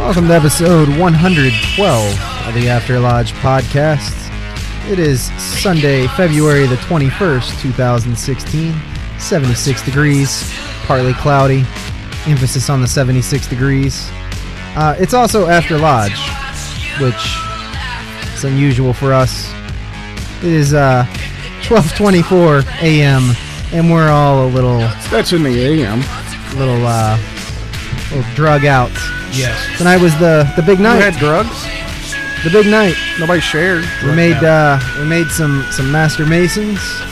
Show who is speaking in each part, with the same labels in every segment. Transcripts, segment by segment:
Speaker 1: Welcome to episode 112 of the After Lodge podcast. It is Sunday, February the 21st, 2016. 76 degrees, partly cloudy. Emphasis on the 76 degrees. Uh, it's also After Lodge, which is unusual for us. It is uh, 12:24 a.m. and we're all a little,
Speaker 2: That's in the AM.
Speaker 1: little, uh, little drug out.
Speaker 2: Yes.
Speaker 1: Tonight was the the big
Speaker 2: You
Speaker 1: night.
Speaker 2: had drugs?
Speaker 1: The big night.
Speaker 2: Nobody shared.
Speaker 1: We made uh, we made some some master masons. Uh,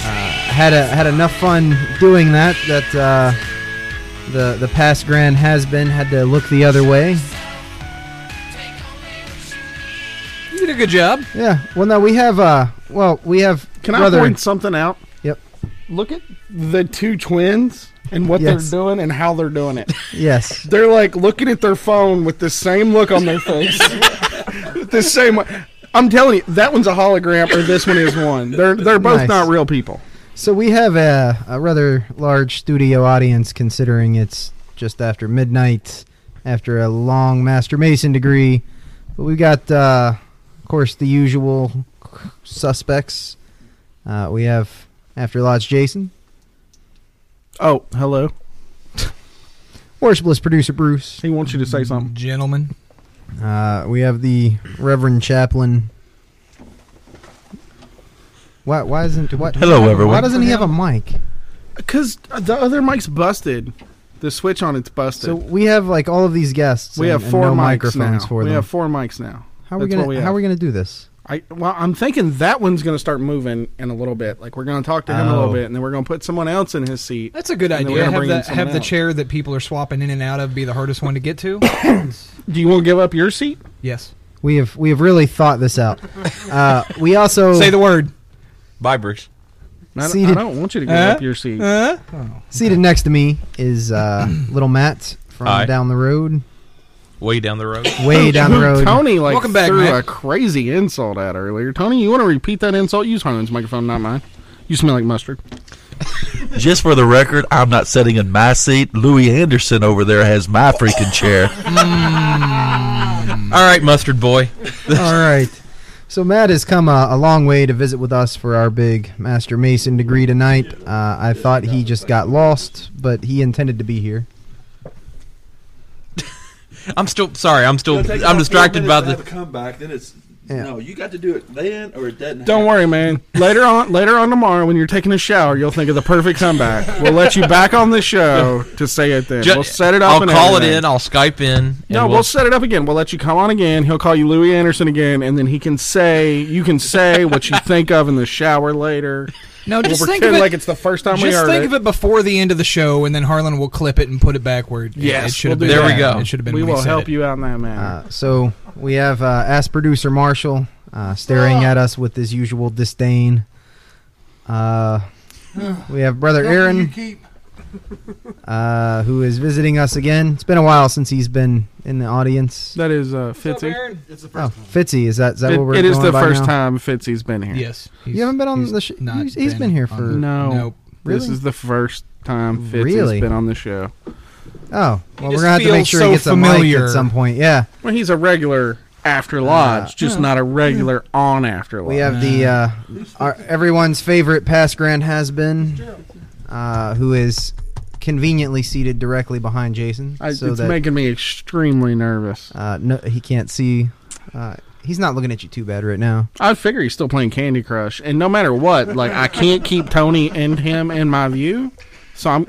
Speaker 3: Uh,
Speaker 1: had a, had enough fun doing that that uh, the the past grand has been had to look the other way.
Speaker 3: You did a good job.
Speaker 1: Yeah. Well, no, we have uh, well, we have
Speaker 2: Can
Speaker 1: brother.
Speaker 2: I point something out?
Speaker 1: Yep.
Speaker 2: Look at the two twins and what
Speaker 1: Yes.
Speaker 2: they're doing and how they're doing it.
Speaker 1: Yes.
Speaker 2: they're like looking at their phone with the same look on their face. the same. one. I'm telling you, that one's a hologram, or this one is one. They're they're both
Speaker 1: Nice.
Speaker 2: not real people.
Speaker 1: So we have a, a rather large studio audience, considering it's just after midnight, after a long master mason degree. But we've got, uh, of course, the usual suspects. Uh, we have After Lodge Jason,
Speaker 2: Oh, hello.
Speaker 1: Worshipless Producer Bruce.
Speaker 2: He wants you to say something.
Speaker 3: Gentlemen.
Speaker 1: Uh, we have the Reverend Chaplain. Why, why isn't what?
Speaker 4: Hello,
Speaker 1: Why
Speaker 4: everyone.
Speaker 1: doesn't he have a mic?
Speaker 2: Because the other mic's busted. The switch on it's busted.
Speaker 1: So we have like all of these guests.
Speaker 2: we
Speaker 1: and-
Speaker 2: have
Speaker 1: and
Speaker 2: four
Speaker 1: no
Speaker 2: mics
Speaker 1: microphones
Speaker 2: now.
Speaker 1: for
Speaker 2: we
Speaker 1: them.
Speaker 2: have four mics now.
Speaker 1: How are we
Speaker 2: That's
Speaker 1: gonna
Speaker 2: what we
Speaker 1: How
Speaker 2: have.
Speaker 1: are we gonna do this?
Speaker 2: I well, I'm thinking that one's going to start moving in a little bit. Like we're going to talk to him a
Speaker 1: Oh.
Speaker 2: little bit, and then we're going to put someone else in his seat.
Speaker 3: That's a good
Speaker 2: And then we're
Speaker 3: idea.
Speaker 2: gonna
Speaker 3: Have
Speaker 2: bring in
Speaker 3: the,
Speaker 2: someone
Speaker 3: have the
Speaker 2: else.
Speaker 3: chair that people are swapping in and out of be the hardest one to get to.
Speaker 2: Do you want to give up your seat?
Speaker 3: yes.
Speaker 1: We have we have really thought this out. Uh, we also
Speaker 3: Say the word.
Speaker 4: Bye, Bruce.
Speaker 2: I don't,
Speaker 1: Seated.
Speaker 2: I don't want you to give
Speaker 3: Huh?
Speaker 2: up your seat.
Speaker 3: Uh,
Speaker 1: Oh. seated next to me is uh, little Matt from
Speaker 4: Hi.
Speaker 1: down the road,
Speaker 4: Way down the road.
Speaker 1: way down the
Speaker 2: Who
Speaker 1: road.
Speaker 2: Tony like
Speaker 3: Welcome back,
Speaker 2: threw
Speaker 3: Matt.
Speaker 2: a crazy insult at earlier. Tony, you want to repeat that insult? Use Harlan's microphone, not mine. You smell like mustard.
Speaker 4: Just for the record, I'm not sitting in my seat. Louis Anderson over there has my freaking chair. All right, mustard boy.
Speaker 1: All right. So Matt has come a, a long way to visit with us for our big Master Mason degree tonight. Uh, I thought he just got lost, but he intended to be here.
Speaker 5: I'm still sorry. I'm still I'm distracted by the.
Speaker 4: comeback. Then it's
Speaker 1: Yeah.
Speaker 4: no. You got to do it then, or it doesn't.
Speaker 2: Don't worry, man. Later on, later on tomorrow, when you're taking a shower, you'll think of the perfect comeback. We'll let you back on the show to say it then.
Speaker 5: Ju-
Speaker 2: we'll set it up.
Speaker 5: I'll
Speaker 2: and
Speaker 5: call
Speaker 2: everything.
Speaker 5: it in. I'll Skype in. and
Speaker 2: No, we'll,
Speaker 5: we'll-
Speaker 2: set it up again. We'll let you come on again. He'll call you Louis Anderson again, and then he can say you can say what you think of in the shower later.
Speaker 3: no,
Speaker 2: We'll
Speaker 3: just think of
Speaker 2: pretend
Speaker 3: it.
Speaker 2: like it's the first time we
Speaker 3: just
Speaker 2: heard
Speaker 3: think
Speaker 2: it.
Speaker 3: of it before the end of the show, and then Harlan will clip it and put it backward. It-
Speaker 2: Yes,
Speaker 3: it should have
Speaker 2: we'll
Speaker 3: been.
Speaker 2: do
Speaker 5: There we
Speaker 3: that.
Speaker 5: go.
Speaker 3: It Uh, should have been.
Speaker 2: we
Speaker 3: when he
Speaker 2: will
Speaker 3: said
Speaker 2: help
Speaker 3: it.
Speaker 2: you out in that manner.
Speaker 1: Uh, so we have uh, as producer Marshall uh, staring at us with his usual disdain. Uh, we have brother Aaron, uh, who is visiting us again. It's been a while since he's been in the audience.
Speaker 2: That is uh, Fitzy.
Speaker 5: It's the
Speaker 1: Oh, Fitzy, is that is that
Speaker 2: It-
Speaker 1: what we're
Speaker 2: it is
Speaker 1: going
Speaker 2: the
Speaker 1: by
Speaker 2: first
Speaker 1: now?
Speaker 2: time Fitzy's been here.
Speaker 3: Yes.
Speaker 1: You haven't been on
Speaker 3: he's
Speaker 1: the sh-
Speaker 3: not
Speaker 1: he's- he's been here
Speaker 3: on-
Speaker 1: for-
Speaker 2: No.
Speaker 3: Nope.
Speaker 2: This
Speaker 1: Really?
Speaker 2: is the first time Fitzy's
Speaker 1: Really?
Speaker 2: been on the show.
Speaker 1: Oh, well, we're
Speaker 3: just
Speaker 1: gonna have to
Speaker 3: feel
Speaker 1: make sure
Speaker 3: so
Speaker 1: he gets a mic
Speaker 3: familiar.
Speaker 1: at some point. Yeah,
Speaker 2: Well, he's a regular after lodge, just not a regular on after lodge.
Speaker 1: we have the uh, our, everyone's favorite past grand has been, uh, who is conveniently seated directly behind Jason,
Speaker 2: I,
Speaker 1: so
Speaker 2: it's
Speaker 1: that
Speaker 2: making me extremely nervous.
Speaker 1: uh, no, he can't see. Uh, he's not looking at you too bad right now.
Speaker 2: I figure he's still playing Candy Crush, and no matter what, like I can't keep Tony and him in my view. So I'm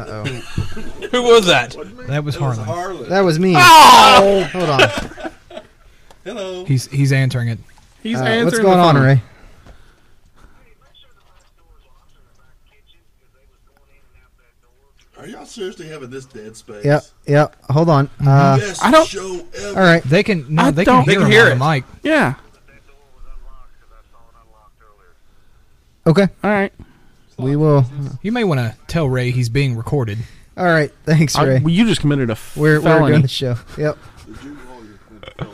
Speaker 1: Uh oh,
Speaker 5: Who was that?
Speaker 3: That was Harlan.
Speaker 1: that was me.
Speaker 2: Ah!
Speaker 1: Hold on, Uh,
Speaker 3: He's he's answering it.
Speaker 2: he's answering
Speaker 1: Uh, what's
Speaker 2: the
Speaker 1: going on,
Speaker 2: phone.
Speaker 1: Ray?
Speaker 6: Are y'all seriously having this dead space?
Speaker 1: Yep, yep. Hold on.
Speaker 2: Mm-hmm.
Speaker 1: Uh,
Speaker 6: Best
Speaker 2: I don't-
Speaker 6: show ever.
Speaker 1: all right.
Speaker 3: They can no,
Speaker 2: I
Speaker 3: they
Speaker 2: don't-
Speaker 3: can
Speaker 2: They
Speaker 3: hear
Speaker 2: can
Speaker 3: him
Speaker 2: hear
Speaker 3: on the mic.
Speaker 2: Yeah.
Speaker 1: Okay,
Speaker 2: All right.
Speaker 1: we will.
Speaker 3: You may want to tell Ray he's being recorded.
Speaker 1: All right. Thanks,
Speaker 2: I-
Speaker 1: Ray.
Speaker 2: well, you just committed a f-
Speaker 1: We're, we're
Speaker 2: felony.
Speaker 1: doing the show. Yep.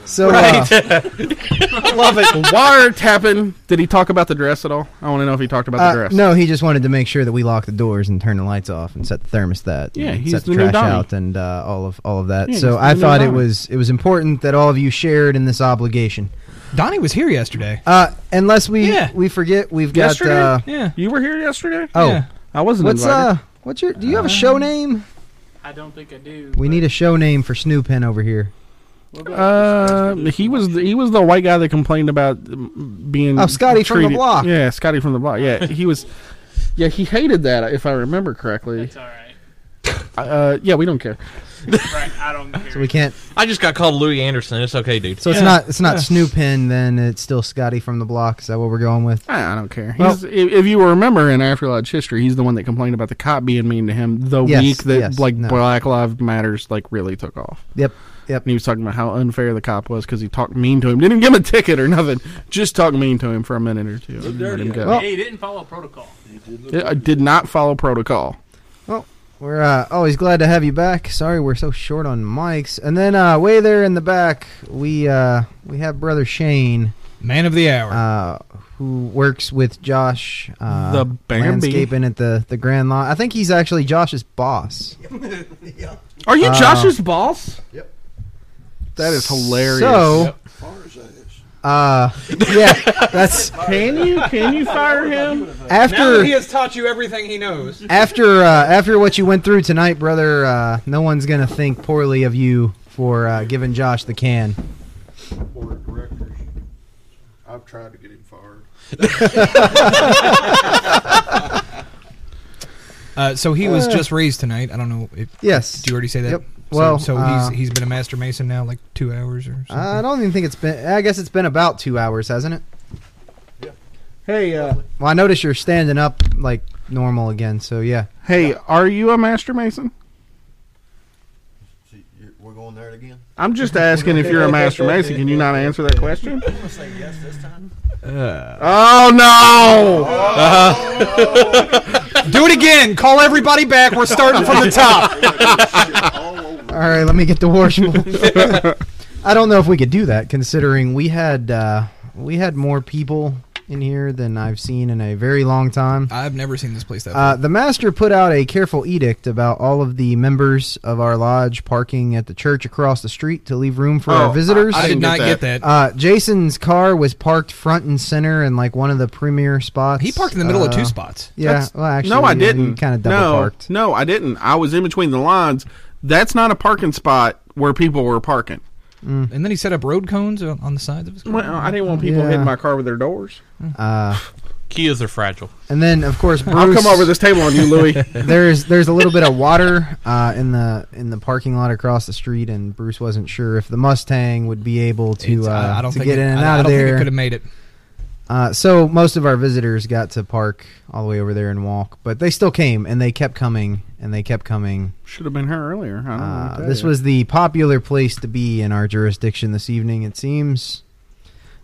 Speaker 1: So uh,
Speaker 2: Love it. Wiretapping. Did he talk about the dress at all? I want to know if he talked about the
Speaker 1: Uh,
Speaker 2: dress.
Speaker 1: no, he just wanted to make sure that we lock the doors and turn the lights off and set the thermostat.
Speaker 2: Yeah,
Speaker 1: and
Speaker 2: he's
Speaker 1: set the,
Speaker 2: the new
Speaker 1: trash
Speaker 2: Donnie.
Speaker 1: out and uh, all of all of that.
Speaker 2: Yeah, he's
Speaker 1: so
Speaker 2: the
Speaker 1: I
Speaker 2: new
Speaker 1: thought it
Speaker 2: Donnie.
Speaker 1: was it was important that all of you shared in this obligation.
Speaker 3: Donnie was here yesterday.
Speaker 1: Uh, unless we
Speaker 3: Yeah.
Speaker 1: we forget, we've got.
Speaker 2: Yesterday?
Speaker 1: Uh,
Speaker 3: Yeah.
Speaker 2: You were here yesterday.
Speaker 1: oh,
Speaker 3: Yeah.
Speaker 2: I wasn't.
Speaker 1: what's
Speaker 2: invited.
Speaker 1: uh, what's your? Do you have a show name?
Speaker 7: Uh, I don't think I do.
Speaker 1: We need a show name for Snoopin over here.
Speaker 2: Uh, he was the, he was the white guy that complained about um, being
Speaker 1: Oh, Scotty from the
Speaker 2: treated-
Speaker 1: block.
Speaker 2: Yeah, Scotty from the block. Yeah, he was. Yeah, he hated that if I remember correctly.
Speaker 7: It's all right.
Speaker 2: Uh, yeah, we don't care.
Speaker 7: Right, I don't care.
Speaker 1: So we can't.
Speaker 5: I just got called Louis Anderson. It's okay, dude.
Speaker 1: So it's not it's not Snoopin. Then it's still Scotty from the block. Is that what we're going with?
Speaker 2: I, I don't care. He's, i if you remember in Afterlodge history, he's the one that complained about the cop being mean to him the
Speaker 1: Yes,
Speaker 2: week that
Speaker 1: yes,
Speaker 2: like
Speaker 1: no.
Speaker 2: Black Lives Matters like really took off.
Speaker 1: Yep. Yep.
Speaker 2: And he was talking about how unfair the cop was because he talked mean to him. Didn't even give him a ticket or nothing. Just talked mean to him for a minute or two. and let him go.
Speaker 1: Well-
Speaker 7: hey, you didn't follow protocol.
Speaker 2: I did not follow protocol.
Speaker 1: We're uh, always glad to have you back. Sorry we're so short on mics. And then uh, way there in the back, we uh, we have brother Shane,
Speaker 3: Man of the hour.
Speaker 1: uh, who works with Josh uh,
Speaker 2: The Bambi.
Speaker 1: landscaping at the the Grand Lawn. I think he's actually Josh's boss.
Speaker 2: Are you
Speaker 1: Uh,
Speaker 2: Josh's boss? Yep. That is hilarious.
Speaker 1: So, uh, yeah, that's
Speaker 2: can you can you fire him?
Speaker 1: after
Speaker 3: has taught you everything he knows.
Speaker 1: after uh, after what you went through tonight, brother. Uh, no one's gonna think poorly of you for uh, giving Josh the can.
Speaker 6: Board of directors. I've tried to get him fired.
Speaker 3: Uh, so he was just raised tonight. I don't know if
Speaker 1: Yes.
Speaker 3: did you already say that.
Speaker 1: Yep.
Speaker 3: So-
Speaker 1: Well,
Speaker 3: so,
Speaker 1: uh,
Speaker 3: he's he's been a master mason now like two hours or something.
Speaker 1: I don't even think it's been. I guess it's been about two hours, hasn't it?
Speaker 2: Hey, uh,
Speaker 1: Well, I notice you're standing up like normal again. So yeah.
Speaker 2: hey, are you a master mason?
Speaker 6: See, you- we're going there again.
Speaker 2: I'm just asking if you're a master mason. Can you not answer that question?
Speaker 1: Uh.
Speaker 2: Oh no!
Speaker 5: Uh-huh.
Speaker 3: Do it again. Call everybody back. We're starting from the top.
Speaker 1: All right, let me get the washable. I don't know if we could do that, considering we had uh, we had more people in here than I've seen in a very long time.
Speaker 3: I've never seen this place that.
Speaker 1: Uh, the master put out a careful edict about all of the members of our lodge parking at the church across the street to leave room for
Speaker 2: Oh,
Speaker 1: our visitors.
Speaker 3: I
Speaker 2: I
Speaker 3: did
Speaker 2: didn't
Speaker 3: not get
Speaker 2: get
Speaker 3: that.
Speaker 1: Uh, Jason's car was parked front and center in like one of the premier spots.
Speaker 3: he parked in the middle of two
Speaker 1: Uh,
Speaker 3: spots.
Speaker 1: Yeah,
Speaker 2: That's-
Speaker 1: well, actually,
Speaker 2: no, I
Speaker 1: yeah, You
Speaker 2: didn't.
Speaker 1: kind of double
Speaker 2: no,
Speaker 1: parked.
Speaker 2: No, I didn't. I was in between the lines. That's not a parking spot where people were parking.
Speaker 3: And then he set up road cones on, on the sides of his car.
Speaker 2: Well, I didn't want people
Speaker 1: Mm. Yeah.
Speaker 2: hitting my car with their doors.
Speaker 1: Uh,
Speaker 5: Kias are fragile.
Speaker 1: and then, of course, Bruce,
Speaker 2: I'll come over this table on you, Louis.
Speaker 1: there's there's a little bit of water uh, in the in the parking lot across the street, and Bruce wasn't sure if the Mustang would be able to
Speaker 3: It's-
Speaker 1: uh,
Speaker 3: I, I don't
Speaker 1: to
Speaker 3: think
Speaker 1: get
Speaker 3: it-
Speaker 1: in and
Speaker 3: I,
Speaker 1: out
Speaker 3: I
Speaker 1: of
Speaker 3: don't think it
Speaker 1: there.
Speaker 3: could have made it.
Speaker 1: Uh, so most of our visitors got to park all the way over there and walk, but they still came and they kept coming and they kept coming.
Speaker 2: Should have been her earlier. I don't know what
Speaker 1: Uh,
Speaker 2: to tell
Speaker 1: this
Speaker 2: you.
Speaker 1: was the popular place to be in our jurisdiction this evening, it seems.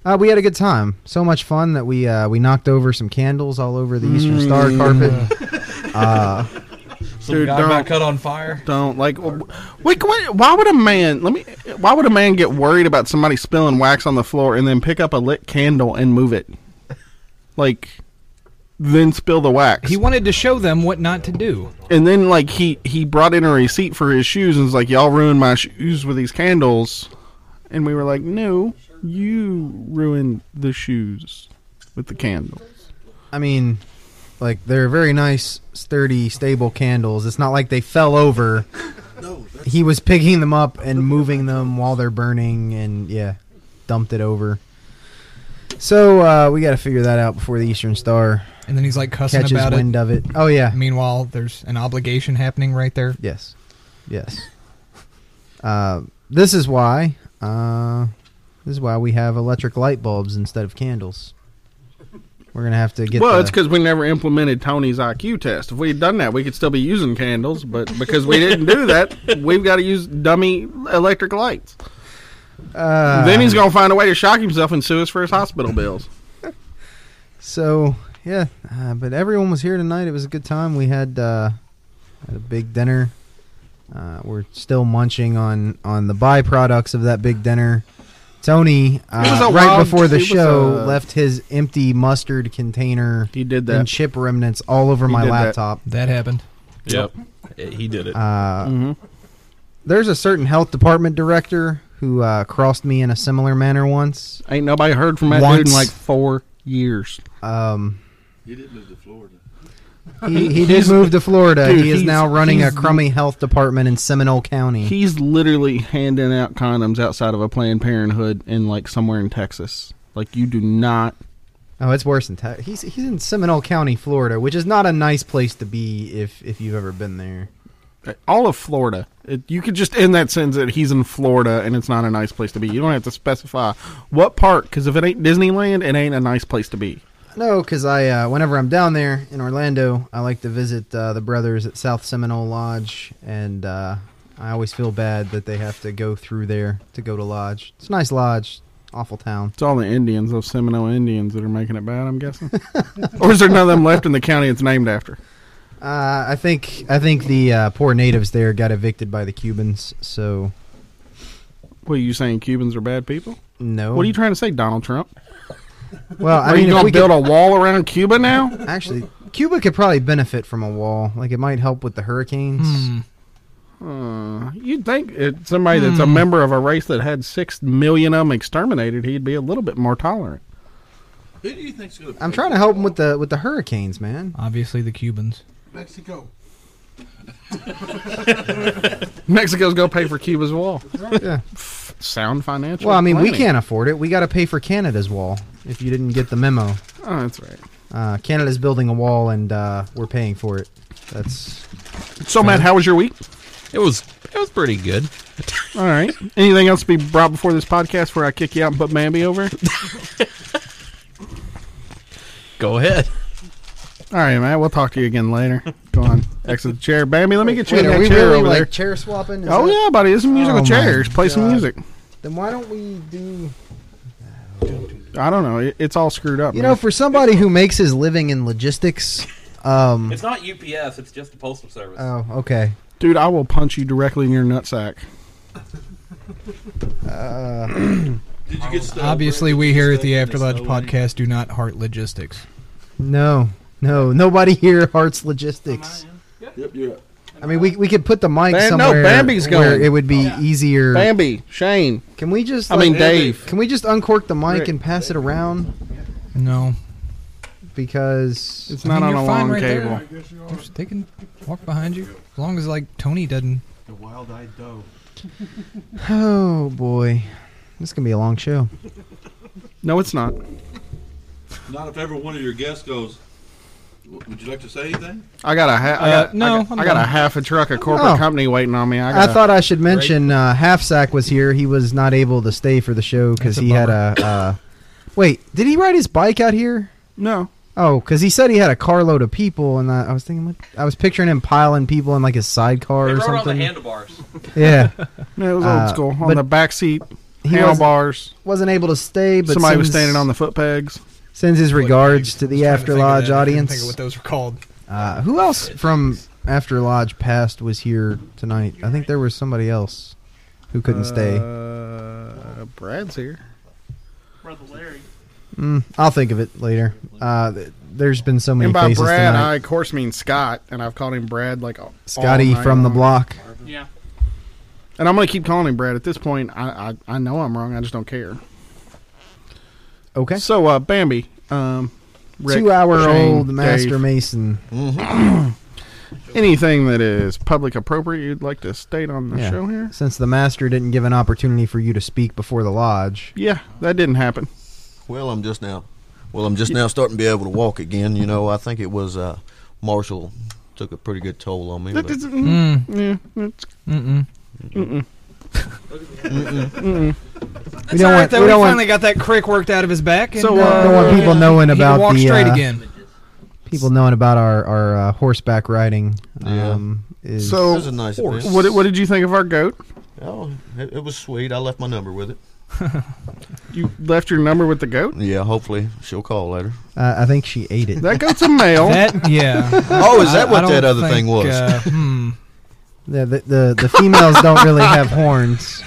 Speaker 1: Uh, we had a good time. So much fun that we uh, we knocked over some candles all over the
Speaker 3: Mm.
Speaker 1: Eastern Star carpet. Uh,
Speaker 5: Some
Speaker 2: Dude,
Speaker 5: guy
Speaker 2: don't.
Speaker 5: got cut on fire.
Speaker 2: don't like. w- Wait, wait, why would a man? Let me. Why would a man get worried about somebody spilling wax on the floor and then pick up a lit candle and move it? Like, then spill the wax.
Speaker 3: He wanted to show them what not to do.
Speaker 2: and then like he he brought in a receipt for his shoes and was like, "Y'all ruined my shoes with these candles," and we were like, "No, you ruined the shoes with the candle."
Speaker 1: I mean, like they're very nice, sturdy, stable candles. It's not like they fell over. He was picking them up and moving them while they're burning, and yeah, dumped it over. So uh, we got to figure that out before the Eastern Star
Speaker 3: And then he's like cussing
Speaker 1: catches
Speaker 3: about
Speaker 1: wind of it. Oh yeah,
Speaker 3: it. Meanwhile, there's an obligation happening right there.
Speaker 1: Yes. Yes. uh, this is why. Uh, this is why we have electric light bulbs instead of candles. We're gonna have to get.
Speaker 2: well,
Speaker 1: the,
Speaker 2: it's because we never implemented Tony's IQ test. If we had done that, we could still be using candles, but because we didn't do that, we've got to use dummy electric lights.
Speaker 1: uh,
Speaker 2: then he's gonna find a way to shock himself and sue us for his hospital bills.
Speaker 1: So yeah, uh, but everyone was here tonight. It was a good time. We had uh, had a big dinner. Uh, we're still munching on on the byproducts of that big dinner. Tony,
Speaker 2: was
Speaker 1: uh,
Speaker 2: a
Speaker 1: right
Speaker 2: wild-
Speaker 1: before
Speaker 2: it
Speaker 1: the
Speaker 2: was
Speaker 1: show,
Speaker 2: a-
Speaker 1: left his empty mustard container
Speaker 2: He did
Speaker 1: and
Speaker 2: that.
Speaker 1: chip remnants all over
Speaker 2: He
Speaker 1: my
Speaker 2: did that.
Speaker 1: laptop.
Speaker 3: That happened.
Speaker 5: Yep. He did it.
Speaker 1: Uh,
Speaker 2: Mhm.
Speaker 1: There's a certain health department director who uh, crossed me in a similar manner once.
Speaker 2: Ain't nobody heard from that dude
Speaker 3: Once.
Speaker 2: in like four years.
Speaker 1: Um,
Speaker 6: You didn't move to Florida.
Speaker 1: he, he did move to Florida.
Speaker 2: dude,
Speaker 1: he is
Speaker 2: he's-
Speaker 1: now running a
Speaker 2: he's-
Speaker 1: crummy health department in Seminole County.
Speaker 2: He's literally handing out condoms outside of a Planned Parenthood in like somewhere in Texas. Like you do not.
Speaker 1: oh, it's worse than Texas. He's he's in Seminole County, Florida, which is not a nice place to be if if you've ever been there.
Speaker 2: All of Florida. It, you could just end that sentence that he's in Florida and it's not a nice place to be. You don't have to specify what part because if it ain't Disneyland, it ain't a nice place to be.
Speaker 1: No, because I uh, whenever I'm down there in Orlando, I like to visit uh, the brothers at South Seminole Lodge, and uh, I always feel bad that they have to go through there to go to lodge. It's a nice lodge, awful town.
Speaker 2: It's all the Indians, those Seminole Indians, that are making it bad. I'm guessing. or is there none of them left in the county it's named after?
Speaker 1: Uh, I think I think the uh, poor natives there got evicted by the Cubans. So
Speaker 2: What are you saying? Cubans are bad people?
Speaker 1: no.
Speaker 2: What are you trying to say, Donald Trump?
Speaker 1: well, I
Speaker 2: are
Speaker 1: mean,
Speaker 2: you
Speaker 1: if
Speaker 2: gonna
Speaker 1: we
Speaker 2: build a wall around Cuba now?
Speaker 1: could, actually, Cuba could probably benefit from a wall. Like it might help with the hurricanes.
Speaker 3: Hmm.
Speaker 2: Uh, you'd think it, somebody that's
Speaker 1: Hmm.
Speaker 2: a member of a race that had six million of them exterminated, he'd be a little bit more tolerant.
Speaker 6: Who do you think's going to
Speaker 1: I'm trying to help them with the with the hurricanes, man.
Speaker 3: Obviously, the Cubans.
Speaker 6: Mexico.
Speaker 2: Mexico's gonna pay for Cuba's wall.
Speaker 1: Yeah.
Speaker 2: Sound financial.
Speaker 1: Well, I mean, we
Speaker 2: planning.
Speaker 1: can't afford it. We got to pay for Canada's wall. If you didn't get the memo,
Speaker 2: Oh, that's right.
Speaker 1: uh, Canada's building a wall, and uh, we're paying for it. That's
Speaker 2: So, Matt, how was your week?
Speaker 5: It was it was pretty good.
Speaker 2: All right. Anything else to be brought before this podcast where I kick you out and put Mambi over? All
Speaker 5: Go ahead.
Speaker 2: right, Matt. We'll talk to you again later. Go on. Exit the chair, Bambi. Let me get you
Speaker 1: wait,
Speaker 2: in
Speaker 1: are
Speaker 2: that
Speaker 1: we
Speaker 2: chair
Speaker 1: really
Speaker 2: over
Speaker 1: like
Speaker 2: there.
Speaker 1: chair swapping? Is
Speaker 2: Oh
Speaker 1: that-
Speaker 2: yeah, buddy. There's some musical
Speaker 1: Oh, my
Speaker 2: chairs. Play some
Speaker 1: God.
Speaker 2: music.
Speaker 1: Then why don't we do?
Speaker 2: I don't know. It, it's all screwed up.
Speaker 1: You
Speaker 2: man.
Speaker 1: know, for somebody who makes his living in logistics, um,
Speaker 8: It's not UPS. It's just the postal service.
Speaker 1: oh okay.
Speaker 2: dude, I will punch you directly in your nutsack.
Speaker 1: Uh,
Speaker 6: Did you get stuff?
Speaker 3: Obviously, we here at the After Lodge podcast do not heart logistics.
Speaker 1: No, no, nobody here hearts logistics.
Speaker 6: Yep, you're up.
Speaker 1: I mean, we we could put the mic
Speaker 2: Bam- no,
Speaker 1: somewhere
Speaker 2: Bambi's
Speaker 1: where
Speaker 2: going.
Speaker 1: it would be easier.
Speaker 2: Bambi, Shane.
Speaker 1: Can we just?
Speaker 2: I mean,
Speaker 1: like,
Speaker 2: Dave.
Speaker 1: Can we just uncork the mic
Speaker 2: Rick.
Speaker 1: and pass it around?
Speaker 3: No,
Speaker 1: Because
Speaker 2: It's not
Speaker 3: I mean, you're
Speaker 2: on a
Speaker 3: fine
Speaker 2: long
Speaker 3: right
Speaker 2: cable.
Speaker 3: there. Just- They can walk behind you as long as like Tony doesn't.
Speaker 6: The wild-eyed doe.
Speaker 1: oh boy, this is gonna be a long show.
Speaker 2: No, it's not.
Speaker 6: Not if every one of your guests goes, "W- would you like to say anything?
Speaker 2: I got a ha- I
Speaker 3: Uh,
Speaker 2: got,
Speaker 3: no,
Speaker 2: I got,
Speaker 3: I'm
Speaker 2: I got a
Speaker 3: done.
Speaker 2: half a truck of corporate
Speaker 1: Oh.
Speaker 2: company waiting on me. I,
Speaker 1: I
Speaker 2: got
Speaker 1: thought I should mention uh, Half Sack was here. He was not able to stay for the show because
Speaker 3: That's a
Speaker 1: he had a uh, Wait, did he ride his bike out here?
Speaker 2: No.
Speaker 1: Oh, because he said he had a carload of people, and I, I was thinking, like, I was picturing him piling people in like his sidecar
Speaker 8: They
Speaker 1: or
Speaker 8: rode on the
Speaker 1: something.
Speaker 8: handlebars.
Speaker 1: yeah,
Speaker 2: No, it was
Speaker 1: Uh,
Speaker 2: old school.
Speaker 1: but
Speaker 2: On the back seat,
Speaker 1: he was,
Speaker 2: handlebars.
Speaker 1: wasn't able to stay, but
Speaker 2: Somebody was
Speaker 1: sends-
Speaker 2: standing on the foot pegs.
Speaker 1: sends his regards to the
Speaker 3: Trying
Speaker 1: After
Speaker 3: think of
Speaker 1: Lodge
Speaker 3: that. I couldn't Think of
Speaker 1: audience.
Speaker 3: what those were called.
Speaker 1: Uh, who else from After Lodge past was here tonight? I think there was somebody else who couldn't stay.
Speaker 2: Uh, Brad's here.
Speaker 7: Brother Larry.
Speaker 1: Mm, I'll think of it later. Uh, th- there's been so many
Speaker 2: and by
Speaker 1: faces
Speaker 2: Brad,
Speaker 1: tonight.
Speaker 2: I of course mean Scott, and I've called him Brad like all,
Speaker 1: Scotty
Speaker 2: all night
Speaker 1: from the
Speaker 2: long.
Speaker 1: block.
Speaker 7: Yeah.
Speaker 2: And I'm gonna keep calling him Brad. At this point, I I, I know I'm wrong. I just don't care.
Speaker 1: Okay,
Speaker 2: So uh, Bambi, um, Rick, Shane,
Speaker 1: two-hour-old
Speaker 2: Dave,
Speaker 1: Master Mason.
Speaker 3: Mm-hmm.
Speaker 2: Anything that is public appropriate you'd like to state on the
Speaker 1: Yeah.
Speaker 2: show here?
Speaker 1: Since the master didn't give an opportunity for you to speak before the lodge,
Speaker 2: Yeah, that didn't happen.
Speaker 9: Well, I'm just now. Well, I'm just now starting to be able to walk again. You know, I think it was uh, Marshall took a pretty good toll on me.
Speaker 2: That
Speaker 9: But,
Speaker 2: doesn't-
Speaker 3: Mm.
Speaker 2: yeah, that's-
Speaker 3: Mm-mm.
Speaker 1: we
Speaker 3: It's all
Speaker 1: don't
Speaker 3: right,
Speaker 1: want
Speaker 3: though.
Speaker 1: we
Speaker 3: We
Speaker 1: don't
Speaker 3: finally
Speaker 1: want,
Speaker 3: got that crick worked out of his back. And,
Speaker 2: So,
Speaker 3: uh,
Speaker 2: uh,
Speaker 1: don't want people
Speaker 3: he
Speaker 1: knowing
Speaker 3: can
Speaker 1: about
Speaker 3: walk
Speaker 1: the
Speaker 3: straight
Speaker 1: uh,
Speaker 3: again.
Speaker 1: people knowing about our our uh, horseback riding.
Speaker 9: Yeah.
Speaker 1: Um, is,
Speaker 9: It
Speaker 2: so.
Speaker 9: was a nice event.
Speaker 2: What, what did you think of our goat?
Speaker 9: Oh, it, it was sweet. I left my number with it.
Speaker 2: You left your number with the goat.
Speaker 9: Yeah, hopefully she'll call later.
Speaker 1: uh, I think she ate it.
Speaker 2: That goat's a male.
Speaker 3: That yeah.
Speaker 9: Oh, is
Speaker 3: I-
Speaker 9: that
Speaker 3: I
Speaker 9: what
Speaker 3: don't
Speaker 9: that other
Speaker 3: think,
Speaker 9: thing was?
Speaker 3: uh, hmm.
Speaker 1: The, the, the, the females don't really have horns.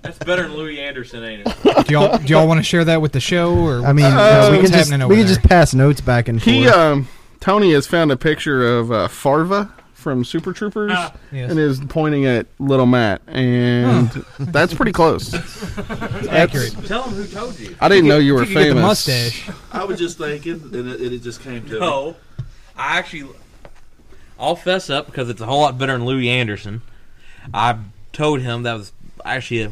Speaker 8: That's better than Louis Anderson, ain't it?
Speaker 3: Do y'all do y'all want to share that with the show or?
Speaker 1: I mean,
Speaker 2: Uh,
Speaker 1: uh, we
Speaker 3: what's
Speaker 1: can just
Speaker 3: happening
Speaker 1: we
Speaker 3: over
Speaker 1: can just pass notes back and forth.
Speaker 2: He
Speaker 8: uh,
Speaker 2: um, Tony has found a picture of uh, Farva from Super Troopers
Speaker 7: Ah,
Speaker 3: yes.
Speaker 2: and is pointing at little Matt, and that's pretty close.
Speaker 3: accurate.
Speaker 8: Tell him who told you.
Speaker 2: I didn't know you were
Speaker 3: you could
Speaker 2: famous.
Speaker 3: Get the mustache.
Speaker 5: I was just thinking, and it, it just came to me.
Speaker 8: No, I actually, I'll fess up because it's a whole lot better than Louis Anderson. I told him that was actually a,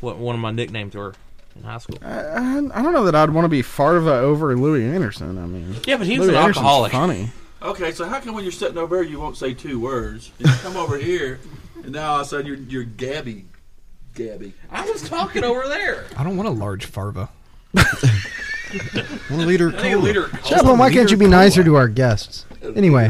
Speaker 8: what one of my nicknames were in high school.
Speaker 2: I, I I don't know that I'd want to be Farva over Louis Anderson. I mean,
Speaker 8: Yeah, but he was
Speaker 2: Louis
Speaker 8: an
Speaker 2: Anderson's
Speaker 8: alcoholic.
Speaker 2: funny.
Speaker 5: Okay, so how come when you're sitting over here you won't say two words? And you come over here, and now all of a sudden you're you're Gabby, Gabby.
Speaker 8: I was talking over there.
Speaker 3: I don't want a large farva.
Speaker 9: One liter.
Speaker 8: I need a leader.
Speaker 1: Chaplin, why can't you be nicer to our guests? Anyway,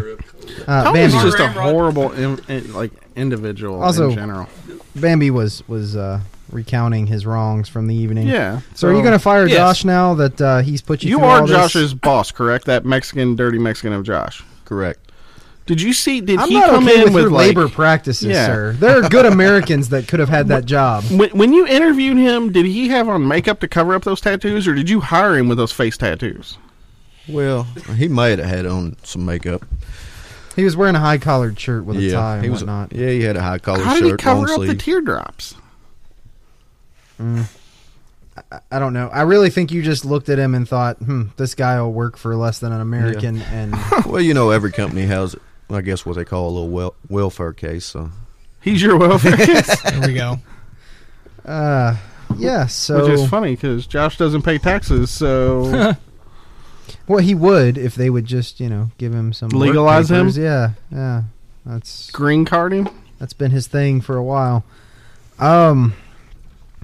Speaker 1: uh,
Speaker 2: Tony's
Speaker 1: Bambi.
Speaker 2: just a
Speaker 8: Ramrod.
Speaker 2: horrible in, in- like individual
Speaker 1: Also-
Speaker 2: in general.
Speaker 1: Bambi was was uh, recounting his wrongs from the evening.
Speaker 2: Yeah.
Speaker 1: So, are you going to fire
Speaker 8: Yes.
Speaker 1: Josh now that uh, he's put you?
Speaker 2: You
Speaker 1: through all
Speaker 2: are
Speaker 1: this?
Speaker 2: Josh's boss, correct? That Mexican, dirty Mexican of Josh.
Speaker 9: Correct.
Speaker 2: Did you see? Did
Speaker 1: I'm
Speaker 2: he
Speaker 1: not
Speaker 2: come
Speaker 1: okay
Speaker 2: in
Speaker 1: with,
Speaker 2: with
Speaker 1: your
Speaker 2: like,
Speaker 1: labor practices,
Speaker 2: Yeah.
Speaker 1: sir. There are good Americans that could have had that job.
Speaker 2: When, when you interviewed him, did he have on makeup to cover up those tattoos, or did you hire him with those face tattoos?
Speaker 9: Well, he might have had on some makeup.
Speaker 1: He was wearing a high collared shirt with a tie and
Speaker 9: he was.
Speaker 1: whatnot.
Speaker 9: Yeah, he had a high collar
Speaker 2: How
Speaker 9: shirt,
Speaker 2: did he cover
Speaker 9: long
Speaker 2: up the
Speaker 9: sleeve.
Speaker 2: teardrops?
Speaker 1: I don't know. I really think you just looked at him and thought, "Hmm, this guy will work for less than an American." And
Speaker 9: well, you know, every company has, I guess, what they call a little wel- welfare case. So
Speaker 2: He's your welfare kid,
Speaker 3: There we go.
Speaker 1: uh, yeah, so
Speaker 2: which is funny because Josh doesn't pay taxes, so
Speaker 1: well, he would if they would just you know give him some work
Speaker 2: Legalize him?
Speaker 1: papers. Yeah, yeah. That's
Speaker 2: green card him.
Speaker 1: that's been his thing for a while. Um,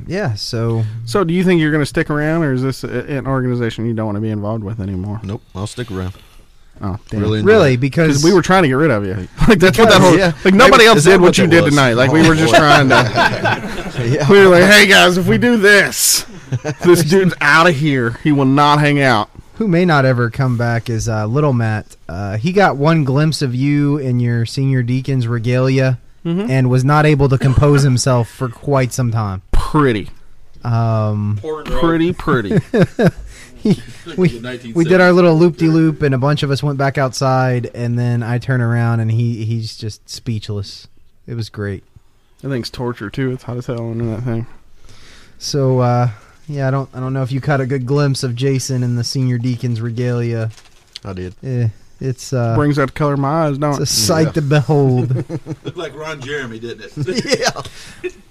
Speaker 1: yeah. So
Speaker 2: So, do you think you're going to stick around, or is this a- an organization you don't want to be involved with anymore?
Speaker 9: nope, I'll stick around.
Speaker 2: Oh,
Speaker 9: Really, enjoy
Speaker 1: really,
Speaker 9: it.
Speaker 1: because
Speaker 2: Because we were trying to get rid of you. Like that's what that whole
Speaker 9: Yeah.
Speaker 2: like nobody
Speaker 9: Maybe-
Speaker 2: else
Speaker 9: is that
Speaker 2: did what
Speaker 9: what
Speaker 2: you
Speaker 9: that
Speaker 2: did
Speaker 9: was?
Speaker 2: tonight. Like we
Speaker 9: Oh,
Speaker 2: were just
Speaker 9: boy.
Speaker 2: trying to.
Speaker 9: Yeah.
Speaker 2: We were like, hey guys, if we do this, this dude's out of here. He will not hang out.
Speaker 1: who may not ever come back is uh, Little Matt. Uh, he got one glimpse of you in your senior deacon's regalia
Speaker 2: Mm-hmm.
Speaker 1: and was not able to compose himself for quite some time.
Speaker 2: Pretty,
Speaker 1: Um,
Speaker 2: pretty, pretty.
Speaker 1: we, we did our little loop de loop, and a bunch of us went back outside, and then I turn around and he he's just speechless. It was great.
Speaker 2: That thing's torture too. It's hot as hell under that thing.
Speaker 1: So uh, yeah, I don't I don't know if you caught a good glimpse of Jason in the senior deacon's regalia.
Speaker 9: I did.
Speaker 1: Eh, it's uh,
Speaker 2: Brings out the color of my eyes,
Speaker 1: it's
Speaker 2: don't
Speaker 1: a
Speaker 2: it?
Speaker 1: sight to behold.
Speaker 5: Looked like Ron Jeremy, didn't it?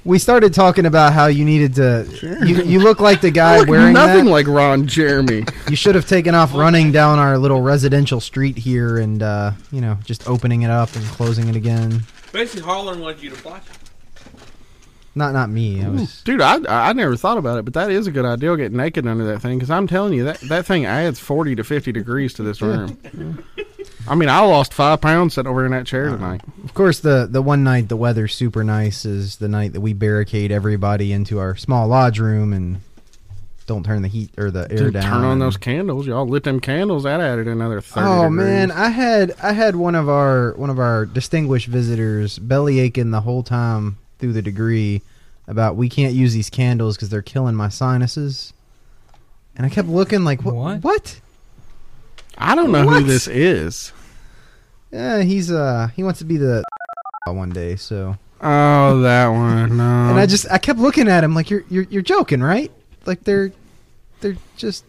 Speaker 1: We started talking about how you needed to. You, you look like the
Speaker 2: I
Speaker 1: guy
Speaker 2: look
Speaker 1: wearing
Speaker 2: nothing
Speaker 1: that.
Speaker 2: like Ron Jeremy.
Speaker 1: you should have taken off running down our little residential street here, and uh, you know, just opening it up and closing it again.
Speaker 8: Basically, Harlan wanted you to block.
Speaker 1: Not not me. I
Speaker 2: Ooh,
Speaker 1: was
Speaker 2: Dude, I, I never thought about it, but that is a good idea. Get naked under that thing because I'm telling you that that thing adds forty to fifty degrees to this room. I mean, I lost five pounds sitting over in that
Speaker 1: Uh,
Speaker 2: chair tonight.
Speaker 1: Of course, the the one night the weather's super nice is the night that we barricade everybody into our small lodge room and don't turn the heat or the air
Speaker 2: Dude,
Speaker 1: down.
Speaker 2: turn on
Speaker 1: and-
Speaker 2: those candles, y'all lit them candles. That added another thirty.
Speaker 1: Oh man,
Speaker 2: degrees.
Speaker 1: I had I had one of our one of our distinguished visitors belly aching the whole time through the degree about we can't use these candles because they're killing my sinuses. And I kept looking like what? What?
Speaker 2: I don't know
Speaker 1: What?
Speaker 2: who this is.
Speaker 1: Yeah, he's uh he wants to be the one day. So
Speaker 2: Oh, that one. um, No,
Speaker 1: and I just I kept looking at him like you're you're you're joking, right? Like they're they're just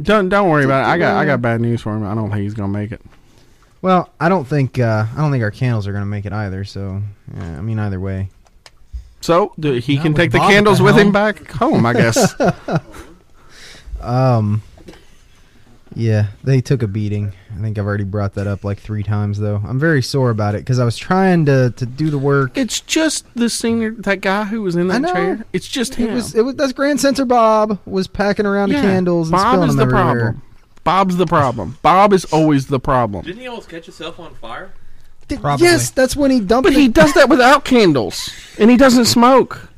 Speaker 2: don't don't worry about it. I got I got bad news for him. I don't think he's gonna make it.
Speaker 1: Well, I don't think uh, I don't think our candles are gonna make it either. So yeah, I mean either way.
Speaker 2: So do- he
Speaker 1: Not
Speaker 2: can
Speaker 1: with
Speaker 2: take the
Speaker 1: Bob at
Speaker 2: candles
Speaker 1: the
Speaker 2: with
Speaker 1: helm.
Speaker 2: him back home, I guess.
Speaker 1: um, yeah, they took a beating. I think I've already brought that up like three times though. I'm very sore about it because I was trying to to do the work.
Speaker 2: It's just the senior, that guy who was in
Speaker 1: I
Speaker 2: that
Speaker 1: know.
Speaker 2: chair. It's just him.
Speaker 1: It was it was that's Grand Censor Bob was packing around
Speaker 2: Yeah,
Speaker 1: the candles. And
Speaker 2: Bob
Speaker 1: spilling
Speaker 2: is the
Speaker 1: them everywhere.
Speaker 2: problem. Bob's the problem. Bob is always the problem.
Speaker 8: Didn't he almost catch himself on fire?
Speaker 1: Th-
Speaker 2: Probably.
Speaker 1: Yes, that's when he dumped.
Speaker 2: But he does that without candles, and he doesn't smoke.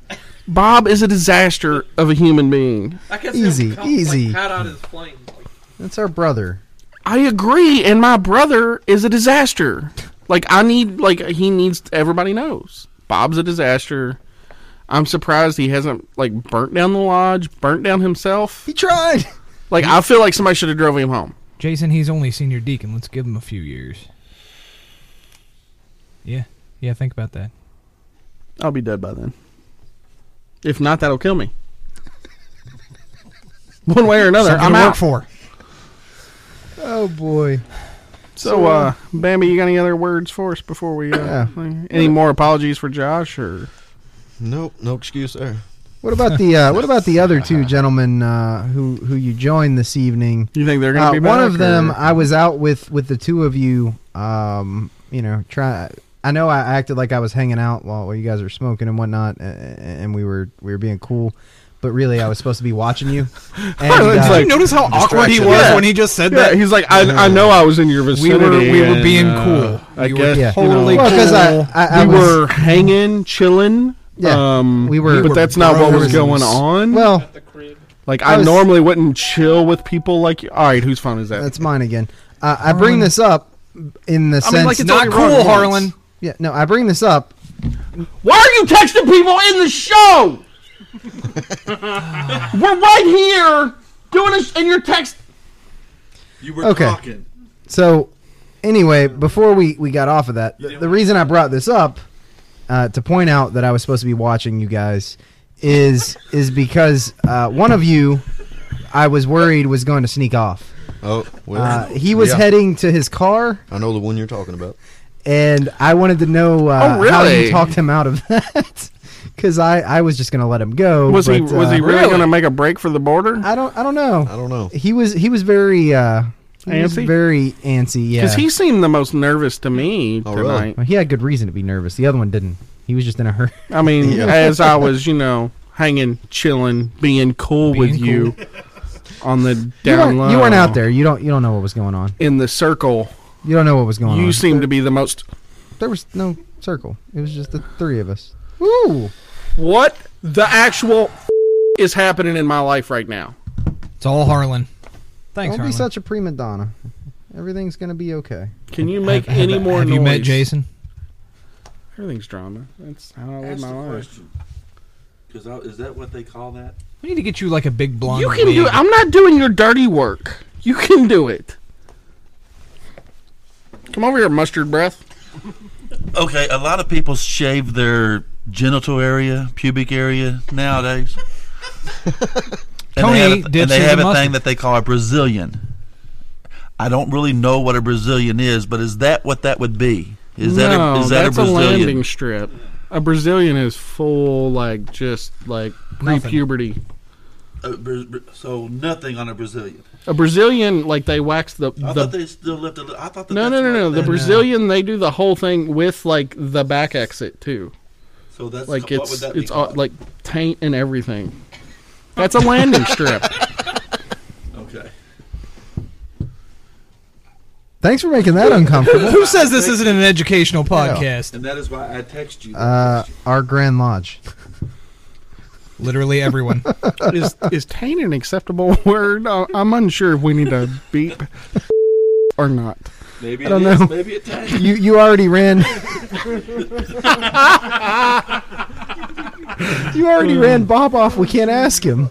Speaker 2: Bob is a disaster of a human being.
Speaker 8: I guess
Speaker 1: Easy, easy.
Speaker 8: Pat out his flame.
Speaker 1: That's our brother.
Speaker 2: I agree, and my brother is a disaster. Like I need, like he needs. Everybody knows Bob's a disaster. I'm surprised he hasn't like burnt down the lodge, burnt down himself. He
Speaker 1: tried.
Speaker 2: Like I feel like somebody should have drove him home.
Speaker 3: Jason, he's only senior deacon. Let's give him a few years. Yeah, yeah. Think about that.
Speaker 2: I'll be dead by then. If not, that'll kill me. One way or another,
Speaker 3: Something
Speaker 2: I'm
Speaker 3: to
Speaker 2: out.
Speaker 3: work for.
Speaker 1: Oh boy.
Speaker 2: So, uh, Bambi, you got any other words for us before we? Uh, Any more apologies for Josh or?
Speaker 9: Nope, no excuse there.
Speaker 1: What about the uh, what about the other two gentlemen uh, who who you joined this evening? Uh,
Speaker 2: You think they're gonna be
Speaker 1: one
Speaker 2: back,
Speaker 1: of them?
Speaker 2: or-
Speaker 1: I was out with with the two of you. Um, you know, try. I know I acted like I was hanging out while, while you guys were smoking and whatnot, a- a- and we were we were being cool. But really, I was supposed to be watching you. And, uh,
Speaker 2: Yeah. Yeah, He's like, I, I know I was in your
Speaker 1: We
Speaker 2: vicinity.
Speaker 1: were- we were
Speaker 2: and,
Speaker 1: being
Speaker 2: uh,
Speaker 1: cool.
Speaker 2: I
Speaker 1: You were
Speaker 2: guess
Speaker 1: totally
Speaker 2: you know,
Speaker 1: Well, 'cause I- I- I
Speaker 2: we
Speaker 1: was-
Speaker 2: were hanging, chilling.
Speaker 1: Yeah,
Speaker 2: um,
Speaker 1: we were-
Speaker 2: But that's not what was
Speaker 1: bros.
Speaker 2: going on.
Speaker 1: Well,
Speaker 2: like
Speaker 1: I
Speaker 2: I,
Speaker 1: was-
Speaker 2: normally wouldn't chill with people like. you. All right, whose phone is that?
Speaker 1: That's mine again. Uh, I bring this up in the
Speaker 2: I
Speaker 1: sense
Speaker 2: mean, like, it's Not only wrong cool, once. Harlan.
Speaker 1: Yeah, no, I bring this up.
Speaker 2: Why are you texting people in the show? we're right here doing this, and you're text.
Speaker 5: You were
Speaker 1: okay.
Speaker 5: talking.
Speaker 1: So, anyway, before we, we got off of that, the, the reason I brought this up uh, to point out that I was supposed to be watching you guys is is because uh, one of you I was worried was going to sneak off.
Speaker 9: Oh, well,
Speaker 1: Uh, he was
Speaker 9: yeah.
Speaker 1: heading to his car,
Speaker 9: I know the one you're talking about.
Speaker 1: and I wanted to know uh,
Speaker 9: Oh, really?
Speaker 1: how you talked him out of that because I, I was just going to let him go.
Speaker 2: was he
Speaker 1: but,
Speaker 2: was
Speaker 1: uh,
Speaker 2: he really, going to make a break for the border?
Speaker 1: I don't I don't know. I
Speaker 9: don't know.
Speaker 1: He was he was very uh, he was
Speaker 2: Antsy?
Speaker 1: very antsy. Yeah, Oh,
Speaker 2: Because he seemed the most nervous to me tonight.
Speaker 1: Well, he had good reason to be nervous. The other one didn't. He was just in a hurry.
Speaker 2: I mean,
Speaker 1: Yeah.
Speaker 2: as I was, you know, hanging, chilling, being cool with you on the
Speaker 1: you,
Speaker 2: down
Speaker 1: weren't,
Speaker 2: low.
Speaker 1: you weren't out there. You don't you don't know what was going on.
Speaker 2: in the circle.
Speaker 1: You don't know what was going
Speaker 2: you
Speaker 1: on.
Speaker 2: seem to be the most.
Speaker 1: There was no circle. It was just the three of us. Ooh.
Speaker 2: What the actual f- is happening in my life right now?
Speaker 3: It's all Harlan. Thanks,
Speaker 1: Don't be
Speaker 3: Harlan.
Speaker 1: such a prima donna. Everything's gonna be okay.
Speaker 2: Can you make any more
Speaker 3: Have
Speaker 2: noise?
Speaker 3: you met Jason?
Speaker 2: Everything's drama. That's how I live
Speaker 5: Ask
Speaker 2: my
Speaker 5: the
Speaker 2: life.
Speaker 5: question. Because is that what they call that?
Speaker 3: We need to get you like a big blonde.
Speaker 2: You can
Speaker 3: wig.
Speaker 2: do. it. I'm not doing your dirty work. You can do it. Come over here, mustard breath.
Speaker 4: Okay, a lot of people shave their genital area, pubic area nowadays. and
Speaker 3: Tony
Speaker 4: they have a,
Speaker 3: did
Speaker 4: and they
Speaker 3: shave
Speaker 4: have
Speaker 3: the
Speaker 4: a
Speaker 3: mustard.
Speaker 4: thing that they call a Brazilian. I don't really know what a Brazilian is, but is that what that would be? Is
Speaker 2: no,
Speaker 4: that a, is that a
Speaker 2: that's a,
Speaker 4: Brazilian?
Speaker 2: landing strip. A Brazilian is full, like just like pre-puberty.
Speaker 5: Uh, Bra- Bra- so nothing on a Brazilian.
Speaker 2: A Brazilian, like they wax the
Speaker 5: I
Speaker 2: the
Speaker 5: thought they still left. A li- I thought that
Speaker 2: no no
Speaker 5: that's
Speaker 2: no
Speaker 5: what
Speaker 2: no. The
Speaker 5: that-
Speaker 2: Brazilian, they do the whole thing with like the back exit too.
Speaker 5: So that's
Speaker 2: like
Speaker 5: what would
Speaker 2: it's
Speaker 5: that be
Speaker 2: it's all,
Speaker 5: called?
Speaker 2: like taint and everything. That's a landing strip.
Speaker 5: Okay.
Speaker 1: Thanks for making that uncomfortable.
Speaker 3: Who says this isn't an educational podcast?
Speaker 5: And that is why I text you.
Speaker 1: Uh, our Grand Lodge.
Speaker 3: Literally everyone.
Speaker 2: is is taint an acceptable word? Uh, I'm unsure if we need to beep or not.
Speaker 5: Maybe
Speaker 2: I don't
Speaker 5: it is,
Speaker 2: know.
Speaker 5: maybe it taint.
Speaker 1: You you already ran. you already
Speaker 2: Hmm.
Speaker 1: ran Bob off. We can't ask him.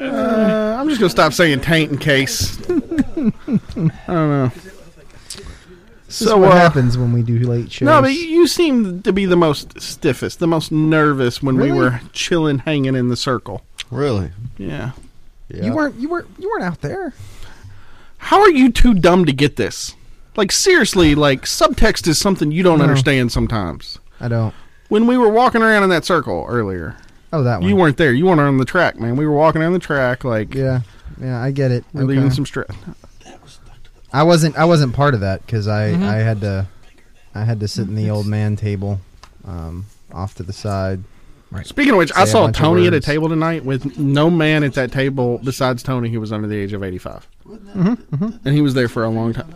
Speaker 2: Uh, I'm just gonna stop saying taint in case. I don't know.
Speaker 1: This is
Speaker 2: So
Speaker 1: what
Speaker 2: uh,
Speaker 1: happens when we do late shows?
Speaker 2: no, but you seem to be the most stiffest, the most nervous when we
Speaker 1: Really?
Speaker 2: were chilling, hanging in the circle.
Speaker 9: Really?
Speaker 2: Yeah.
Speaker 9: Yeah.
Speaker 1: you weren't you weren't you weren't out there.
Speaker 2: How are you too dumb to get this? Like seriously, like subtext is something you don't
Speaker 1: No.
Speaker 2: understand sometimes.
Speaker 1: I don't.
Speaker 2: When we were walking around in that circle earlier,
Speaker 1: Oh, that one.
Speaker 2: you weren't there. You weren't on the track, man. We were walking down the track, like
Speaker 1: yeah, yeah. I get it.
Speaker 2: we're leaving
Speaker 1: Okay.
Speaker 2: some stress.
Speaker 1: I wasn't I wasn't part of that because I I had to I had to sit in the old man table, um, off to the side.
Speaker 2: Speaking of which,
Speaker 1: Say
Speaker 2: I
Speaker 1: a
Speaker 2: saw
Speaker 1: bunch of
Speaker 2: Tony at a
Speaker 1: words.
Speaker 2: table tonight with no man at that table besides Tony, who was under the age of 85.
Speaker 1: Mm-hmm,
Speaker 2: And he was there for a long time.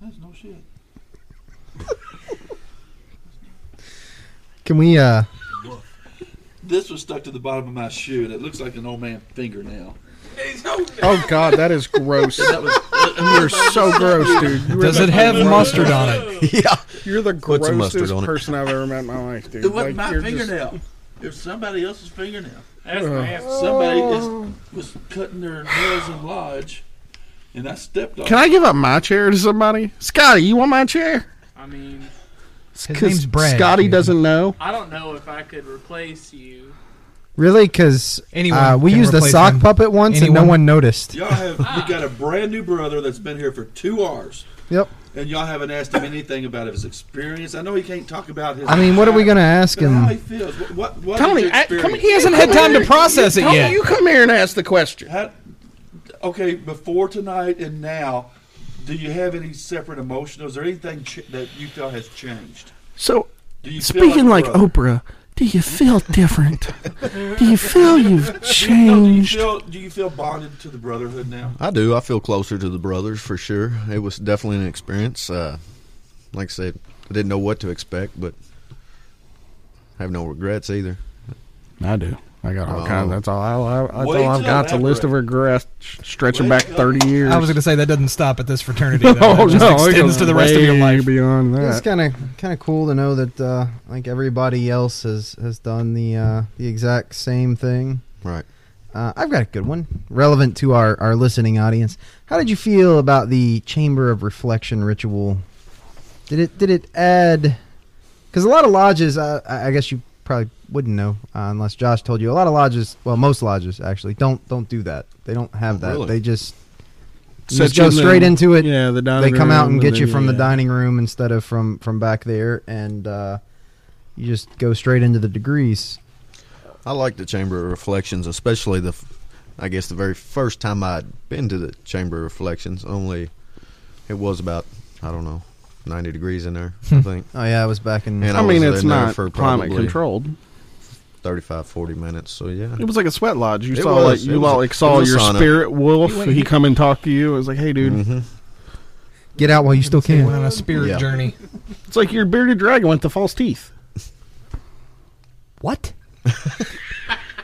Speaker 5: That's no shit.
Speaker 1: Can we? uh
Speaker 5: This was stuck to the bottom of my shoe, and it looks like an old man fingernail.
Speaker 2: Oh, God, that is gross.
Speaker 5: That was
Speaker 2: You're so gross, dude. You are
Speaker 3: Does
Speaker 2: the
Speaker 3: it have
Speaker 2: grossest-
Speaker 3: mustard on it?
Speaker 9: yeah.
Speaker 2: You're the
Speaker 9: Put some mustard
Speaker 2: grossest
Speaker 9: on it.
Speaker 2: person I've ever met in my life, dude.
Speaker 5: it wasn't
Speaker 2: Like,
Speaker 5: my
Speaker 2: you're just- Uh-huh.
Speaker 5: fingernail. It was somebody else's fingernail.
Speaker 7: That's nasty.
Speaker 5: Somebody is, was cutting their nails in lodge, and I stepped on.
Speaker 2: Can
Speaker 5: it.
Speaker 2: I give up my chair to somebody? Scotty, you want my chair?
Speaker 7: I mean,
Speaker 3: His
Speaker 2: 'Cause
Speaker 3: name's Brad.
Speaker 2: Scotty
Speaker 3: dude.
Speaker 2: doesn't know.
Speaker 7: I don't know if I could replace you.
Speaker 1: Really? Because
Speaker 3: Anyone
Speaker 1: uh, we
Speaker 3: can
Speaker 1: used the
Speaker 3: replace
Speaker 1: sock
Speaker 3: him.
Speaker 1: puppet once and
Speaker 3: Anyone.
Speaker 1: no one noticed.
Speaker 5: Y'all have you got a brand new brother that's been here for two hours,
Speaker 1: Yep.
Speaker 5: and y'all haven't asked him anything about his experience. I know he can't talk about his.
Speaker 1: I mean, what are we gonna ask
Speaker 5: But How he
Speaker 1: him?
Speaker 5: feels? What? What? what is
Speaker 2: Tony,
Speaker 5: your
Speaker 2: I, come,
Speaker 5: experience?
Speaker 2: he hasn't
Speaker 3: had time to process it
Speaker 2: Tony,
Speaker 3: yet.
Speaker 2: you come here and ask the question.
Speaker 5: How, okay, before tonight and now, do you have any separate emotions? Is there anything ch- that you feel has changed?
Speaker 2: So,
Speaker 5: Do you feel
Speaker 2: Speaking like,
Speaker 5: a brother?
Speaker 2: Oprah, do you feel different? do you feel you've
Speaker 5: No, do you
Speaker 2: changed?
Speaker 5: feel do you feel bonded to the brotherhood now?
Speaker 9: I do. I feel closer to the brothers for sure. It was definitely an experience. Uh, like I said, I didn't know what to expect, but I have no regrets either.
Speaker 2: I do. I got all
Speaker 9: Oh.
Speaker 2: kinds. That's all. I, I, that's
Speaker 5: Wait
Speaker 2: all I've
Speaker 5: till
Speaker 2: got. It's a
Speaker 5: that
Speaker 2: list of
Speaker 5: break.
Speaker 2: regrets sh- stretching
Speaker 5: Wait
Speaker 2: back
Speaker 5: till-
Speaker 2: thirty years. Oh,
Speaker 3: I was going to say that doesn't stop at this fraternity. Though. That just
Speaker 2: it
Speaker 3: extends
Speaker 2: goes
Speaker 3: to the rest of your
Speaker 2: way
Speaker 3: life.
Speaker 2: beyond
Speaker 1: It's
Speaker 2: that.
Speaker 1: kind of kind of cool to know that uh, like everybody else has has done the uh, the exact same thing.
Speaker 9: Right.
Speaker 1: Uh, I've got a good one, relevant to our, our listening audience. How did you feel about the Chamber of Reflection ritual? Did it did it add? Because a lot of lodges, uh, I I guess you probably wouldn't know uh, unless Josh told you. A lot of lodges, well, most lodges actually don't don't do that. They don't have that.
Speaker 9: Really?
Speaker 1: They just you just go straight into it.
Speaker 2: Yeah, the dining
Speaker 1: They come out
Speaker 2: room
Speaker 1: and get you
Speaker 2: then,
Speaker 1: from the
Speaker 2: yeah.
Speaker 1: dining room instead of from from back there, and uh, you just go straight into the degrees.
Speaker 9: I like the Chamber of Reflections, especially the, f- I guess the very first time I'd been to the Chamber of Reflections. Only, it was about I don't know, ninety degrees in there. I think
Speaker 1: Oh yeah, I was back in.
Speaker 9: And
Speaker 2: I mean,
Speaker 9: was
Speaker 2: it's
Speaker 9: in there
Speaker 2: not
Speaker 9: for
Speaker 2: climate
Speaker 9: probably-
Speaker 2: controlled.
Speaker 9: 35, 40 minutes. So yeah,
Speaker 2: It was like a sweat lodge. You
Speaker 9: It
Speaker 2: saw,
Speaker 9: was.
Speaker 2: like you
Speaker 9: It was a-
Speaker 2: like
Speaker 9: it
Speaker 2: saw
Speaker 9: was a
Speaker 2: your
Speaker 9: sauna.
Speaker 2: spirit wolf.
Speaker 3: Wait,
Speaker 2: he
Speaker 3: you-
Speaker 2: come and talk to you. It was like, hey, dude,
Speaker 9: Mhm.
Speaker 1: Get out while you still
Speaker 3: They
Speaker 1: can.
Speaker 3: went on a spirit
Speaker 9: Yeah.
Speaker 3: journey.
Speaker 2: it's like your bearded dragon went to false teeth.
Speaker 1: What?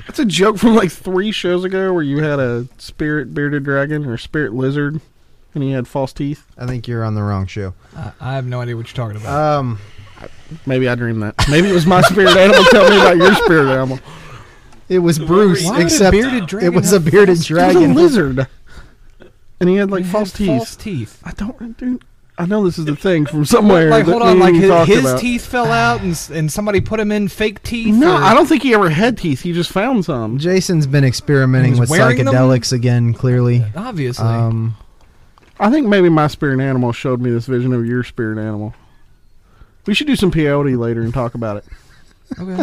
Speaker 2: That's a joke from like three shows ago where you had a spirit bearded dragon or spirit lizard, and he had false teeth.
Speaker 1: I think you're on the wrong show.
Speaker 3: I, I have no idea what you're talking about.
Speaker 1: Um,
Speaker 2: Maybe I dreamed that. Maybe it was my spirit animal. Tell me about your spirit animal.
Speaker 1: it was Bruce,
Speaker 3: Why would a
Speaker 1: except
Speaker 3: bearded
Speaker 1: it
Speaker 3: dragon
Speaker 1: was a
Speaker 3: have
Speaker 1: bearded
Speaker 3: false-
Speaker 2: It
Speaker 1: dragon.
Speaker 2: was a lizard, and he had like
Speaker 3: He
Speaker 2: false
Speaker 3: had
Speaker 2: teeth.
Speaker 3: False teeth.
Speaker 2: I don't, dude. I know this is the thing from somewhere.
Speaker 3: Like,
Speaker 2: that
Speaker 3: hold
Speaker 2: me
Speaker 3: on.
Speaker 2: and
Speaker 3: Like,
Speaker 2: you
Speaker 3: his,
Speaker 2: talked
Speaker 3: his
Speaker 2: about.
Speaker 3: teeth fell out, and s- and somebody put him in fake teeth.
Speaker 2: No,
Speaker 3: or-
Speaker 2: I don't think he ever had teeth. He just found some.
Speaker 1: Jason's been
Speaker 3: He
Speaker 1: experimenting with
Speaker 3: was wearing them?
Speaker 1: psychedelics again. Clearly,
Speaker 3: Obviously,
Speaker 1: um,
Speaker 2: I think maybe my spirit animal showed me this vision of your spirit animal. We should do some peyote later and talk about it.
Speaker 3: okay.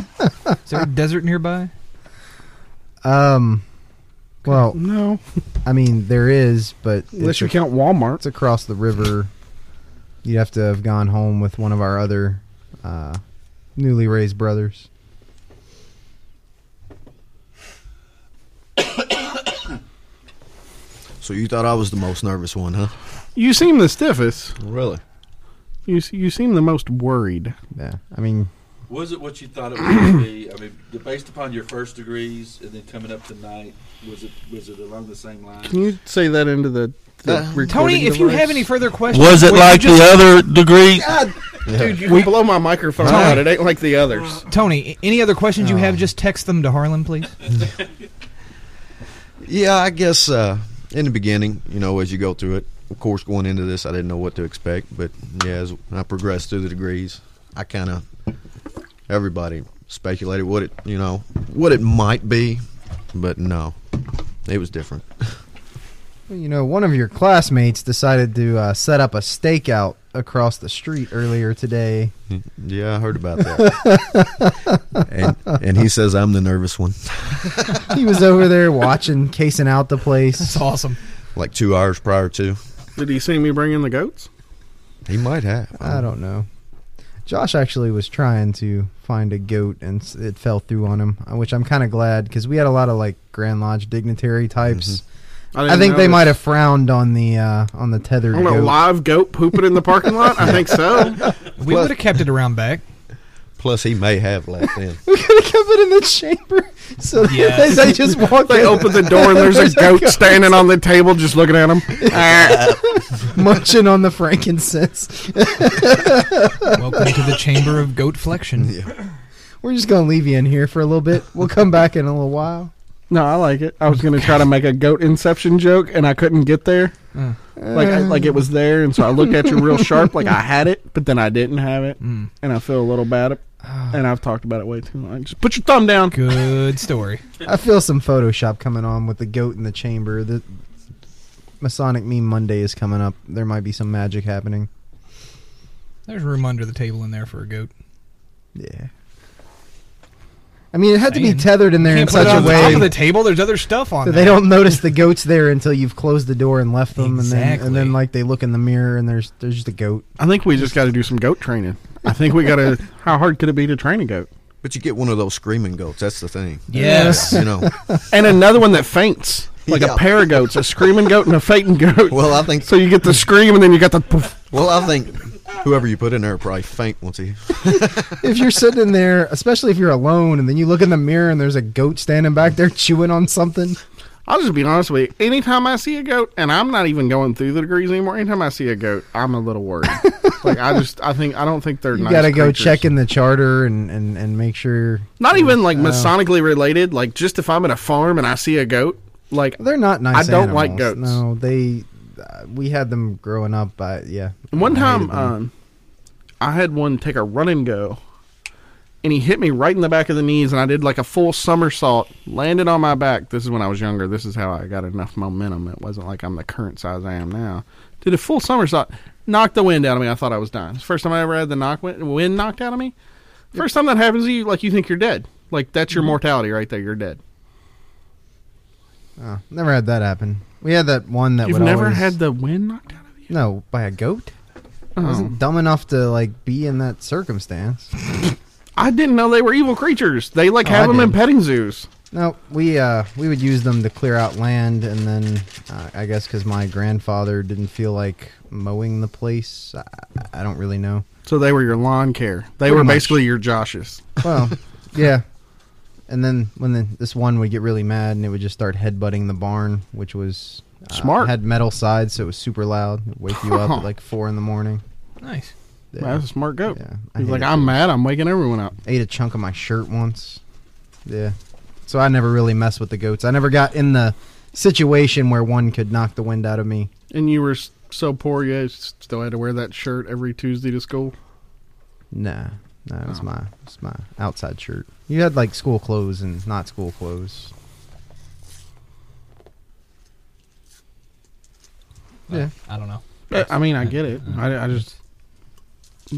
Speaker 3: Is there a desert nearby?
Speaker 1: um, well,
Speaker 2: No,
Speaker 1: I mean there is, but
Speaker 2: unless
Speaker 1: it's,
Speaker 2: you
Speaker 1: a-
Speaker 2: count Walmart.
Speaker 1: it's across the river You'd have to have gone home with one of our other uh, newly raised brothers.
Speaker 9: So you thought I was the most nervous one, huh?
Speaker 2: You seem the stiffest.
Speaker 9: Really?
Speaker 2: You s- you seem the most worried.
Speaker 1: Yeah, I mean,
Speaker 5: Was it what you thought it was going to be? I mean, d- based upon your first degrees and then coming up tonight, was it was it along the same line?
Speaker 2: Can you say that into the, the recording
Speaker 3: Tony, if you
Speaker 2: device?
Speaker 3: have any further questions,
Speaker 4: Was it
Speaker 3: will you
Speaker 4: like
Speaker 3: just-
Speaker 4: the other degree?
Speaker 2: God,
Speaker 9: Yeah.
Speaker 2: dude, you can blow my microphone out. It ain't like the others.
Speaker 3: Tony, any other questions you
Speaker 2: Uh.
Speaker 3: have, just text them to Harlan, please.
Speaker 9: Yeah, I guess uh, in the beginning, you know, as you go through it, of course, going into this, I didn't know what to expect. But yeah, as I progressed through the degrees, I kind of everybody speculated what it, you know, what it might be, but no, it was different.
Speaker 1: you know, one of your classmates decided to uh, set up a stakeout across the street earlier today.
Speaker 9: Yeah, I heard about that. and, and he says I'm the nervous one.
Speaker 1: He was over there watching, casing out the place.
Speaker 3: It's awesome.
Speaker 9: Like two hours prior to,
Speaker 2: Did he see me bring in the goats?
Speaker 9: he might have.
Speaker 1: I don't know. Josh actually was trying to find a goat and s- it fell through on him, uh, which I'm kind of glad because we had a lot of like Grand Lodge dignitary types. I
Speaker 9: Mm-hmm.
Speaker 2: didn't
Speaker 1: think they
Speaker 2: notice.
Speaker 1: might have frowned on the uh, on the tethered
Speaker 2: On a
Speaker 1: goat.
Speaker 2: live goat pooping in the parking lot? I think so.
Speaker 3: We would have kept it around back.
Speaker 9: Plus, he may have left in.
Speaker 1: We could have kept it in the chamber, so they-
Speaker 3: Yes.
Speaker 1: they, just walked.
Speaker 2: They
Speaker 1: in.
Speaker 2: open the door and there's a
Speaker 1: There's a
Speaker 2: goat
Speaker 1: goat.
Speaker 2: standing on the table just looking at them.
Speaker 1: munching on the frankincense.
Speaker 3: Welcome to the chamber of goat flexion.
Speaker 1: We're just gonna leave you in here for a little bit. We'll come back in a little while.
Speaker 2: No, I like it. I was going to try to make a goat inception joke and I couldn't get there.
Speaker 1: Uh.
Speaker 2: Like I, like it was there and so I looked at you real sharp like I had it, but then I didn't have it
Speaker 3: Mm.
Speaker 2: and I feel a little bad
Speaker 1: Oh.
Speaker 2: and I've talked about it way too long. Just put your thumb down.
Speaker 3: Good story.
Speaker 1: I feel some Photoshop coming on with the goat in the chamber. The Masonic Meme Monday is coming up. There might be some magic happening.
Speaker 3: There's room under the table in there for a goat.
Speaker 1: Yeah. I mean, it had to
Speaker 3: Saying.
Speaker 1: be tethered in there in
Speaker 3: Can't put it
Speaker 1: such a
Speaker 3: on top
Speaker 1: way
Speaker 3: of the table. There's other stuff on
Speaker 1: that
Speaker 3: there.
Speaker 1: they don't notice the goat's there until you've closed the door and left them, and then and
Speaker 3: Exactly.
Speaker 1: then like they look in the mirror and there's there's just a goat.
Speaker 2: I think we just got to do some goat training. I think we got to how hard could it be to train a goat?
Speaker 9: But you get one of those screaming goats. That's the thing.
Speaker 3: Yes.
Speaker 9: You know.
Speaker 2: And another one that faints. Like
Speaker 9: Yeah.
Speaker 2: a pair of goats, a screaming goat and a fainting goat.
Speaker 9: Well, I think.
Speaker 2: So you get the scream and then you got the poof.
Speaker 9: Well, I think whoever you put in there will probably faint once he.
Speaker 1: if you're sitting in there, especially if you're alone, and then you look in the mirror and there's a goat standing back there chewing on something.
Speaker 2: I'll just be honest with you. Anytime I see a goat, and I'm not even going through the degrees anymore. Anytime I see a goat, I'm a little worried. like I just, I think I don't think they're.
Speaker 1: You
Speaker 2: nice
Speaker 1: gotta go
Speaker 2: creatures.
Speaker 1: check in the charter and, and, and make sure
Speaker 2: Not even
Speaker 1: Oh.
Speaker 2: like masonically related. Like just if I'm at a farm and I see a goat, like
Speaker 1: they're not nice.
Speaker 2: I don't like
Speaker 1: animals.
Speaker 2: goats.
Speaker 1: No, they. Uh, we had them growing up, but yeah.
Speaker 2: One
Speaker 1: I hated
Speaker 2: time,
Speaker 1: them.
Speaker 2: um, I had one take a run and go, and he hit me right in the back of the knees, and I did like a full somersault, landed on my back. This is when I was younger. This is how I got enough momentum. It wasn't like I'm the current size I am now. Did a full somersault, knocked the wind out of me. I thought I was dying. It's the first time I ever had the knock wind, wind knocked out of me. First time that happens to you, like you think you're dead. Like that's
Speaker 1: Mm-hmm.
Speaker 2: your mortality right there. You're dead.
Speaker 1: Oh, never had that happen. We had that one that
Speaker 2: You've
Speaker 1: would
Speaker 2: never
Speaker 1: always-
Speaker 2: had the wind knocked out of you.
Speaker 1: no by a goat. I
Speaker 2: Oh.
Speaker 1: wasn't dumb enough to like be in that circumstance.
Speaker 2: I didn't know they were evil creatures. They like
Speaker 1: Oh,
Speaker 2: have
Speaker 1: I
Speaker 2: them in
Speaker 1: did.
Speaker 2: petting zoos.
Speaker 1: No, we uh, we would use them to clear out land, and then uh, I guess because my grandfather didn't feel like mowing the place, I, I don't really know.
Speaker 2: So they were your lawn care. They
Speaker 1: Pretty
Speaker 2: were
Speaker 1: much.
Speaker 2: basically your Joshes.
Speaker 1: Well, yeah. And then when the, this one would get really mad, and it would just start headbutting the barn, which was uh,
Speaker 2: Smart.
Speaker 1: Had metal sides, so it was super loud. It'd wake you up at like four in the morning.
Speaker 3: Nice.
Speaker 1: Yeah.
Speaker 2: That's a smart goat.
Speaker 1: yeah. I
Speaker 2: He's like,
Speaker 1: hated
Speaker 2: I'm
Speaker 1: it.
Speaker 2: mad. I'm waking everyone up.
Speaker 1: ate a chunk of my shirt once. Yeah. So I never really messed with the goats. I never got in the situation where one could knock the wind out of me.
Speaker 2: And you were s- so poor, you s- still had to wear that shirt every Tuesday to school.
Speaker 1: Nah, nah, it was
Speaker 2: Oh.
Speaker 1: my it was my outside shirt. You had like school clothes and not school clothes. Yeah.
Speaker 3: I don't know.
Speaker 2: But, I mean, I get it. I, I just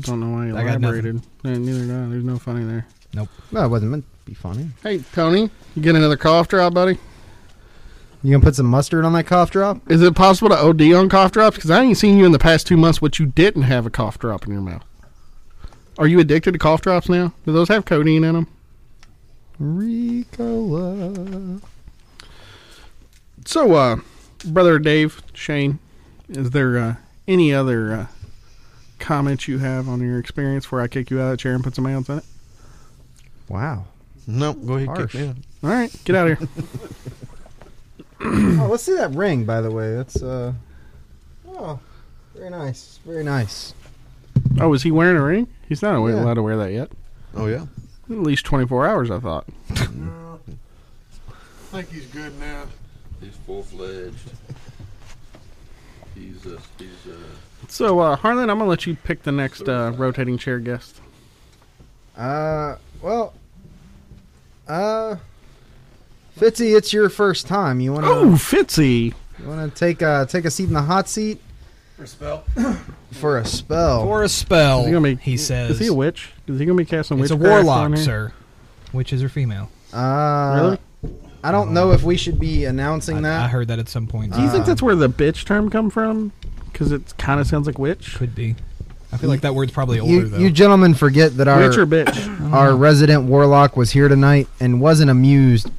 Speaker 2: don't know why you
Speaker 3: I got nothing.
Speaker 2: elaborated. Yeah, neither do I. There's no funny there.
Speaker 1: No, it wasn't meant to be funny.
Speaker 2: Hey, Tony, you get another cough drop, buddy?
Speaker 1: You gonna put some mustard on that cough drop?
Speaker 2: Is it possible to OD on cough drops? Because I ain't seen you in the past two months. What you didn't have a cough drop in your mouth. Are you addicted to cough drops now? Do those have codeine in them?
Speaker 1: Ricola.
Speaker 2: So, uh, brother Dave, Shane, is there uh, any other uh, comments you have on your experience where I kick you out of that chair and put some ounce in it?
Speaker 1: Wow.
Speaker 9: No, go ahead,
Speaker 1: Harsh.
Speaker 9: kick me out.
Speaker 2: All right, get out of here.
Speaker 1: oh, let's see that ring, by the way. That's uh. Oh, very nice. Very nice.
Speaker 2: oh, is he wearing a ring? He's not alwa-
Speaker 1: Yeah.
Speaker 2: allowed to wear that yet.
Speaker 9: Oh yeah,
Speaker 2: At least 24 hours, I thought.
Speaker 3: Mm-hmm.
Speaker 6: No. I think he's good now.
Speaker 5: He's full fledged. He's a he's a
Speaker 2: So, uh, Harlan, I'm going to let you pick the next uh, rotating chair guest.
Speaker 1: Uh, well, uh, Fitzy, it's your first time. You wanna
Speaker 2: Oh, Fitzy.
Speaker 1: you wanna take uh take a seat in the hot seat
Speaker 6: For spell.
Speaker 1: for a spell?
Speaker 3: For a spell,
Speaker 2: Is he gonna be-
Speaker 3: he says.
Speaker 2: Is he a witch? Is he going to be casting
Speaker 3: it's a
Speaker 2: witchcraft on
Speaker 3: warlock,
Speaker 2: here?
Speaker 3: sir. Witches are female.
Speaker 1: uh,
Speaker 2: Really?
Speaker 1: I don't know if we should be announcing
Speaker 3: I, I
Speaker 2: Uh,
Speaker 1: that.
Speaker 3: heard that at some point.
Speaker 2: Do you think
Speaker 1: Uh,
Speaker 2: that's where the bitch term come from? Because it kind of sounds like witch.
Speaker 3: Could be. I feel like that word's probably older
Speaker 1: you,
Speaker 3: though.
Speaker 1: you gentlemen forget that our
Speaker 2: witch or bitch?
Speaker 1: our resident warlock was here tonight and wasn't amused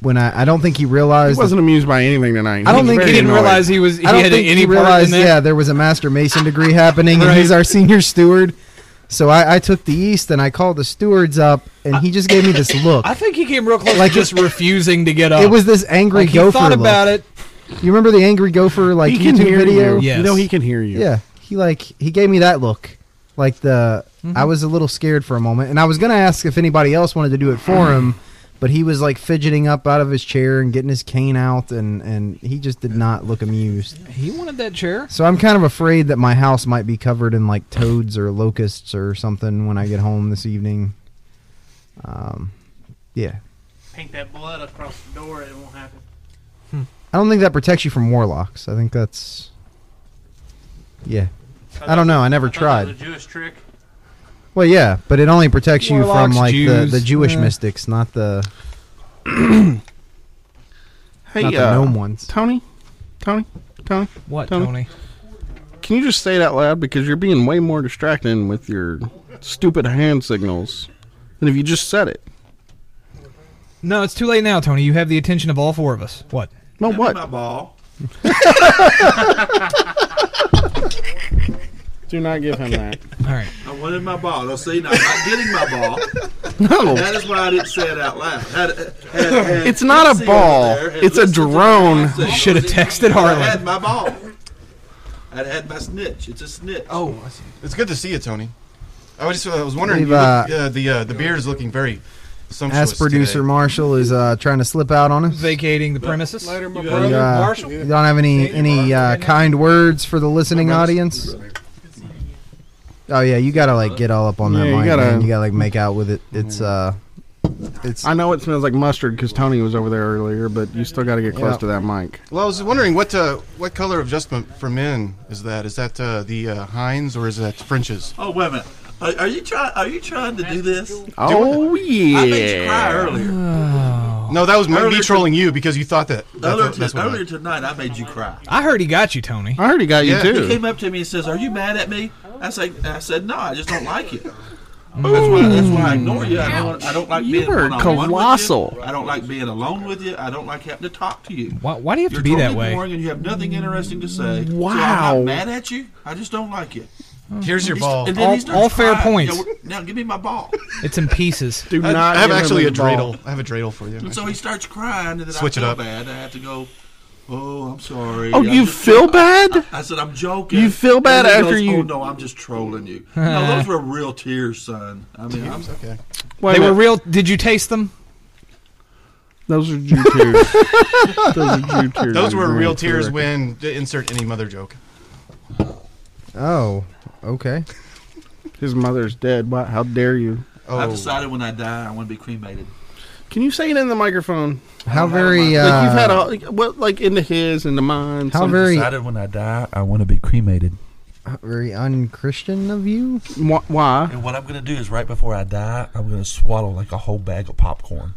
Speaker 1: when I I don't think he
Speaker 2: He
Speaker 1: realized.
Speaker 2: wasn't amused by anything tonight.
Speaker 1: I don't
Speaker 2: was
Speaker 1: think he
Speaker 2: very
Speaker 1: didn't
Speaker 2: annoyed.
Speaker 1: realize
Speaker 3: he was.
Speaker 1: that- I don't think he realized. Yeah, there was a master mason degree happening, and he's our senior steward. So I, I took the east and I called the stewards up, and he just gave me this look.
Speaker 3: Uh, I think he came real close,
Speaker 1: Like-
Speaker 3: like just refusing to get up.
Speaker 1: It was this angry
Speaker 3: like he
Speaker 1: gopher.
Speaker 3: thought
Speaker 1: look.
Speaker 3: about it.
Speaker 1: You remember the angry gopher like
Speaker 2: he can
Speaker 1: YouTube
Speaker 2: hear
Speaker 1: video?
Speaker 2: you.
Speaker 3: Yes.
Speaker 2: You know he can hear you.
Speaker 1: Yeah, he like he gave me that look. Like the I was a little scared for a moment, and I was gonna ask if anybody else wanted to do it for him, but he was like fidgeting up out of his chair and getting his cane out, and and he just did not look amused.
Speaker 3: He wanted that chair.
Speaker 1: So I'm kind of afraid that my house might be covered in like toads or locusts or something when I get home this evening. Um, yeah,
Speaker 7: Paint that blood across the door, it won't happen.
Speaker 1: I don't think that protects you from warlocks. I think that's yeah. I don't know. I never
Speaker 7: I thought that
Speaker 1: tried.
Speaker 7: was a Jewish trick.
Speaker 1: Well, yeah, but it only protects you from
Speaker 3: Warlocks,
Speaker 1: like
Speaker 3: Jews,
Speaker 1: the, the Jewish
Speaker 3: yeah.
Speaker 1: mystics, not the
Speaker 2: Hey,
Speaker 1: not the
Speaker 2: uh,
Speaker 1: gnome ones.
Speaker 2: Tony, Tony, Tony,
Speaker 3: What,
Speaker 2: Tony?
Speaker 3: Tony?
Speaker 2: can you just say it out loud because you're being way more distracting with your stupid hand signals than if you just said it.
Speaker 3: No, it's too late now, Tony. You have the attention of all four of us. What?
Speaker 2: No,
Speaker 5: my
Speaker 2: what?
Speaker 5: ball.
Speaker 2: Do not give him that.
Speaker 3: All right.
Speaker 5: I wanted my ball. Now see, now I'm not getting my ball.
Speaker 2: No,
Speaker 5: That is why I didn't say it out loud. Had- had- had-
Speaker 2: it's not a
Speaker 5: Lizzie
Speaker 2: ball.
Speaker 5: over there had
Speaker 2: It's a
Speaker 5: listened to what
Speaker 2: drone.
Speaker 5: I said,
Speaker 3: Should have texted
Speaker 5: I
Speaker 3: Harlan.
Speaker 5: had my ball. I had my snitch. It's a snitch.
Speaker 10: Oh, I see. it's good to see you, Tony. I was just I was wondering.
Speaker 1: We've,
Speaker 10: you look-
Speaker 1: uh,
Speaker 10: uh, the uh, the beard is looking very sumptuous.
Speaker 1: As producer
Speaker 10: today.
Speaker 1: Marshall is uh, trying to slip out on us.
Speaker 3: Vacating the premises.
Speaker 6: Later, my
Speaker 5: You
Speaker 1: You,
Speaker 5: got
Speaker 6: brother.
Speaker 5: it.
Speaker 1: uh,
Speaker 3: Marshall?
Speaker 1: you don't have any any uh, kind words for the listening audience. Oh yeah, you gotta like get all up on that
Speaker 2: Yeah, you
Speaker 1: mic.
Speaker 2: gotta-
Speaker 1: man. You gotta like make out with it. It's uh, it's
Speaker 2: I know it smells like mustard because Tony was over there earlier, but you still got to get close
Speaker 1: Yeah.
Speaker 2: to that mic.
Speaker 10: Well, I was wondering what uh, what color of adjustment for men is that? Is that uh, the uh, Heinz or is that French's?
Speaker 5: Oh wait a minute. Are, are you trying? Are you trying to do this?
Speaker 2: Oh yeah.
Speaker 5: I made you cry earlier.
Speaker 10: No, that was me-
Speaker 5: Earlier
Speaker 10: me trolling you because you thought that. that-
Speaker 5: Earlier,
Speaker 10: that- that's
Speaker 5: to,
Speaker 10: what I-
Speaker 5: earlier tonight, I made you cry.
Speaker 3: I heard he got you, Tony.
Speaker 2: I already got you
Speaker 10: Yeah.
Speaker 5: He
Speaker 2: too.
Speaker 5: came up to me and says, "Are you mad at me?" I say, "I said no. I just don't like you." That's why, that's why I ignore you. I don't, I don't like
Speaker 2: You
Speaker 5: being
Speaker 2: were
Speaker 5: one-on-one with you.
Speaker 2: colossal.
Speaker 5: I don't like being alone with you. I don't like having to talk to you.
Speaker 3: Why, why do you have
Speaker 5: You're
Speaker 3: to be that
Speaker 5: totally
Speaker 3: way?
Speaker 5: boring and you have nothing interesting to say. So
Speaker 2: Wow.
Speaker 5: I'm not mad at you. I just don't like you.
Speaker 10: Here's your ball.
Speaker 5: And then
Speaker 3: All-
Speaker 5: he starts
Speaker 3: all fair
Speaker 5: crying.
Speaker 3: points.
Speaker 5: Now, we're- Now give me my ball.
Speaker 3: It's in pieces.
Speaker 2: Do
Speaker 10: I,
Speaker 2: not
Speaker 10: I have
Speaker 2: give him
Speaker 10: actually a
Speaker 2: his ball.
Speaker 10: dreidel. I have a dreidel for you.
Speaker 5: And so he starts crying, and then
Speaker 10: Switch
Speaker 5: I
Speaker 10: it
Speaker 5: feel
Speaker 10: up.
Speaker 5: bad. I have to go. Oh, I'm sorry.
Speaker 2: Oh,
Speaker 5: I'm
Speaker 2: you
Speaker 5: just-
Speaker 2: feel bad?
Speaker 5: I said I'm joking.
Speaker 2: You feel
Speaker 5: And
Speaker 2: bad
Speaker 5: he
Speaker 2: after
Speaker 5: goes,
Speaker 2: you-
Speaker 5: Oh no, I'm just trolling you. no, those were real tears, son. I mean, I'm,
Speaker 10: Okay.
Speaker 2: Wait
Speaker 3: They
Speaker 2: a
Speaker 3: were
Speaker 2: minute.
Speaker 3: real. Did you taste them?
Speaker 2: Those are Jew tears. Those are Jew tears.
Speaker 10: Those were
Speaker 2: You're
Speaker 10: real
Speaker 2: correct.
Speaker 10: tears when insert any mother joke.
Speaker 1: oh okay.
Speaker 2: his mother's dead. Why, how dare you?
Speaker 5: I've
Speaker 10: Oh,
Speaker 5: decided when I die, I want to be cremated.
Speaker 2: Can you say it in the microphone?
Speaker 1: How
Speaker 5: don't have
Speaker 1: very
Speaker 5: a
Speaker 1: uh,
Speaker 2: Like you've had all, like, what, like into his, into mine.
Speaker 1: how
Speaker 2: some-
Speaker 1: very
Speaker 4: when I die, I want to be cremated.
Speaker 1: Uh, very unchristian of you.
Speaker 2: Wh- why?
Speaker 4: And what I'm going to do is right before I die, I'm going to swallow like a whole bag of popcorn.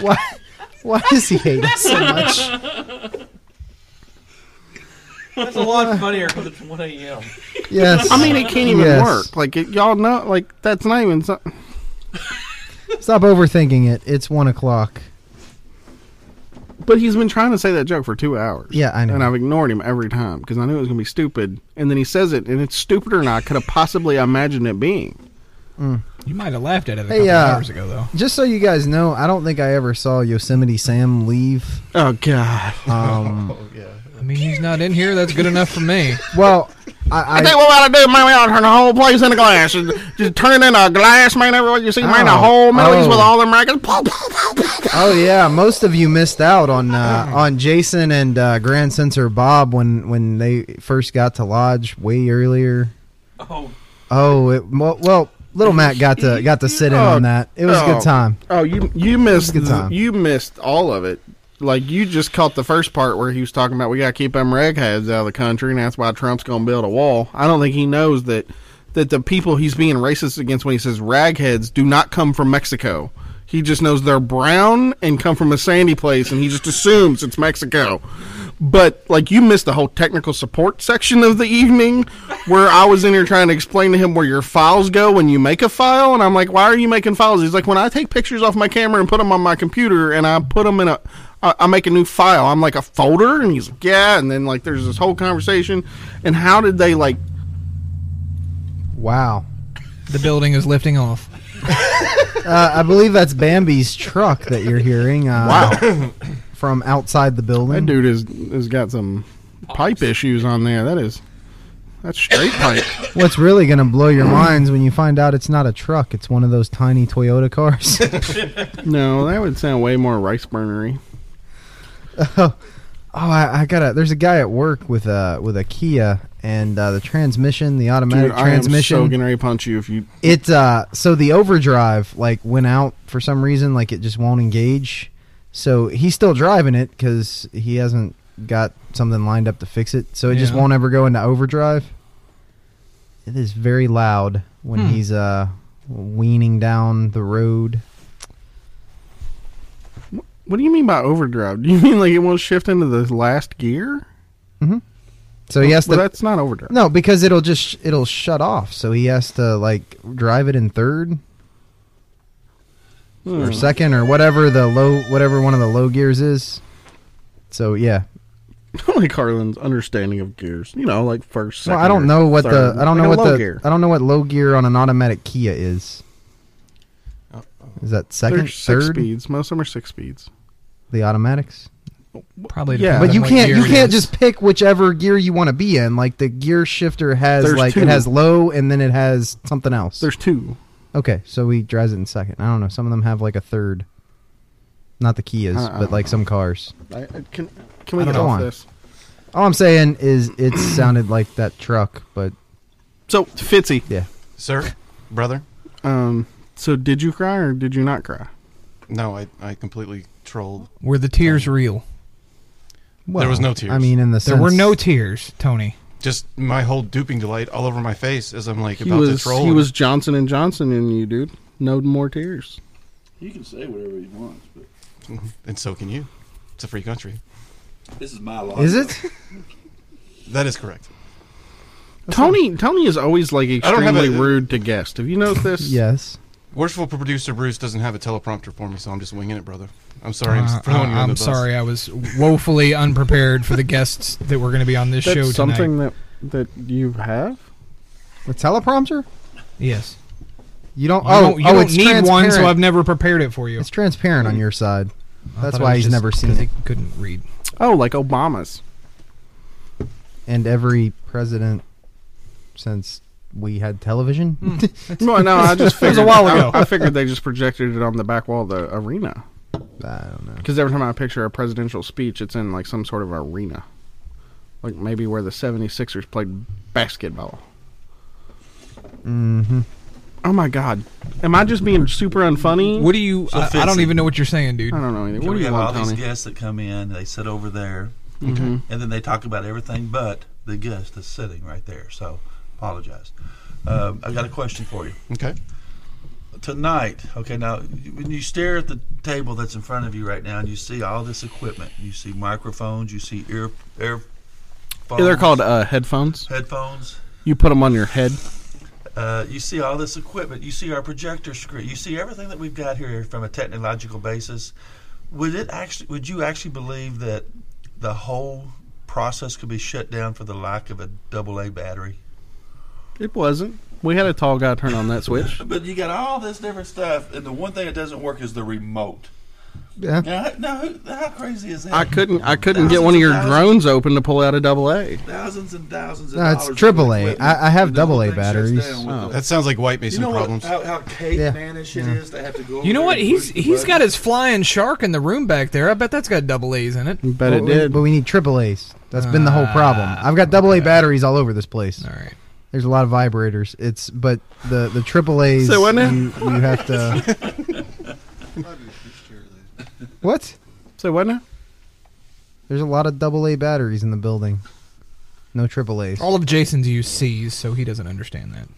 Speaker 1: Why? Why does he hate us so much?
Speaker 7: That's a lot funnier because it's 1 a.m.
Speaker 1: Yes.
Speaker 2: I mean, it can't even
Speaker 1: Yes.
Speaker 2: work. Like it, y'all know, like that's not even. So-
Speaker 1: Stop overthinking it. It's one o'clock.
Speaker 2: but he's been trying to say that joke for two hours.
Speaker 1: Yeah, I know.
Speaker 2: And I've ignored him every time because I knew it was going to be stupid. And then he says it, and it's stupider than I could have possibly imagined it being.
Speaker 3: You might have laughed at it a
Speaker 1: Hey,
Speaker 3: couple
Speaker 1: uh,
Speaker 3: hours ago, though.
Speaker 1: just so you guys know, I don't think I ever saw Yosemite Sam leave.
Speaker 2: Oh God.
Speaker 1: Um,
Speaker 3: I mean, he's not in here. That's good enough for me.
Speaker 1: well,
Speaker 2: I,
Speaker 1: I,
Speaker 2: think what we ought to do, man, we ought to turn the whole place into glass. Just, just turn it into a glass, man. Everywhere you see, man, the
Speaker 1: Oh.
Speaker 2: whole Middle East
Speaker 1: Oh.
Speaker 2: with all the Americans.
Speaker 1: oh yeah, most of you missed out on uh, on Jason and uh, Grand Censor Bob when when they first got to Lodge way earlier.
Speaker 7: Oh.
Speaker 1: Oh, it, well, well, little Matt got to got to sit in on that. It was a
Speaker 2: Oh.
Speaker 1: good time.
Speaker 2: Oh, you you missed
Speaker 1: good
Speaker 2: th-
Speaker 1: time.
Speaker 2: you missed all of it. Like you just caught the first part where he was talking about we got to keep them ragheads out of the country, and that's why Trump's going to build a wall. I don't think he knows that that the people he's being racist against when he says ragheads do not come from Mexico. He just knows they're brown and come from a sandy place, and he just assumes it's Mexico. But like you missed the whole technical support section of the evening, where I was in here trying to explain to him where your files go when you make a file, and I'm like, "Why are you making files?" He's like, "When I take pictures off my camera and put them on my computer, and I put them in a, I, I make a new file. I'm like a folder." And he's like, "Yeah," and then like there's this whole conversation, and how did they like
Speaker 1: Wow.
Speaker 3: The building is lifting off.
Speaker 1: Uh, I believe that's Bambi's truck that you're hearing. Uh, wow. From outside the building.
Speaker 2: that dude is has got some pipe issues on there? That is, that's straight pipe.
Speaker 1: What's really going to blow your minds when you find out it's not a truck, it's one of those tiny Toyota cars.
Speaker 2: No, that would sound way more rice burnery.
Speaker 1: oh, I, I got to There's a guy at work with a with a Kia and uh, the transmission, the automatic
Speaker 2: Dude,
Speaker 1: transmission.
Speaker 2: I am so gonna punch you if you
Speaker 1: it uh so the overdrive like went out for some reason like it just won't engage so he's still driving it because he hasn't got something lined up to fix it so it just
Speaker 3: Yeah.
Speaker 1: won't ever go into overdrive it is very loud when
Speaker 3: Hmm.
Speaker 1: he's uh weaning down the road
Speaker 2: What do you mean by overdrive? Do you mean like it won't shift into the last gear?
Speaker 1: Mm-hmm.
Speaker 2: Oh,
Speaker 1: so he has
Speaker 2: well,
Speaker 1: to
Speaker 2: that's not overdrive.
Speaker 1: no because it'll just it'll shut off so he has to like drive it in third or
Speaker 2: Hmm.
Speaker 1: second or whatever the low whatever one of the low gears is so yeah
Speaker 2: I like Harlan's understanding of gears. You know, like first.
Speaker 1: Well,
Speaker 2: Second,
Speaker 1: I don't
Speaker 2: or
Speaker 1: know what
Speaker 2: third.
Speaker 1: the I don't
Speaker 2: Like
Speaker 1: know
Speaker 2: a
Speaker 1: what
Speaker 2: low
Speaker 1: the
Speaker 2: gear.
Speaker 1: I don't know what low gear on an automatic Kia is. Is that
Speaker 2: They're
Speaker 1: second,
Speaker 2: six
Speaker 1: third,
Speaker 2: speeds. Most of them are six speeds.
Speaker 1: the automatics?
Speaker 3: Probably. depends
Speaker 2: Yeah.
Speaker 1: but
Speaker 3: on
Speaker 1: you
Speaker 3: what
Speaker 1: can't
Speaker 3: gear
Speaker 1: you
Speaker 3: it
Speaker 1: can't
Speaker 3: is.
Speaker 1: just pick whichever gear you want to be in. Like the gear shifter has
Speaker 2: There's
Speaker 1: like
Speaker 2: two.
Speaker 1: it has low and then it has something else.
Speaker 2: There's two.
Speaker 1: okay, so he drives it in second. I don't know. Some of them have like a third. Not the Kias,
Speaker 2: Uh-uh.
Speaker 1: but like some cars.
Speaker 2: I, I, can can we
Speaker 1: I don't
Speaker 2: get
Speaker 1: know. Go
Speaker 2: off
Speaker 1: on.
Speaker 2: this?
Speaker 1: All I'm saying is it sounded like that truck, but
Speaker 2: So Fitzy,
Speaker 1: yeah.
Speaker 10: Sir, brother.
Speaker 2: um, so did you cry or did you not cry?
Speaker 10: No, I, I completely trolled.
Speaker 3: Were the tears real?
Speaker 10: there was
Speaker 1: Oh. Well,
Speaker 10: no tears.
Speaker 1: I mean, in the
Speaker 3: There were
Speaker 1: sense-
Speaker 3: no tears, Tony.
Speaker 10: just my whole duping delight all over my face as I'm like
Speaker 2: He
Speaker 10: about
Speaker 2: was
Speaker 10: to troll.
Speaker 2: he
Speaker 10: him.
Speaker 2: was Johnson and Johnson in you, dude. No more tears.
Speaker 5: He can say whatever he wants, but
Speaker 10: and so can you. It's a free country.
Speaker 5: this is my life.
Speaker 1: Is it?
Speaker 10: That is correct.
Speaker 2: Tony Tony is always like
Speaker 10: I don't have
Speaker 2: extremely
Speaker 10: a-
Speaker 2: rude to guests. Have you noticed this?
Speaker 1: Yes.
Speaker 10: Worshipful producer Bruce doesn't have a teleprompter for me, so I'm just winging it, brother. I'm sorry.
Speaker 3: Uh,
Speaker 10: I'm throwing you
Speaker 3: I,
Speaker 10: under the
Speaker 3: am
Speaker 10: bus.
Speaker 3: sorry. I was woefully unprepared for the guests that were going to be on this
Speaker 2: That's
Speaker 3: show tonight.
Speaker 2: something that that you have.
Speaker 1: The teleprompter?
Speaker 3: Yes.
Speaker 1: You don't.
Speaker 3: You
Speaker 1: oh,
Speaker 3: don't, you
Speaker 1: oh,
Speaker 3: don't
Speaker 1: it's
Speaker 3: need one, so
Speaker 1: transparent.
Speaker 3: I've never prepared it for you.
Speaker 1: It's transparent on your side.
Speaker 3: I
Speaker 1: That's
Speaker 3: thought it
Speaker 1: why
Speaker 3: was
Speaker 1: he's
Speaker 3: just
Speaker 1: never seen
Speaker 3: 'cause
Speaker 1: it.
Speaker 3: He couldn't read.
Speaker 2: Oh, like Obama's.
Speaker 1: And every president since we had television.
Speaker 2: Hmm. No, no, I just
Speaker 3: That was
Speaker 2: figured
Speaker 3: a while
Speaker 2: I-
Speaker 3: ago.
Speaker 2: I, figured they just projected it on the back wall of the arena
Speaker 1: I don't know.
Speaker 2: because every time I picture a presidential speech, it's in like some sort of arena, like maybe where the 76ers played basketball.
Speaker 1: hmm
Speaker 2: Oh my God, am I just being super unfunny?
Speaker 3: What do you?
Speaker 4: So
Speaker 3: I, I don't
Speaker 4: fancy.
Speaker 3: even know what you're saying, dude.
Speaker 2: I don't know anything.
Speaker 4: Here
Speaker 2: What do
Speaker 4: we
Speaker 2: you
Speaker 4: have
Speaker 2: want,
Speaker 4: all these
Speaker 2: Tony?
Speaker 4: guests that come in. They sit over there,
Speaker 2: Mhm.
Speaker 4: and then they talk about everything but the guest that's sitting right there. So, apologize. Um, I've got a question for you.
Speaker 10: Okay.
Speaker 4: tonight, okay, now when you stare at the table that's in front of you right now, and you see all this equipment, you see microphones, you see ear ear.
Speaker 2: Yeah, they're called uh, headphones.
Speaker 4: Headphones.
Speaker 2: You put them on your head.
Speaker 4: Uh, you see all this equipment. You see our projector screen. You see everything that we've got here from a technological basis. Would it actually? Would you actually believe that the whole process could be shut down for the lack of a double A battery?
Speaker 2: It wasn't. We had a tall guy turn on that switch.
Speaker 4: But you got all this different stuff, and the one thing that doesn't work is the remote.
Speaker 2: Yeah.
Speaker 4: Now, now who, how crazy is that?
Speaker 2: I couldn't. I couldn't get one of your drones open to pull out a double A.
Speaker 4: Thousands and thousands.
Speaker 1: No, it's triple A. I, I have double A batteries.
Speaker 10: Oh, That sounds like white mason
Speaker 4: you know
Speaker 10: problems.
Speaker 4: What, how, how cake
Speaker 1: Yeah.
Speaker 4: manish
Speaker 1: Yeah.
Speaker 4: it is to have to go. over
Speaker 3: You know
Speaker 4: there
Speaker 3: what?
Speaker 4: and
Speaker 3: He's
Speaker 4: push the
Speaker 3: he's
Speaker 4: button?
Speaker 3: got his flying shark in the room back there. I bet that's got double A's in it.
Speaker 2: Bet
Speaker 1: But we- But we need triple A's. That's been the whole problem. I've got double A batteries all over this place. All
Speaker 3: Ah, right.
Speaker 1: There's a lot of vibrators. It's but the the triple A's.
Speaker 2: So what now?
Speaker 1: You, you have to. what?
Speaker 2: So what now?
Speaker 1: There's a lot of double A batteries in the building. No triple A's.
Speaker 2: Oh.
Speaker 3: All of Jason's use C's, so he doesn't understand that.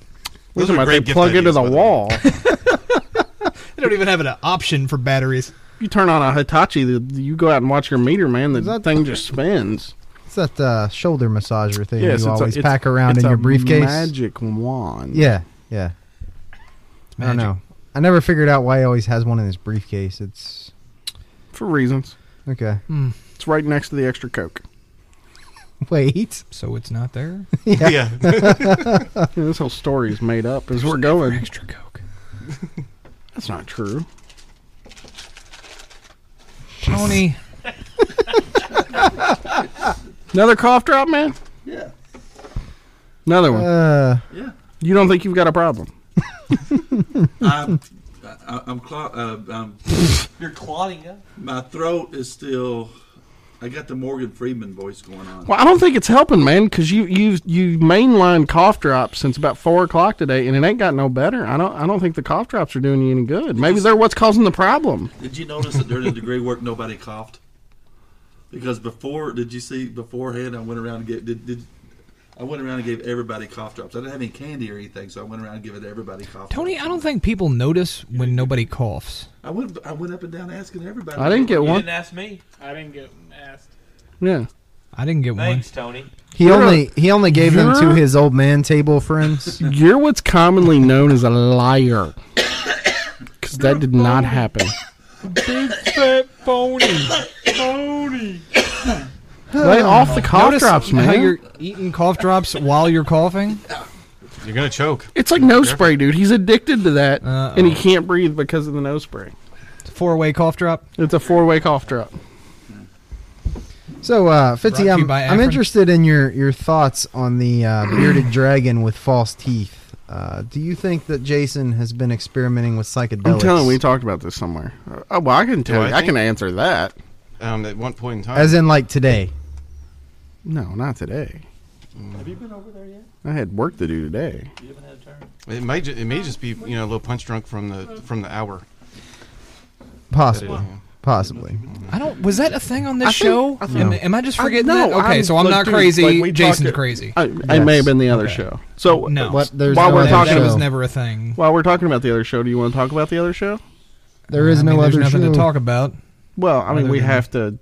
Speaker 2: Those are great gift plug ideas, into the by the way. wall.
Speaker 3: they don't even have an option for batteries.
Speaker 2: You turn on a Hitachi, the, you go out and watch your meter, man. The thing just spins.
Speaker 1: It's that uh, shoulder massager thing
Speaker 2: Yes,
Speaker 1: you
Speaker 2: it's a-
Speaker 1: always
Speaker 2: it's-
Speaker 1: pack around
Speaker 2: it's
Speaker 1: in
Speaker 2: a
Speaker 1: your briefcase.
Speaker 2: Magic wand.
Speaker 1: Yeah, yeah. I don't know. I never figured out why he always has one in his briefcase. It's
Speaker 2: for reasons.
Speaker 1: Okay.
Speaker 2: It's right next to the extra Coke.
Speaker 1: Wait.
Speaker 3: So it's not there.
Speaker 2: Yeah. this whole story is made up as we're going.
Speaker 3: Extra Coke.
Speaker 2: That's not true.
Speaker 3: Tony.
Speaker 2: Another cough drop, man.
Speaker 4: Yeah.
Speaker 2: Another one.
Speaker 1: Uh,
Speaker 4: Yeah.
Speaker 2: You don't think you've got a problem?
Speaker 5: I'm, I, I'm, cla- uh, I'm
Speaker 7: You're clotting up.
Speaker 5: My throat is still. I got the Morgan Freeman voice going on.
Speaker 2: Well, I don't think it's helping, man, because you you you mainline cough drops since about four o'clock today, and it ain't got no better. I don't I don't think the cough drops are doing you any good. Maybe they're what's causing the problem.
Speaker 5: Did you notice that during the degree work nobody coughed? Because before, did you see beforehand? I went around and gave did, did I went around and gave everybody cough drops. I didn't have any candy or anything, so I went around and gave it to everybody cough.
Speaker 3: Tony, I don't think people notice when nobody coughs.
Speaker 5: I went I went up and down asking everybody.
Speaker 3: I didn't get
Speaker 5: You
Speaker 3: one.
Speaker 7: Didn't ask me. I didn't get asked.
Speaker 2: Yeah.
Speaker 3: I didn't get
Speaker 7: Thanks, Tony.
Speaker 1: He only he only gave them to
Speaker 2: You're-
Speaker 1: his old man table friends.
Speaker 2: You're what's commonly known as a liar, because that did not happen.
Speaker 7: Big fat phony. phony.
Speaker 2: Lay off the cough drops,
Speaker 3: How
Speaker 2: man.
Speaker 3: you're eating cough drops while you're coughing?
Speaker 10: You're gonna choke.
Speaker 2: It's like nose spray, dude. He's addicted to that,
Speaker 3: Uh-oh.
Speaker 2: and he can't breathe because of the nose spray.
Speaker 3: It's a four-way cough drop.
Speaker 2: It's a four-way cough drop.
Speaker 1: So, uh, Fitzy,
Speaker 3: to you
Speaker 1: I'm,
Speaker 3: by
Speaker 1: I'm
Speaker 3: Afrin.
Speaker 1: interested in your, your thoughts on the uh, bearded dragon with false teeth. Uh, do you think that Jason has been experimenting with psychedelics?
Speaker 2: I'm telling you, we talked about this somewhere. Oh, well, I can tell you. I, can answer that.
Speaker 10: Um, at one point in time,
Speaker 1: As in, like today.
Speaker 2: No, not today.
Speaker 5: Have
Speaker 10: Mm.
Speaker 5: you been over there yet?
Speaker 2: I had work to do today.
Speaker 5: You haven't had a turn.
Speaker 10: it may ju- it may just be you know a little punch drunk from the from the hour.
Speaker 1: Possibly. Possibly.
Speaker 3: I don't. Was that a thing on this
Speaker 2: I think-
Speaker 3: show?
Speaker 2: I think-
Speaker 3: am, am I just forgetting
Speaker 2: I-
Speaker 3: that?
Speaker 2: no,
Speaker 3: Okay,
Speaker 2: Oh, I'm-
Speaker 3: so I'm
Speaker 2: look,
Speaker 3: not
Speaker 2: dude,
Speaker 3: crazy.
Speaker 2: like, we
Speaker 3: Jason's
Speaker 2: talked-
Speaker 3: crazy.
Speaker 2: I, I may have been the other
Speaker 3: Okay.
Speaker 2: show. So
Speaker 3: No.
Speaker 2: what,
Speaker 3: There's
Speaker 2: while
Speaker 3: no
Speaker 2: we're
Speaker 3: other
Speaker 2: talking,
Speaker 3: show.
Speaker 2: about-
Speaker 3: That was never a thing.
Speaker 2: While we're talking about the other show, do you want to talk about the other show?
Speaker 1: There is
Speaker 3: I mean,
Speaker 1: no
Speaker 3: there's
Speaker 1: other
Speaker 3: nothing
Speaker 1: show.
Speaker 3: to talk about.
Speaker 2: Well, I mean,
Speaker 3: Other
Speaker 2: we
Speaker 3: than-
Speaker 2: have to.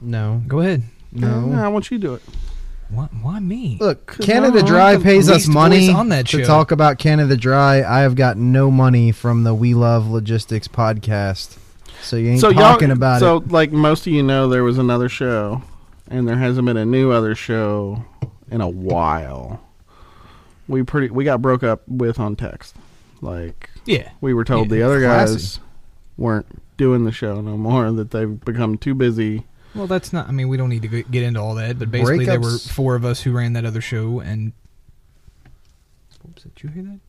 Speaker 1: No.
Speaker 3: Go ahead.
Speaker 1: No.
Speaker 2: I want you to do it.
Speaker 3: Why, Oh. why me?
Speaker 1: Look,
Speaker 3: 'Cause
Speaker 1: Canada
Speaker 3: I'm
Speaker 1: Dry
Speaker 3: the
Speaker 1: pays us
Speaker 3: least
Speaker 1: money
Speaker 3: voice on that show.
Speaker 1: to talk about Canada Dry. I have got no money from the We Love Logistics podcast, so you ain't
Speaker 2: so
Speaker 1: talking
Speaker 2: y'all,
Speaker 1: about
Speaker 2: so
Speaker 1: it.
Speaker 2: like most of you know, there was another show, and there hasn't been a new other show in a while. We pretty we got broke up with on text, like
Speaker 3: Yeah.
Speaker 2: we were told
Speaker 3: Yeah,
Speaker 2: the other
Speaker 3: classy.
Speaker 2: guys weren't doing the show no more that they've become too busy.
Speaker 3: Well, that's not. I mean, we don't need to g- get into all that. But basically, there were
Speaker 1: Breakups.
Speaker 3: four of us who ran that other show, and Oops, did you hear that?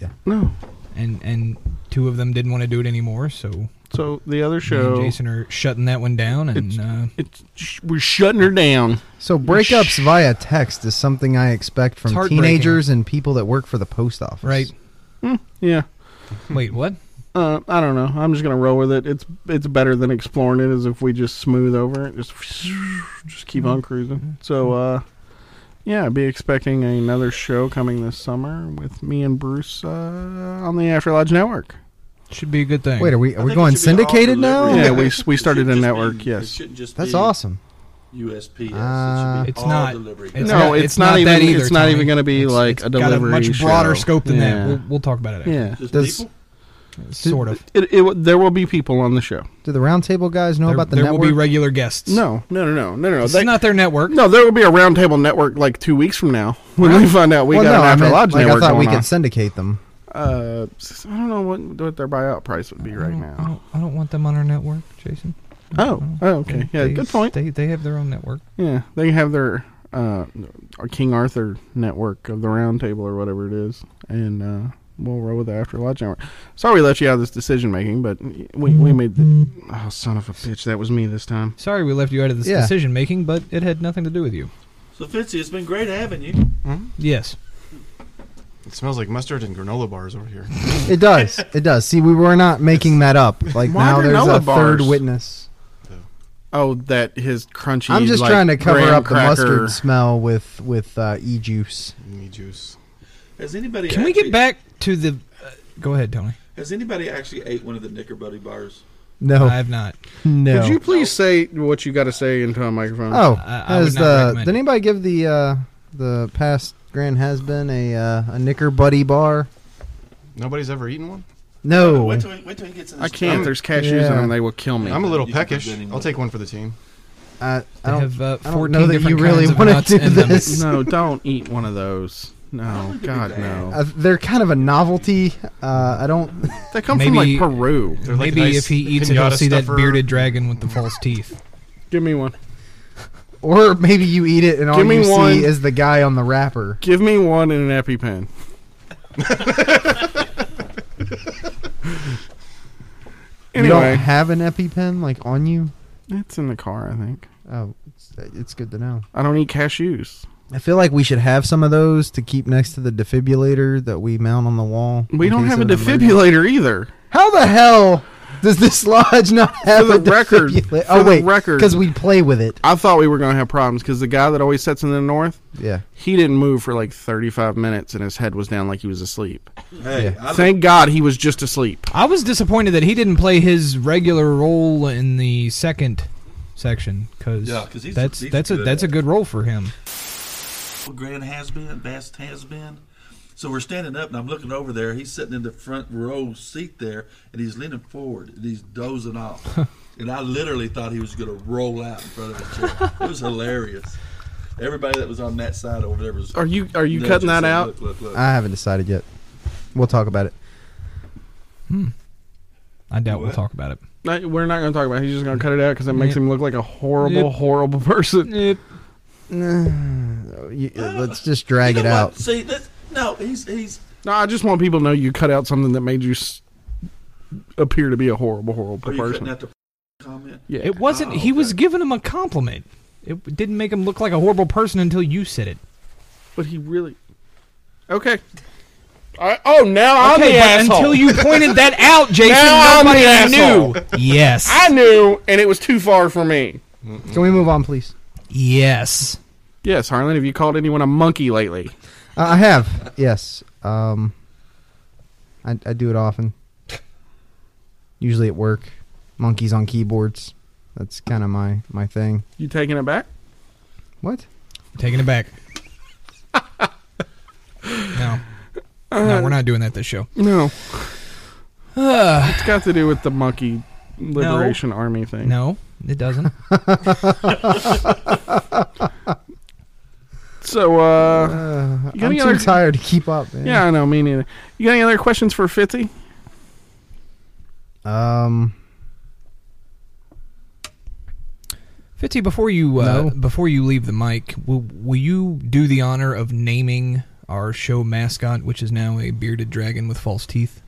Speaker 1: Yeah.
Speaker 2: No.
Speaker 3: And and two of them didn't want to do it anymore. So
Speaker 2: So the other
Speaker 3: me and
Speaker 2: show,
Speaker 3: Jason are shutting that one down, and uh,
Speaker 2: it's sh- we're shutting her down.
Speaker 1: So breakups via text is something I expect
Speaker 3: It's
Speaker 1: from
Speaker 3: heartbreaking.
Speaker 1: teenagers and people that work for the post office.
Speaker 3: right.
Speaker 2: Yeah.
Speaker 3: Wait, what?
Speaker 2: Uh, I don't know. I'm just gonna roll with it. It's it's better than exploring
Speaker 3: Mm-hmm.
Speaker 2: it. Is if we just smooth over it, just just keep on cruising. So uh, Yeah, be expecting another show coming this summer with me and Bruce uh, on the After Lodge Network.
Speaker 3: Should be a good thing.
Speaker 1: Wait, are we- I are we think it going should be all syndicated now? delivery.
Speaker 2: Yeah, we
Speaker 1: It
Speaker 2: s- we
Speaker 1: should
Speaker 2: started a
Speaker 1: just be-
Speaker 2: network.
Speaker 1: it
Speaker 2: yes,
Speaker 1: shouldn't just That's be awesome.
Speaker 5: USPS.
Speaker 1: Uh,
Speaker 5: it should be
Speaker 1: It's
Speaker 5: all
Speaker 1: not-
Speaker 5: delivery.
Speaker 3: it's
Speaker 2: no,
Speaker 3: not-
Speaker 2: it's,
Speaker 3: it's
Speaker 2: not,
Speaker 3: not
Speaker 2: even.
Speaker 3: that either,
Speaker 2: it's not
Speaker 3: Tony.
Speaker 2: even going to be
Speaker 3: It's-
Speaker 2: like
Speaker 3: it's
Speaker 2: a
Speaker 3: got a
Speaker 2: delivery.
Speaker 3: much broader
Speaker 2: show.
Speaker 3: scope than that.
Speaker 2: Yeah.
Speaker 3: We'll- we'll talk about it after.
Speaker 2: Yeah,
Speaker 3: Just Does- people? Sort of.
Speaker 2: It, it, there will be people on the show.
Speaker 1: Do the roundtable guys know
Speaker 2: There-
Speaker 1: about the
Speaker 2: there will
Speaker 1: network?
Speaker 2: be
Speaker 3: regular guests.
Speaker 2: No, no, no, no, no, no.
Speaker 3: This is not their network.
Speaker 2: No, there will be a roundtable network like two weeks from now when we find out we
Speaker 1: well,
Speaker 2: got
Speaker 1: no,
Speaker 2: an
Speaker 1: I
Speaker 2: After
Speaker 1: meant,
Speaker 2: Lodge
Speaker 1: like, I
Speaker 2: network
Speaker 1: thought we
Speaker 2: going on.
Speaker 1: could syndicate them.
Speaker 2: Uh, s- I don't know what, what their buyout price would be
Speaker 1: Oh,
Speaker 2: right now.
Speaker 3: I don't, I don't want them on our network, Jason.
Speaker 2: Oh,
Speaker 3: I don't-
Speaker 2: oh, okay. Yeah,
Speaker 3: they-
Speaker 2: good point.
Speaker 3: They, they have their own network.
Speaker 2: Yeah, they have their uh, our King Arthur network of the Round Table or whatever it is, and uh, we'll roll with the After Lodge Network. Sorry, we let you out of this decision making, but we we made the oh son of a bitch. That was me this time.
Speaker 3: Sorry, we left you out of this
Speaker 2: Yeah.
Speaker 3: decision making, but it had nothing to do with you.
Speaker 4: So Fitzy, it's been great having you.
Speaker 3: Yes.
Speaker 10: It smells like mustard and granola bars over here.
Speaker 1: It does. It does. See, we were not making that up. Like
Speaker 10: Why
Speaker 1: now, there's
Speaker 10: granola
Speaker 1: a
Speaker 10: bars?
Speaker 1: third witness.
Speaker 2: Oh, that his crunchy.
Speaker 1: I'm just
Speaker 2: like,
Speaker 1: trying to cover
Speaker 2: graham
Speaker 1: up the
Speaker 2: cracker-
Speaker 1: mustard smell with with uh, e juice.
Speaker 10: E juice.
Speaker 5: Has anybody?
Speaker 3: Can we
Speaker 5: actually,
Speaker 3: get back to the? Uh, go ahead, Tony.
Speaker 5: Has anybody actually ate one of the Knickerbocker bars?
Speaker 1: No.
Speaker 3: I have not.
Speaker 1: No.
Speaker 2: Could you please say what you got to say into a microphone?
Speaker 1: Oh, has the did anybody give the uh, the past grand has been a uh, a knicker buddy bar?
Speaker 10: Nobody's ever eaten one.
Speaker 1: No.
Speaker 10: Wait till he, wait till he gets in
Speaker 2: I can't. There's cashews in them. They will kill me.
Speaker 10: I'm a little
Speaker 2: You can
Speaker 10: peckish.
Speaker 2: put that in
Speaker 10: I'll take one for the team.
Speaker 1: I,
Speaker 10: I don't-
Speaker 3: have, uh,
Speaker 10: I don't
Speaker 3: 14
Speaker 10: know that you
Speaker 3: different
Speaker 10: really
Speaker 3: kinds of
Speaker 1: wanna
Speaker 3: nuts
Speaker 1: do
Speaker 3: in them.
Speaker 1: this.
Speaker 2: No, don't eat one of those. No, God no.
Speaker 1: Uh, they're kind of a novelty. Uh, I don't.
Speaker 2: They come from, like, Maybe- Peru. They're like
Speaker 3: Maybe
Speaker 2: nice
Speaker 3: if he eats it, he'll
Speaker 2: pinata
Speaker 3: see that
Speaker 2: stuffer.
Speaker 3: bearded dragon with the false teeth.
Speaker 2: Give me one.
Speaker 1: Or maybe you eat it and all
Speaker 2: Give me
Speaker 1: you
Speaker 2: one.
Speaker 1: see is the guy on the wrapper.
Speaker 2: Give me one and an EpiPen.
Speaker 1: You
Speaker 2: Anyway.
Speaker 1: don't have an EpiPen like on you?
Speaker 2: It's in the car, I think.
Speaker 1: Oh, it's, it's good to know.
Speaker 2: I don't eat cashews.
Speaker 1: I feel like we should have some of those to keep next to the defibrillator that we mount on the wall.
Speaker 2: We
Speaker 1: in
Speaker 2: don't
Speaker 1: case
Speaker 2: have a
Speaker 1: of an emergency.
Speaker 2: defibrillator either.
Speaker 1: How the hell does this lodge not have
Speaker 2: For
Speaker 1: a
Speaker 2: the record,
Speaker 1: defibrillator?
Speaker 2: for
Speaker 1: Oh
Speaker 2: the
Speaker 1: wait,
Speaker 2: record.
Speaker 1: because we play with it.
Speaker 2: I thought we were going to have problems because the guy that always sits in the north,
Speaker 1: Yeah.
Speaker 2: he didn't move for like 35 minutes and his head was down like he was asleep.
Speaker 5: Hey, I
Speaker 2: Thank God he was just asleep.
Speaker 3: I was disappointed that he didn't play his regular role in the second section because
Speaker 5: Yeah, 'cause he's-
Speaker 3: that's
Speaker 5: he's
Speaker 3: that's a
Speaker 5: good
Speaker 3: that's a
Speaker 5: at
Speaker 3: good role for him.
Speaker 5: Grand has been, best has been. So we're standing up, and I'm looking over there. He's sitting in the front row seat there, and he's leaning forward, and he's dozing off. and I literally thought he was going to roll out in front of the chair. it was hilarious. Everybody that was on that side over there was.
Speaker 2: Are you- are you
Speaker 5: No,
Speaker 2: cutting
Speaker 5: just
Speaker 2: that
Speaker 5: said,
Speaker 2: out?
Speaker 5: Look, look, look.
Speaker 1: I haven't decided yet. We'll talk about it.
Speaker 3: Hmm. I doubt we'll
Speaker 2: What?
Speaker 3: talk about it.
Speaker 2: No, we're not going to talk about it. He's just going to cut it out because it makes
Speaker 3: Yep.
Speaker 2: him look like a horrible,
Speaker 3: Yep.
Speaker 2: horrible person.
Speaker 1: You- Let's just drag
Speaker 5: You
Speaker 1: it
Speaker 5: know what?
Speaker 1: out.
Speaker 5: See, that, no, he's he's
Speaker 2: No, I just want people to know you cut out something that made you s- appear to be a horrible,
Speaker 5: Are
Speaker 2: horrible
Speaker 5: you
Speaker 2: person.
Speaker 5: cutting out the comment?
Speaker 2: Yeah.
Speaker 3: It wasn't.
Speaker 1: Oh,
Speaker 3: he was giving him a compliment. It didn't make him look like a horrible person until you said it.
Speaker 2: But he really. Okay. I, oh, now
Speaker 3: okay, but
Speaker 2: I'm the asshole.
Speaker 3: until you pointed that out, Jason,
Speaker 2: Now I'm
Speaker 3: nobody
Speaker 2: the asshole.
Speaker 3: knew. Yes.
Speaker 2: I knew, and it was too far for me.
Speaker 1: Can we move on, please?
Speaker 3: Yes.
Speaker 2: Yes, Harlan. Have you called anyone a monkey lately?
Speaker 1: Uh, I have. Yes. Um, I, I do it often. Usually at work. Monkeys on keyboards. That's kind of my, my thing.
Speaker 2: You taking it back?
Speaker 1: What?
Speaker 3: Taking it back. no.
Speaker 2: Uh,
Speaker 3: No, we're not doing that this show.
Speaker 2: No.
Speaker 3: Uh,
Speaker 2: it's got to do with the monkey liberation army thing.
Speaker 3: No, it doesn't.
Speaker 2: So, uh, you got
Speaker 1: I'm
Speaker 2: any
Speaker 1: too
Speaker 2: other-
Speaker 1: tired to keep up, man.
Speaker 2: Yeah, I know. Me neither. You got any other questions for Fitzy?
Speaker 1: Um,
Speaker 3: Fitzy, before you uh,
Speaker 1: No.
Speaker 3: before you leave the mic, will, will you do the honor of naming our show mascot, which is now a bearded dragon with false teeth?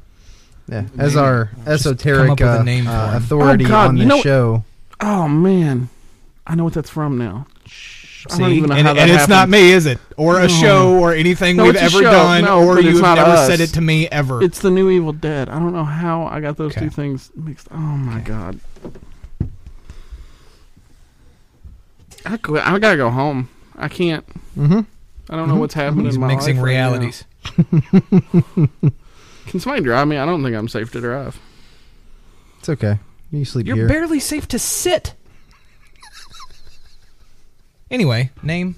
Speaker 1: yeah. As our
Speaker 3: Just come up
Speaker 1: esoteric
Speaker 3: with a
Speaker 1: uh,
Speaker 3: name for
Speaker 1: uh,
Speaker 3: him.
Speaker 1: authority
Speaker 2: Oh, God,
Speaker 1: on
Speaker 2: you
Speaker 1: the
Speaker 2: know-
Speaker 1: show.
Speaker 2: Oh man, I know what that's from now. Shh, I don't
Speaker 3: See?
Speaker 2: even know
Speaker 3: and
Speaker 2: how that
Speaker 3: and it's not
Speaker 2: happened.
Speaker 3: me, is it? Or a
Speaker 2: No.
Speaker 3: show or anything
Speaker 2: No,
Speaker 3: we've
Speaker 2: it's a
Speaker 3: ever
Speaker 2: show.
Speaker 3: done,
Speaker 2: No,
Speaker 3: or
Speaker 2: but it's
Speaker 3: you've
Speaker 2: not
Speaker 3: never
Speaker 2: us.
Speaker 3: said it to me ever.
Speaker 2: It's the new Evil Dead. I don't know how I got those
Speaker 3: Okay.
Speaker 2: two things mixed. Oh my god. I quit. I gotta go home. I can't.
Speaker 1: Mm-hmm.
Speaker 2: I don't know what's happening
Speaker 3: He's
Speaker 2: in my
Speaker 3: mixing
Speaker 2: life right now.
Speaker 3: realities.
Speaker 2: Can somebody drive me? I don't think I'm safe to drive.
Speaker 1: It's okay. You sleep
Speaker 3: You're
Speaker 1: here.
Speaker 3: barely safe to sit. anyway, name?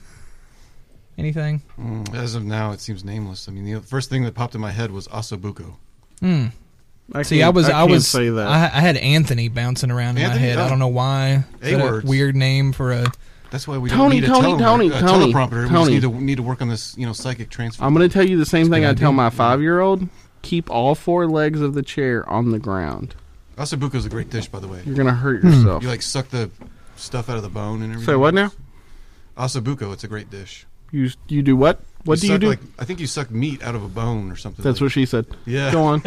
Speaker 3: Anything?
Speaker 10: Mm, as of now, it seems nameless. I mean, the first thing that popped in my head was Asabuco.
Speaker 3: Hmm.
Speaker 2: I
Speaker 3: See, I
Speaker 10: can't-
Speaker 3: was,
Speaker 10: I
Speaker 3: I,
Speaker 10: can't
Speaker 3: was,
Speaker 10: say that.
Speaker 3: I, I had Anthony bouncing around in my
Speaker 10: Anthony?
Speaker 3: head. I
Speaker 10: Oh.
Speaker 3: don't know why. Is that
Speaker 10: A-words.
Speaker 3: weird name for a.
Speaker 10: That's why we
Speaker 2: Tony,
Speaker 10: don't need
Speaker 2: Tony, Tony,
Speaker 10: a, teleprompter- a
Speaker 2: Tony, Tony.
Speaker 10: teleprompter. We just need to, need to work on this, you know, psychic transfer.
Speaker 2: I'm going to tell you the same thing I
Speaker 10: good
Speaker 2: tell
Speaker 10: idea.
Speaker 2: my five year old keep all four legs of the chair on the ground.
Speaker 10: Asabuco's a great dish, by the way.
Speaker 2: You're gonna hurt yourself.
Speaker 10: You like suck the stuff out of the bone and everything.
Speaker 2: Say what now?
Speaker 10: Asabuco, it's a great dish.
Speaker 2: You you do what? What do you
Speaker 10: suck,
Speaker 2: do?
Speaker 10: Like, I think you suck meat out of a bone or something.
Speaker 2: That's
Speaker 10: like-
Speaker 2: what she said.
Speaker 10: Yeah.
Speaker 2: Go on.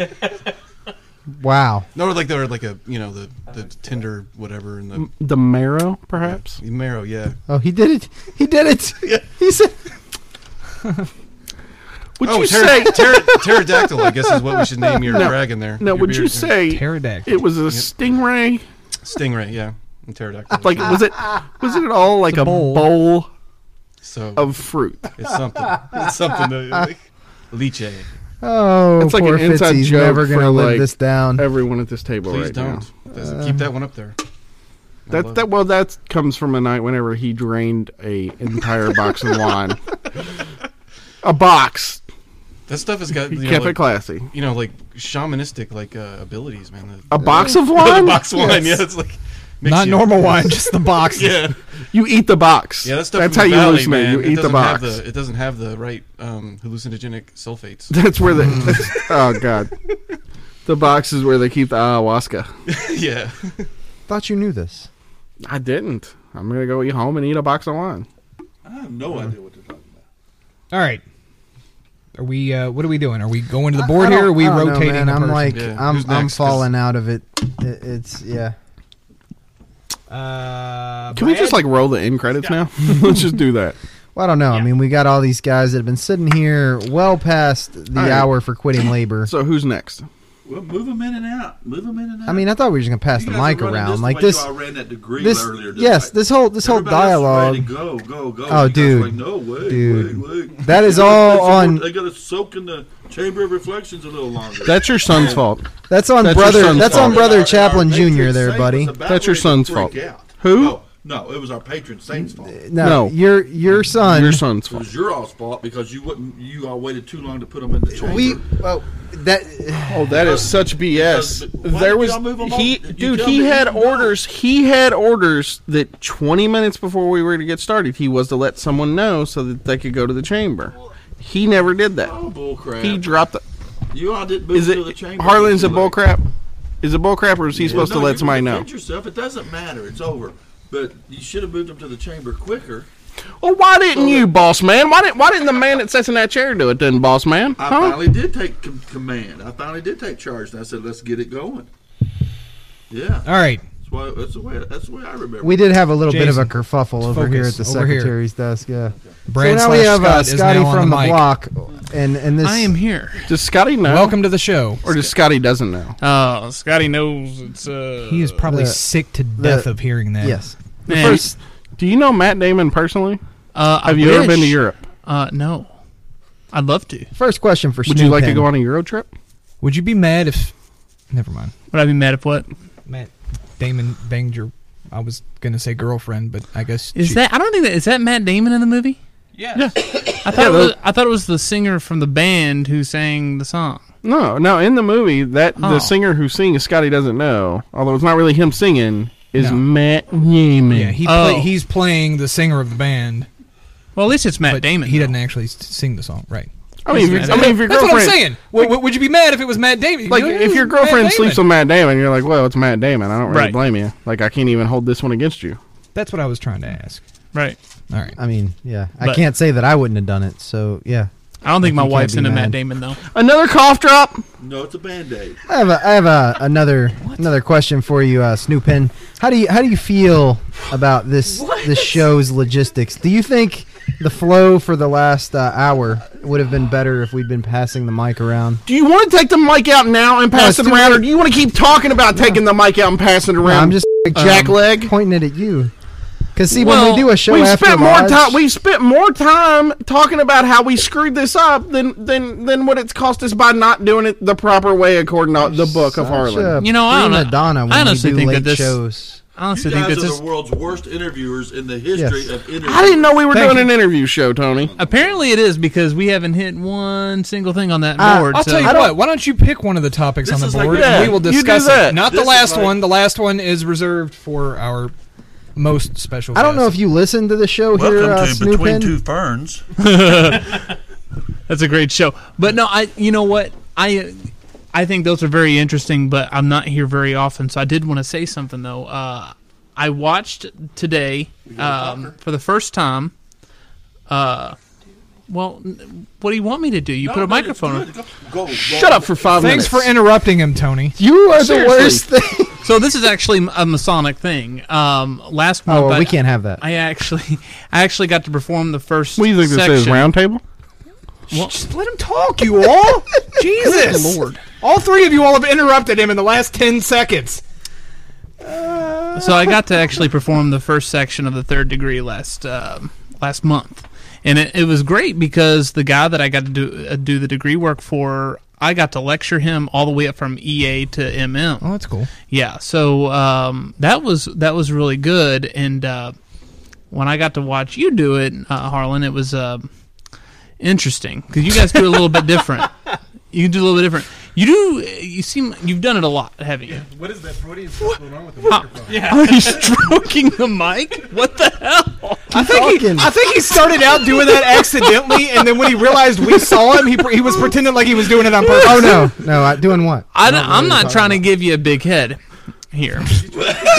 Speaker 1: wow.
Speaker 10: No, like they're like a you know the the tender whatever and the
Speaker 2: M- The marrow, perhaps?
Speaker 10: marrow. Yeah.
Speaker 1: Oh, he did it. He did it. He said.
Speaker 2: Would
Speaker 10: Oh,
Speaker 2: you
Speaker 10: pter-
Speaker 2: say
Speaker 10: pter- pterodactyl, I guess, is what we should name your
Speaker 2: No,
Speaker 10: dragon there,
Speaker 2: No,
Speaker 10: your
Speaker 2: would you
Speaker 10: beard.
Speaker 2: say
Speaker 3: pterodactyl?
Speaker 2: It was a stingray.
Speaker 10: Stingray. Yeah. And pterodactyl.
Speaker 2: Like was it was it at all like a, bowl,
Speaker 10: So
Speaker 2: of fruit?
Speaker 10: It's something. It's something. To, liche.
Speaker 1: Oh,
Speaker 2: it's like
Speaker 1: poor
Speaker 2: an inside
Speaker 1: Fitzy's
Speaker 2: joke
Speaker 1: never gonna
Speaker 2: for,
Speaker 1: live
Speaker 2: like,
Speaker 1: this down. Uh,
Speaker 2: Everyone at this table,
Speaker 10: Please
Speaker 2: right
Speaker 10: don't.
Speaker 2: now.
Speaker 10: That's- keep that one up there. I
Speaker 2: That
Speaker 10: love
Speaker 2: that well, that comes from a night whenever he drained a entire box of wine, a box.
Speaker 10: That stuff has got
Speaker 2: He
Speaker 10: you know,
Speaker 2: kept it
Speaker 10: like-
Speaker 2: classy.
Speaker 10: You know, like shamanistic like uh, abilities, man. The-
Speaker 2: A box of
Speaker 10: The
Speaker 2: wine?
Speaker 10: box of wine.
Speaker 2: Yes.
Speaker 10: Yeah, it's like makes
Speaker 3: Not
Speaker 10: you-
Speaker 3: normal wine, just the boxes.
Speaker 10: yeah,
Speaker 2: You eat the box.
Speaker 10: yeah. That stuff
Speaker 2: That's how
Speaker 10: from the
Speaker 2: you
Speaker 10: valley,
Speaker 2: lose me.
Speaker 10: man.
Speaker 2: You
Speaker 10: it
Speaker 2: eat the
Speaker 10: doesn't have
Speaker 2: box.
Speaker 10: the- it doesn't have the right um, hallucinogenic sulfates.
Speaker 2: That's where the
Speaker 1: Mm.
Speaker 2: oh god, the box is where they keep the ayahuasca.
Speaker 10: yeah.
Speaker 1: Thought you knew this.
Speaker 2: I didn't. I'm gonna go eat home and eat a box of wine.
Speaker 5: I have no idea what they're talking
Speaker 3: All
Speaker 5: about.
Speaker 3: right. Are we? Uh, what are we doing? Are we going to the
Speaker 1: I-
Speaker 3: board
Speaker 1: I
Speaker 3: here? Or
Speaker 1: don't-
Speaker 3: are we
Speaker 1: I don't know,
Speaker 3: rotating?
Speaker 1: man.
Speaker 3: the
Speaker 1: I'm
Speaker 3: person?
Speaker 1: like,
Speaker 10: Yeah.
Speaker 1: I'm,
Speaker 10: Who's
Speaker 1: I'm
Speaker 10: next? 'Cause-
Speaker 1: falling out of it. it. It's yeah.
Speaker 3: Uh,
Speaker 2: Can we just like roll the end credits now? Let's just do that.
Speaker 1: Well, I don't know. I mean, we got all these guys that have been sitting here well past the
Speaker 2: All right.
Speaker 1: hour for quitting labor.
Speaker 2: So who's next?
Speaker 5: Well, move them in and out. Move them in and out.
Speaker 1: I mean, I thought we were just gonna pass
Speaker 5: You
Speaker 1: the
Speaker 5: guys are
Speaker 1: mic
Speaker 5: running
Speaker 1: around
Speaker 5: the
Speaker 1: like
Speaker 5: way
Speaker 1: this.
Speaker 5: you all ran that degree
Speaker 1: this-
Speaker 5: earlier.
Speaker 1: yes, this whole- this whole
Speaker 5: Everybody else was ready to go, go,
Speaker 1: Oh,
Speaker 5: go. You guys are
Speaker 1: dude.
Speaker 5: like, no, wait,
Speaker 1: Dude.
Speaker 5: wait, wait.
Speaker 1: That is
Speaker 5: They gotta
Speaker 1: all
Speaker 5: soak in-
Speaker 1: on-
Speaker 5: They got to soak in the chamber of reflections a little longer.
Speaker 2: That's your son's fault.
Speaker 1: That's on
Speaker 2: That's your
Speaker 1: brother.
Speaker 2: son's
Speaker 1: That's
Speaker 2: fault.
Speaker 1: on brother
Speaker 5: Our-
Speaker 1: Chaplin
Speaker 5: our patron
Speaker 1: Jr. There,
Speaker 5: saint
Speaker 1: buddy.
Speaker 5: was about
Speaker 2: That's your
Speaker 5: ready to
Speaker 2: son's
Speaker 5: freak
Speaker 2: fault.
Speaker 5: out.
Speaker 2: Who?
Speaker 5: No, no, it was our patron saint's fault. It
Speaker 1: No,
Speaker 2: No.
Speaker 1: your your son.
Speaker 2: Your son's fault.
Speaker 5: was your all's fault because you wouldn't. You all waited too long to put them in the chamber.
Speaker 1: We well that
Speaker 2: Oh, that is such BS.
Speaker 5: Because- why
Speaker 2: There
Speaker 5: did
Speaker 2: was
Speaker 5: y'all move 'em
Speaker 2: he,
Speaker 5: over? You
Speaker 2: dude.
Speaker 5: tell
Speaker 2: He
Speaker 5: me.
Speaker 2: had orders. He had orders that 20 minutes before we were to get started, he was to let someone know so that they could go to the chamber. He never did that.
Speaker 5: Oh, bull crap.
Speaker 2: He dropped. The,
Speaker 5: you all didn't move
Speaker 2: is
Speaker 5: to the
Speaker 2: it
Speaker 5: chamber.
Speaker 2: Harlan? Is
Speaker 5: Too
Speaker 2: it bull
Speaker 5: late.
Speaker 2: crap? Is it bull crap, or is he supposed
Speaker 5: No,
Speaker 2: to
Speaker 5: you
Speaker 2: let
Speaker 5: can
Speaker 2: somebody know?
Speaker 5: defend Yourself. It doesn't matter. It's over. But you should have moved them to the chamber quicker.
Speaker 2: Well, why didn't you, boss man? Why didn't Why didn't the man that sits in that chair do it then, boss man?
Speaker 5: I
Speaker 2: Huh?
Speaker 5: finally did take com- command. I finally did take charge, and I said, "Let's get it going." Yeah,
Speaker 3: All right.
Speaker 5: that's why. That's the way. That's the way I remember.
Speaker 1: we did have a little bit of
Speaker 3: Jason,
Speaker 1: a kerfuffle over here at
Speaker 3: focus,
Speaker 1: the
Speaker 3: over here.
Speaker 1: secretary's desk. Yeah.
Speaker 3: Brand
Speaker 1: so now
Speaker 3: slash
Speaker 1: we have uh,
Speaker 3: Scott is
Speaker 1: Scotty
Speaker 3: now on
Speaker 1: from
Speaker 3: the
Speaker 1: the
Speaker 3: mic.
Speaker 1: block, and and this.
Speaker 7: here.
Speaker 2: Does Scotty know?
Speaker 3: Welcome to the show.
Speaker 2: Or does Scotty doesn't know?
Speaker 7: Uh, Scotty knows it's uh.
Speaker 3: He is probably
Speaker 1: the-
Speaker 3: sick to death of hearing that.
Speaker 1: yes.
Speaker 7: man,
Speaker 2: First, do you know Matt Damon personally?
Speaker 7: uh, I
Speaker 2: Have you ever been to
Speaker 7: wish-
Speaker 2: Europe?
Speaker 7: Uh, no. I'd love to.
Speaker 1: First question for
Speaker 2: Would you like to go on a Euro trip?
Speaker 3: Would you be mad if? Never mind.
Speaker 7: Would I be mad if what?
Speaker 3: Matt Damon banged your. I was gonna say girlfriend, but I guess
Speaker 7: Is
Speaker 3: she-
Speaker 7: that? I don't think that is that Matt Damon in the movie.
Speaker 2: Yeah.
Speaker 7: I thought it was, I thought it was the singer from the band who sang the song.
Speaker 2: No, no. In the movie, that
Speaker 7: Oh.
Speaker 2: the singer who sings Scotty doesn't know, although it's not really him singing, is
Speaker 3: No.
Speaker 2: Matt Damon.
Speaker 3: Yeah, he
Speaker 7: Oh.
Speaker 3: play, he's playing the singer of the band,
Speaker 7: Well, at least it's Matt
Speaker 3: but
Speaker 7: Damon.
Speaker 3: he
Speaker 7: though.
Speaker 3: doesn't actually s- sing the song, Oh, right?
Speaker 2: I mean, if your, I mean, if your
Speaker 3: That's
Speaker 2: girlfriend,
Speaker 3: what I'm saying. W- w- would you be mad if it was Matt Damon?
Speaker 2: like, if your girlfriend sleeps with Matt Damon, you're like, well, it's Matt Damon. I don't really
Speaker 7: Right.
Speaker 2: blame you. Like, I can't even hold this one against you.
Speaker 3: that's what I was trying to ask.
Speaker 7: Right.
Speaker 3: All right,
Speaker 1: I mean, yeah. I
Speaker 7: But-
Speaker 1: can't say that I wouldn't have done it. So yeah,
Speaker 7: I don't think my
Speaker 1: you can't
Speaker 7: wife's
Speaker 1: be
Speaker 7: into
Speaker 1: mad.
Speaker 7: Matt Damon though.
Speaker 2: Another cough drop.
Speaker 5: No, it's a band aid.
Speaker 1: I have a, I have a, another another question for you, uh, Snoopin. How do you how do you feel about this this show's logistics? Do you think the flow for the last uh, hour would have been better if we'd been passing the mic around?
Speaker 2: Do you want to take the mic out now and pass
Speaker 1: it's
Speaker 2: it
Speaker 1: too
Speaker 2: around,
Speaker 1: late.
Speaker 2: or do you
Speaker 7: Um,
Speaker 2: want to keep talking about taking the mic out and passing it around?
Speaker 1: I'm just
Speaker 2: jack leg.
Speaker 1: pointing it at you. Because see, when we do a show
Speaker 2: we've
Speaker 1: after
Speaker 2: spent more
Speaker 1: Lodge-
Speaker 2: time. We've spent more time talking about how we screwed this up than than than what it's cost us by not doing it the proper way according to the book of Harlan.
Speaker 7: You know, I don't know.
Speaker 1: prima donna when
Speaker 7: I
Speaker 1: we
Speaker 7: honestly
Speaker 1: do
Speaker 7: think
Speaker 1: late
Speaker 7: that this
Speaker 1: shows.
Speaker 7: I honestly
Speaker 5: you
Speaker 7: think
Speaker 5: guys
Speaker 7: that
Speaker 5: are
Speaker 7: this
Speaker 5: the world's worst interviewers in the history
Speaker 7: Yes.
Speaker 5: of interviews.
Speaker 2: I didn't know we were
Speaker 7: Thank
Speaker 2: doing
Speaker 7: you.
Speaker 2: an interview show, Tony.
Speaker 7: Apparently, it is because we haven't hit one single thing on that
Speaker 3: Uh,
Speaker 7: board.
Speaker 3: I'll
Speaker 7: so-
Speaker 3: tell you what. Why don't you pick one of the topics
Speaker 7: This
Speaker 3: on the
Speaker 7: is like-
Speaker 3: board?
Speaker 7: Yeah,
Speaker 3: and we will
Speaker 7: you do
Speaker 3: discuss
Speaker 7: that.
Speaker 3: it. Not
Speaker 7: This
Speaker 3: the
Speaker 7: is
Speaker 3: last
Speaker 7: like-
Speaker 3: one. The last one is reserved for our most special.
Speaker 1: I don't know if you listened to the show here, uh, Snoopin.
Speaker 4: Ferns.
Speaker 7: That's a great show. But no, I you know what I I think those are very interesting. But I'm not here very often, so I did want to say something though. Uh, I watched today um, for the first time. Uh, well, n- what do you want me to do? You put a microphone. on.
Speaker 2: Shut up for five
Speaker 3: Thanks
Speaker 7: minutes.
Speaker 3: for interrupting him, Tony.
Speaker 1: You
Speaker 7: thing. So this is actually a Masonic thing. Um, last month,
Speaker 1: Oh, well,
Speaker 7: I-
Speaker 1: we can't have that.
Speaker 7: I actually, I actually got to perform the first.
Speaker 2: What do you think
Speaker 7: section.
Speaker 2: this is? Round table?
Speaker 3: Just let him talk, you all. Jesus,
Speaker 7: Good Lord.
Speaker 3: All three of you all have interrupted him in the last ten seconds.
Speaker 7: so I got to actually perform the first section of the third degree last um last month, and it, it was great because the guy that I got to do uh, do the degree work for, I got to lecture him all the way up from EA to MM.
Speaker 3: Oh, that's cool.
Speaker 7: Yeah, so um, that was that was really good, and uh, when I got to watch you do it, uh, Harlan, it was uh, interesting because you guys do it a little bit different. You do a little bit different. You do. You seem you've done it a lot, haven't you?
Speaker 11: What is that Freudian stuff going on with the
Speaker 7: Huh.
Speaker 11: microphone?
Speaker 7: Are you stroking the mic? What the hell?
Speaker 3: I think, he, I think he started out doing that accidentally, and then when he realized we saw him, he, pr- he was pretending like he was doing it on purpose.
Speaker 1: oh no, no, I, doing what?
Speaker 7: I
Speaker 1: don't know
Speaker 7: am
Speaker 1: what you're
Speaker 7: not trying to give you a big head here.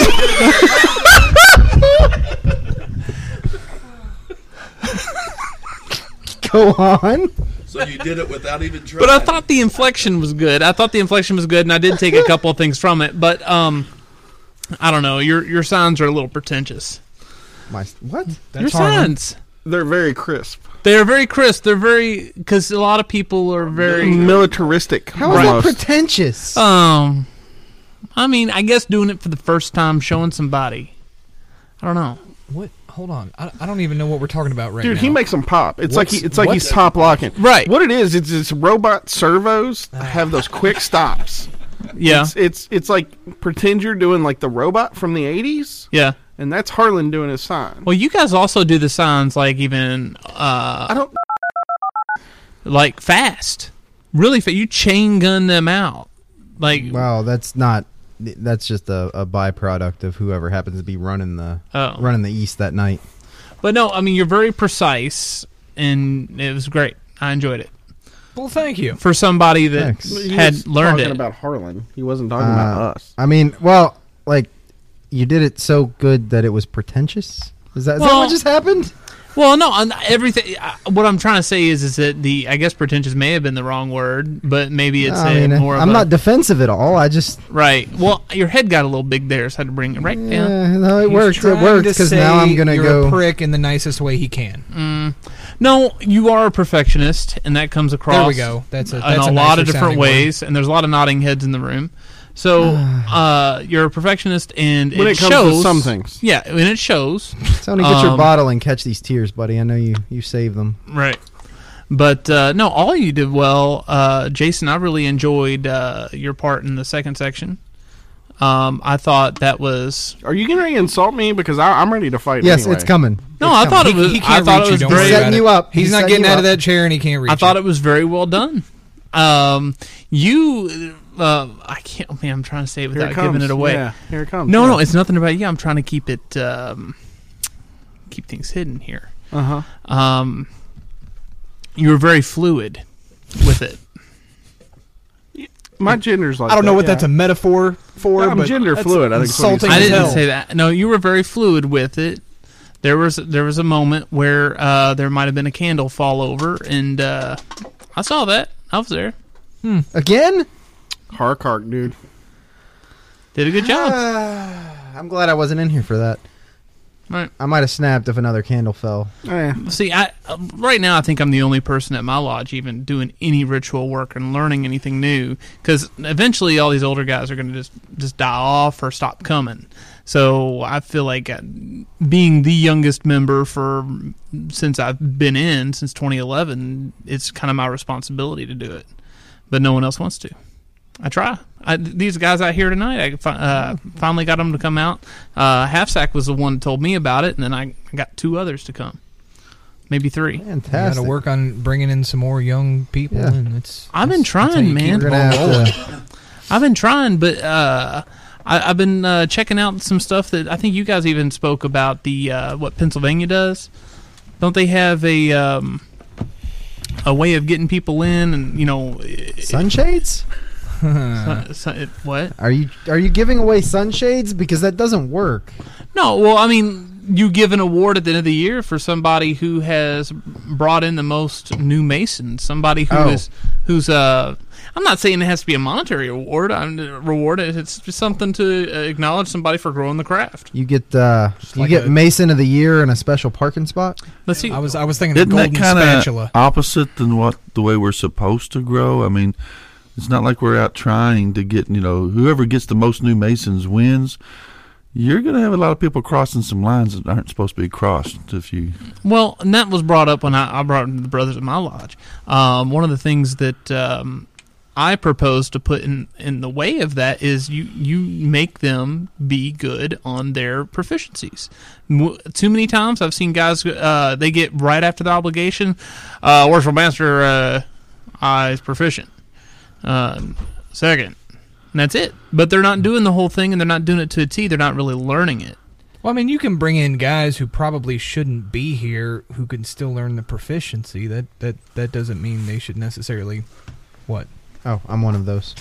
Speaker 1: Go on.
Speaker 5: So you did it without even trying.
Speaker 7: But I thought the inflection was good. I thought the inflection was good, and I did take a couple of things from it. But um, I don't know. Your your signs are a little pretentious.
Speaker 1: My what?
Speaker 7: your
Speaker 2: Harlan.
Speaker 7: signs.
Speaker 2: They're very crisp.
Speaker 7: They are very crisp. They're very because a lot of people are very
Speaker 2: militaristic.
Speaker 1: How is that pretentious?
Speaker 7: Um, I mean, I guess doing it for the first time, showing somebody. I don't know.
Speaker 3: What? Hold on. I, I don't even know what we're talking about right
Speaker 2: Dude,
Speaker 3: now.
Speaker 2: he makes them pop. It's like
Speaker 3: What's-
Speaker 2: he, it's like he's
Speaker 3: what's-
Speaker 2: top locking. Right. What it is, it's it's robot servos
Speaker 3: Ah.
Speaker 2: that have those quick stops.
Speaker 7: Yeah.
Speaker 2: It's, it's it's like pretend you're doing like the robot from the '80s.
Speaker 7: Yeah.
Speaker 2: And that's Harlan doing his sign.
Speaker 7: Well, you guys also do the signs like even uh I
Speaker 2: don't
Speaker 7: like fast. Really fast. You chain gun them out. Like
Speaker 1: Wow, that's not. That's just a, a byproduct of whoever happens to be running the
Speaker 7: Oh.
Speaker 1: running the east that night.
Speaker 7: but no, I mean you're very precise and it was great. I enjoyed it.
Speaker 3: Well, thank you.
Speaker 7: For somebody that
Speaker 2: He
Speaker 7: had
Speaker 2: was
Speaker 7: learned
Speaker 2: talking
Speaker 7: it.
Speaker 2: about Harlan. He wasn't talking about
Speaker 1: Uh,
Speaker 2: us.
Speaker 1: I mean, well, like you did it so good that it was pretentious. Is that, is that
Speaker 7: Well-
Speaker 1: what just happened?
Speaker 7: Well, no, on everything. I- What I'm trying to say is, is that the I guess pretentious may have been the wrong word, but maybe it's
Speaker 1: I
Speaker 7: a,
Speaker 1: mean,
Speaker 7: more. of
Speaker 1: I'm
Speaker 7: a-
Speaker 1: not defensive at all. I just
Speaker 7: right. Well, your head got a little big there, so I had to bring it right down.
Speaker 1: yeah, no, it
Speaker 3: He's
Speaker 1: worked. It
Speaker 3: trying
Speaker 1: worked
Speaker 3: to
Speaker 1: because now
Speaker 3: say
Speaker 1: I'm gonna
Speaker 3: you're
Speaker 1: go.
Speaker 3: a prick in the nicest way he can.
Speaker 7: Mm. No, you are a perfectionist, and that comes across.
Speaker 3: There we go. That's a-
Speaker 7: in
Speaker 3: that's
Speaker 7: a,
Speaker 3: a
Speaker 7: lot of
Speaker 3: nicer
Speaker 7: different
Speaker 3: sounding word.
Speaker 7: ways, and there's a lot of nodding heads in the room. So uh, you're a perfectionist, and
Speaker 2: When it comes to
Speaker 7: shows
Speaker 2: some things.
Speaker 7: Yeah, and it shows.
Speaker 1: Tony, get your
Speaker 7: Um,
Speaker 1: bottle and catch these tears, buddy. I know you you save them.
Speaker 7: Right. But uh, no, all you did well, uh, Jason. I really enjoyed uh, your part in the second section. Um, I thought that was
Speaker 2: Are you gonna insult me because I, I'm ready to fight?
Speaker 7: Yes,
Speaker 2: anyway.
Speaker 7: it's coming. No, It's I thought coming. it was-
Speaker 3: He, he
Speaker 7: I
Speaker 3: can't
Speaker 7: thought
Speaker 3: reach
Speaker 7: it was
Speaker 3: you. Don't
Speaker 7: great.
Speaker 3: worry
Speaker 7: He's
Speaker 3: about
Speaker 7: setting
Speaker 3: it.
Speaker 7: you up.
Speaker 3: He's,
Speaker 7: He's
Speaker 3: not
Speaker 7: setting
Speaker 3: getting
Speaker 7: you
Speaker 3: out
Speaker 7: up.
Speaker 3: of that chair, and he can't reach.
Speaker 7: I thought it was very well done. Um, you, uh, I can't. Man, I'm trying to say it
Speaker 2: Here it
Speaker 7: without giving
Speaker 2: comes.
Speaker 7: it away.
Speaker 2: Yeah, here it comes.
Speaker 7: No,
Speaker 2: Yeah.
Speaker 7: no, it's nothing about you. I'm trying to keep it, um, keep things hidden here.
Speaker 2: Uh-huh.
Speaker 7: Um, you were very fluid with it.
Speaker 2: My gender's like.
Speaker 3: I don't know
Speaker 2: that,
Speaker 3: what
Speaker 2: uh, yeah.
Speaker 3: that's a metaphor for.
Speaker 2: I'm
Speaker 3: but
Speaker 2: gender
Speaker 3: that's
Speaker 2: fluid, I think is what he
Speaker 3: Insulting.
Speaker 7: I
Speaker 3: as
Speaker 7: didn't
Speaker 3: hell.
Speaker 7: say that. No, you were very fluid with it. There was there was a moment where uh, there might have been a candle fall over, and uh, I saw that. I was there. Hmm.
Speaker 1: Again?
Speaker 2: Hark, hark, dude.
Speaker 7: Did a good job.
Speaker 1: I'm glad I wasn't in here for that.
Speaker 7: Right.
Speaker 1: I might have snapped if another candle fell.
Speaker 7: See, I uh, right now I think I'm the only person at my lodge even doing any ritual work and learning anything new because eventually all these older guys are going to just just die off or stop coming. So I feel like uh, being the youngest member for since I've been in since 2011, it's kind of my responsibility to do it, but no one else wants to. I try. I, these guys out here tonight, I fi- uh, finally got them to come out. Uh, Half Sack was the one that told me about it, and then I got two others to come, maybe three.
Speaker 3: Got to work on bringing in some more young people,
Speaker 7: Yeah.
Speaker 3: and it's
Speaker 7: I've been trying, man. I've been trying, but uh, I, I've been uh, checking out some stuff that I think you guys even spoke about the uh, what Pennsylvania does. Don't they have a um, a way of getting people in, and you know,
Speaker 1: sunshades?
Speaker 7: Sun- sun- what?
Speaker 1: Are you are you giving away sunshades because that doesn't work?
Speaker 7: No, well, I mean, you give an award at the end of the year for somebody who has brought in the most new masons, somebody who
Speaker 1: Oh.
Speaker 7: is who's uh I'm not saying it has to be a monetary award. I'm reward. It's just something to uh, acknowledge somebody for growing the craft.
Speaker 1: You get uh, you
Speaker 7: like
Speaker 1: get
Speaker 7: a-
Speaker 1: Mason of the Year and a special parking spot.
Speaker 7: Let's see. I
Speaker 3: was I was thinking
Speaker 7: of
Speaker 3: of
Speaker 1: Isn't that
Speaker 3: golden
Speaker 1: kinda-
Speaker 3: spatula.
Speaker 5: opposite than what the way we're supposed to grow. I mean, it's not like we're out trying to get you know whoever gets the most new masons wins. You're going to have a lot of people crossing some lines that aren't supposed to be crossed if you
Speaker 7: Well, and that was brought up when I, I brought the brothers at my lodge. Um, one of the things that um, I propose to put in, in the way of that is you you make them be good on their proficiencies. Mo- Too many times I've seen guys uh, they get right after the obligation. Uh, Worshipful master uh, I is proficient. Um, second, and that's it. But they're not doing the whole thing, and they're not doing it to a T. They're not really learning it.
Speaker 3: Well, I mean, you can bring in guys who probably shouldn't be here who can still learn the proficiency. That that that doesn't mean they should necessarily what?
Speaker 1: Oh, I'm one of those.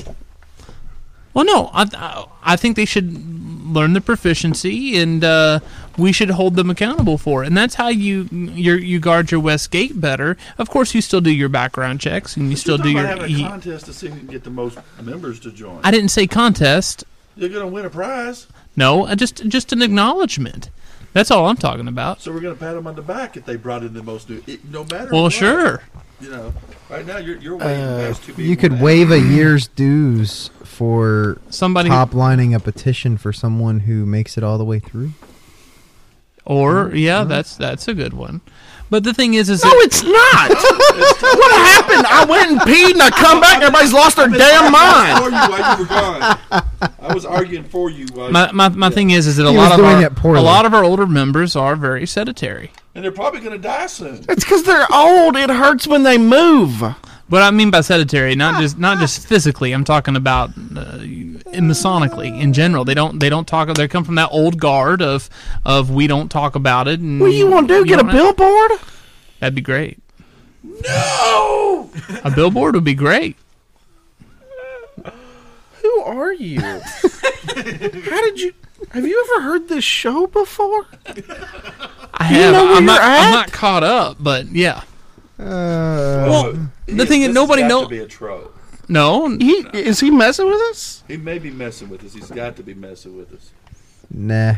Speaker 7: Well, no, I- I, I think they should learn the proficiency, and uh, we should hold them accountable for it. And that's how you you you guard your west gate better. Of course, you still do your background checks, and you still do your. E-
Speaker 5: contest to see who can get the most members to join.
Speaker 7: I didn't say contest.
Speaker 5: You're going to win a prize,
Speaker 7: No, I just just an acknowledgement. That's all I'm talking about.
Speaker 5: so we're going to pat them on the back if they brought in the most new. It, no matter.
Speaker 7: Well,
Speaker 5: what,
Speaker 7: sure.
Speaker 5: You know, right now you're you're waiting past two people.
Speaker 1: You could waive a year's dues for
Speaker 7: Somebody who-
Speaker 1: top lining a petition for someone who makes it all the way through.
Speaker 5: Mm-hmm.
Speaker 7: Or yeah, that's that's a good one. But the thing is, is
Speaker 2: No,
Speaker 7: that-
Speaker 2: it's not. what happened? I went and peed, and I come back, and everybody's lost their damn
Speaker 5: For you
Speaker 2: mind.
Speaker 5: while you were gone. I was arguing for you. While
Speaker 7: My my, my
Speaker 5: Yeah.
Speaker 7: thing is, is that a
Speaker 1: He was
Speaker 7: lot of
Speaker 1: doing
Speaker 7: our,
Speaker 1: it poorly.
Speaker 7: a lot of our older members are very sedentary.
Speaker 5: and they're probably going to die soon.
Speaker 2: It's because they're old. It hurts when they move. Ah,
Speaker 7: What I mean by sedentary, not just not just physically. I'm talking about uh, masonically in general. They don't they don't talk. They come from that old guard of of we don't talk about it. And
Speaker 2: What do you want to do? Get a
Speaker 7: don't have-
Speaker 2: billboard?
Speaker 7: That'd be great. No, a billboard would be great.
Speaker 2: Who are you? How did you? Have you ever heard this show before?
Speaker 7: I
Speaker 2: You
Speaker 7: have.
Speaker 2: know where
Speaker 7: I'm,
Speaker 2: you're
Speaker 7: not,
Speaker 2: at? Uh,
Speaker 7: I'm not caught up, but yeah. well, the thing is, nobody
Speaker 5: knows.
Speaker 7: knows.
Speaker 5: To be a troll.
Speaker 7: No,
Speaker 2: he is he messing with us?
Speaker 5: He may be messing with us. He's got to be messing with us.
Speaker 1: Nah.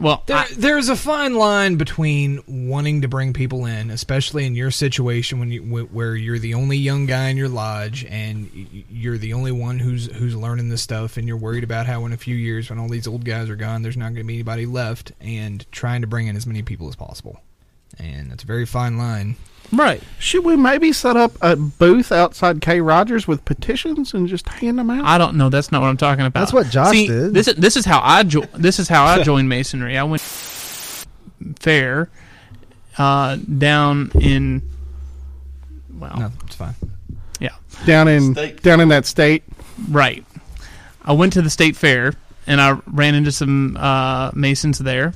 Speaker 7: Well,
Speaker 3: there, there's a fine line between wanting to bring people in, especially in your situation when you wh- where you're the only young guy in your lodge and y- y- you're the only one who's who's learning this stuff, and you're worried about how in a few years when all these old guys are gone, there's not going to be anybody left, and trying to bring in as many people as possible, and that's a very fine line.
Speaker 7: Right.
Speaker 2: Should we maybe set up a booth outside K Rogers with petitions and just hand them out?
Speaker 7: I don't know. That's not what I'm talking about.
Speaker 2: That's what Josh
Speaker 7: See,
Speaker 2: did.
Speaker 7: This is this is how I jo- this is how I joined masonry. I went fair uh, down in well,
Speaker 3: no, it's fine.
Speaker 7: Yeah,
Speaker 2: down in down in that state.
Speaker 7: Right. I went to the state fair and I ran into some uh, masons there,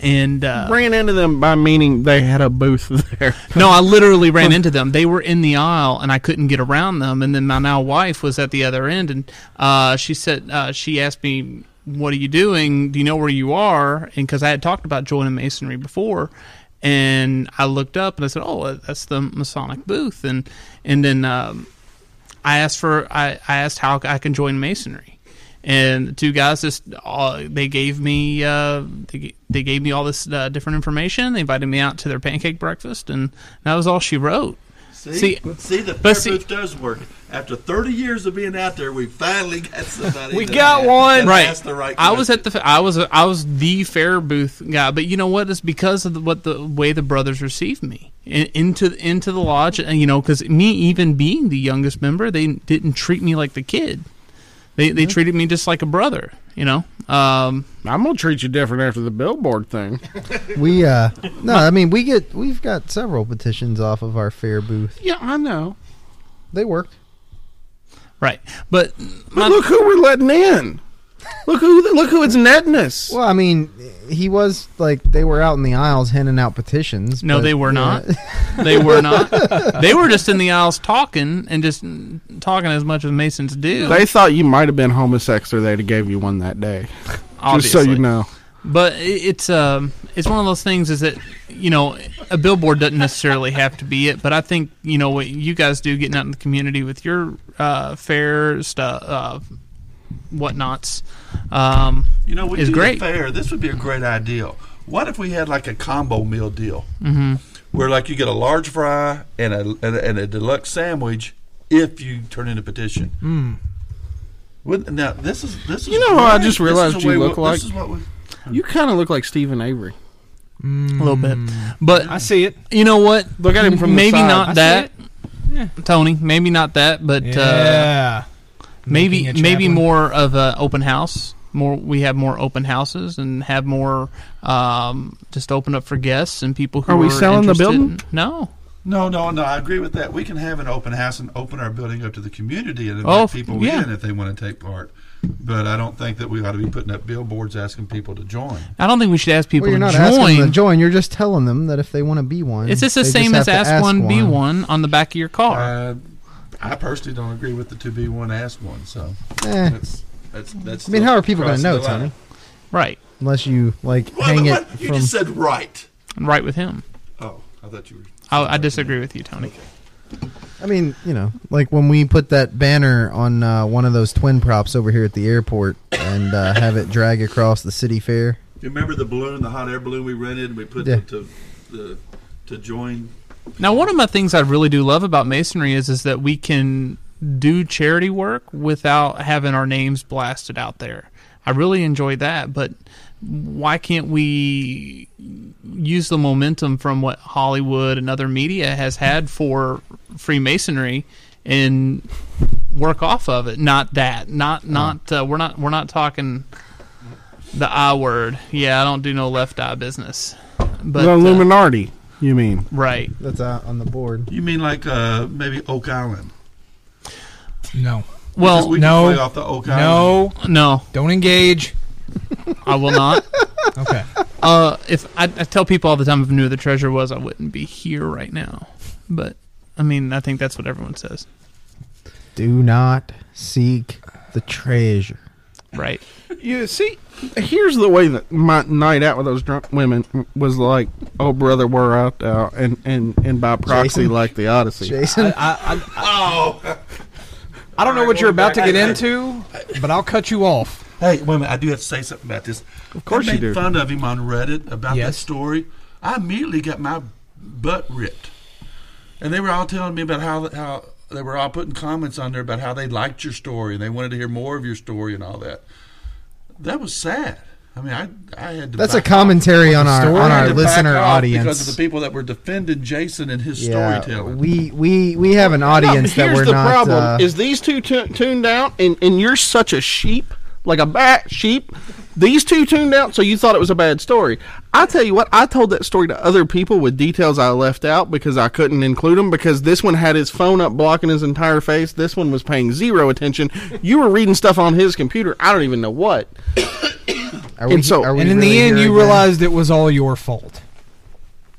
Speaker 7: and uh,
Speaker 2: Ran into them by meaning they had a booth there.
Speaker 7: No, I literally ran into them. They were in the aisle, and I couldn't get around them. And then my now wife was at the other end, and uh, she said uh, she asked me, "What are you doing? Do you know where you are?" And because I had talked about joining masonry before, and I looked up and I said, "Oh, that's the Masonic booth." And and then um, I asked for I, I asked how I can join masonry. And the two guys just uh, they gave me uh, they, g- they gave me all this uh, different information. They invited me out to their pancake breakfast, and that was all she wrote.
Speaker 12: See,
Speaker 7: See,
Speaker 12: see, the
Speaker 7: but
Speaker 12: prayer
Speaker 7: see-
Speaker 12: booth does work. After 30 years of being out there, we finally got somebody.
Speaker 7: we
Speaker 12: that
Speaker 7: got
Speaker 12: a-
Speaker 7: one
Speaker 12: that
Speaker 7: right.
Speaker 12: asked the right
Speaker 7: I was at the fa- I was I was the fair booth guy, but you know what? It's because of the, what the way the brothers received me in, into into the lodge, and you know, because me even being the youngest member, they didn't treat me like the kid. They they treated me just like a brother. You know, um,
Speaker 2: I'm gonna treat you different after the billboard thing.
Speaker 1: We uh no, I mean we get we've got several petitions off of our fair booth.
Speaker 2: Yeah, I know.
Speaker 1: They worked.
Speaker 7: Right, but,
Speaker 2: look who we're letting in. Look who look who it's netting us.
Speaker 1: Well, I mean, he was like they were out in the aisles handing out petitions.
Speaker 7: No,
Speaker 1: but,
Speaker 7: they were
Speaker 1: yeah.
Speaker 7: not. they were not. They were just in the aisles talking and just talking as much as Masons do.
Speaker 2: They thought you might have been homosexual. They'd have gave you one that day. Just so you
Speaker 7: Obviously.
Speaker 2: know.
Speaker 7: But i- it's um, it's one of those things is that you know a billboard doesn't necessarily have to be it, but I think you know what you guys do getting out in the community with your uh, fair stuff, uh, whatnots, um,
Speaker 5: You know, we
Speaker 7: is
Speaker 5: do the
Speaker 7: great.
Speaker 5: fair. This would be a great idea. What if we had like a combo meal deal,
Speaker 2: Mm-hmm.
Speaker 7: Mhm.
Speaker 5: where like you get a large fry and a and a, and a deluxe sandwich if you turn in a petition?
Speaker 3: Mm.
Speaker 5: Would, now this is this is
Speaker 2: You know who I just
Speaker 5: great. This is
Speaker 2: realized
Speaker 5: a
Speaker 2: you
Speaker 5: way
Speaker 2: look
Speaker 5: we-
Speaker 2: like?
Speaker 5: This is what we,
Speaker 2: you kind of look like Stephen Avery.
Speaker 7: a little bit.
Speaker 2: Mm.
Speaker 7: But I see it. You know what?
Speaker 2: Look at him from the
Speaker 7: maybe
Speaker 2: side. I
Speaker 7: not
Speaker 2: see
Speaker 7: that, Tony. Maybe not that, but
Speaker 3: Yeah.
Speaker 7: uh, maybe
Speaker 3: Making a
Speaker 7: maybe
Speaker 3: chaplain.
Speaker 7: more of a open house. More we have more open houses and have more um, just open up for guests and people who
Speaker 2: Are we selling the
Speaker 7: interested
Speaker 2: building?
Speaker 7: in-
Speaker 2: Oh.
Speaker 7: no.
Speaker 5: No, no, no. I agree with that. We can have an open house and open our building up to the community and invite
Speaker 7: Oh,
Speaker 5: people
Speaker 7: yeah.
Speaker 5: in if they want to take part. But I don't think that we ought to be putting up billboards asking people to join.
Speaker 7: I don't think we should ask people
Speaker 1: Well, you're
Speaker 7: to
Speaker 1: not asking them
Speaker 7: join.
Speaker 1: to join. You're just telling them that if they want to be one,
Speaker 7: It's just
Speaker 1: they
Speaker 7: the same
Speaker 1: have
Speaker 7: as
Speaker 1: to
Speaker 7: ask, one, be one on the back of your car.
Speaker 5: Uh, I personally don't agree with the to be one ask one. So
Speaker 1: Eh.
Speaker 5: that's that's that's.
Speaker 1: I mean,
Speaker 5: still
Speaker 1: how are people going to
Speaker 5: crossing
Speaker 1: know,
Speaker 5: the line.
Speaker 1: Tony?
Speaker 7: Right.
Speaker 1: Unless you like hang it
Speaker 5: You
Speaker 1: from
Speaker 5: just said right.
Speaker 7: I'm right with him.
Speaker 5: Oh, I thought you were.
Speaker 7: I, I disagree with you, Tony.
Speaker 1: I mean, you know, like when we put that banner on uh, one of those twin props over here at the airport and uh, have it drag across the city fair.
Speaker 12: You remember the balloon, the hot air balloon we rented, and we put
Speaker 1: Yeah.
Speaker 12: the, to the to join.
Speaker 7: Now, one of my things I really do love about masonry is is that we can do charity work without having our names blasted out there. I really enjoy that, but why can't we use the momentum from what Hollywood and other media has had for Freemasonry and work off of it? Not that,
Speaker 1: Uh-huh.
Speaker 7: not not uh, we're not we're not talking the I word. Yeah, I don't do no left eye business. But
Speaker 2: the
Speaker 7: uh,
Speaker 2: Illuminati. you mean?
Speaker 7: right.
Speaker 1: That's out on the board.
Speaker 5: You mean like uh, maybe Oak Island?
Speaker 3: No.
Speaker 7: Well,
Speaker 5: Because we
Speaker 3: no.
Speaker 5: can play off the Oak
Speaker 3: no.
Speaker 7: No.
Speaker 3: Don't engage.
Speaker 7: I will not.
Speaker 3: Okay.
Speaker 7: Uh, if I, I tell people all the time, if I knew where the treasure was, I wouldn't be here right now. But I mean, I think that's what everyone says,
Speaker 1: Do not seek the treasure.
Speaker 7: right?
Speaker 2: You see, here's the way that my night out with those drunk women was like, oh brother, we're out now, and and and by proxy,
Speaker 1: Jason?
Speaker 2: like the Odyssey.
Speaker 1: Jason,
Speaker 5: oh.
Speaker 3: I don't know what you're about to get
Speaker 5: back to
Speaker 3: into, but I'll cut you off.
Speaker 5: Hey, wait a minute. I do have to say something about this. Of
Speaker 2: course
Speaker 5: I
Speaker 2: you
Speaker 5: made
Speaker 2: do.
Speaker 5: fun of him on Reddit about that
Speaker 3: Yes.
Speaker 5: story. I immediately got my butt ripped, and they were all telling me about how how they were all putting comments on there about how they liked your story and they wanted to hear more of your story and all that. That was sad. I mean, I I had to
Speaker 1: that's a
Speaker 5: back
Speaker 1: commentary on our
Speaker 5: off.
Speaker 1: on
Speaker 5: I had
Speaker 1: our
Speaker 5: to back
Speaker 1: listener
Speaker 5: off because
Speaker 1: audience.
Speaker 5: of the people that were defending Jason and his
Speaker 1: yeah,
Speaker 5: storytelling.
Speaker 1: we we we have an audience
Speaker 2: No,
Speaker 1: that
Speaker 2: here's
Speaker 1: we're
Speaker 2: the
Speaker 1: not.
Speaker 2: problem:
Speaker 1: uh,
Speaker 2: is these two tu- tuned out, and and you're such a sheep, like a bat sheep. These two tuned out, so you thought it was a bad story. I tell you what, I told that story to other people with details I left out because I couldn't include them. Because this one had his phone up, blocking his entire face. This one was paying zero attention. You were reading stuff on his computer. I don't even know what.
Speaker 1: are we,
Speaker 2: and so-
Speaker 1: are we
Speaker 3: And in
Speaker 1: really
Speaker 3: the end,
Speaker 1: here
Speaker 3: you
Speaker 1: again?
Speaker 3: realized it was all your fault.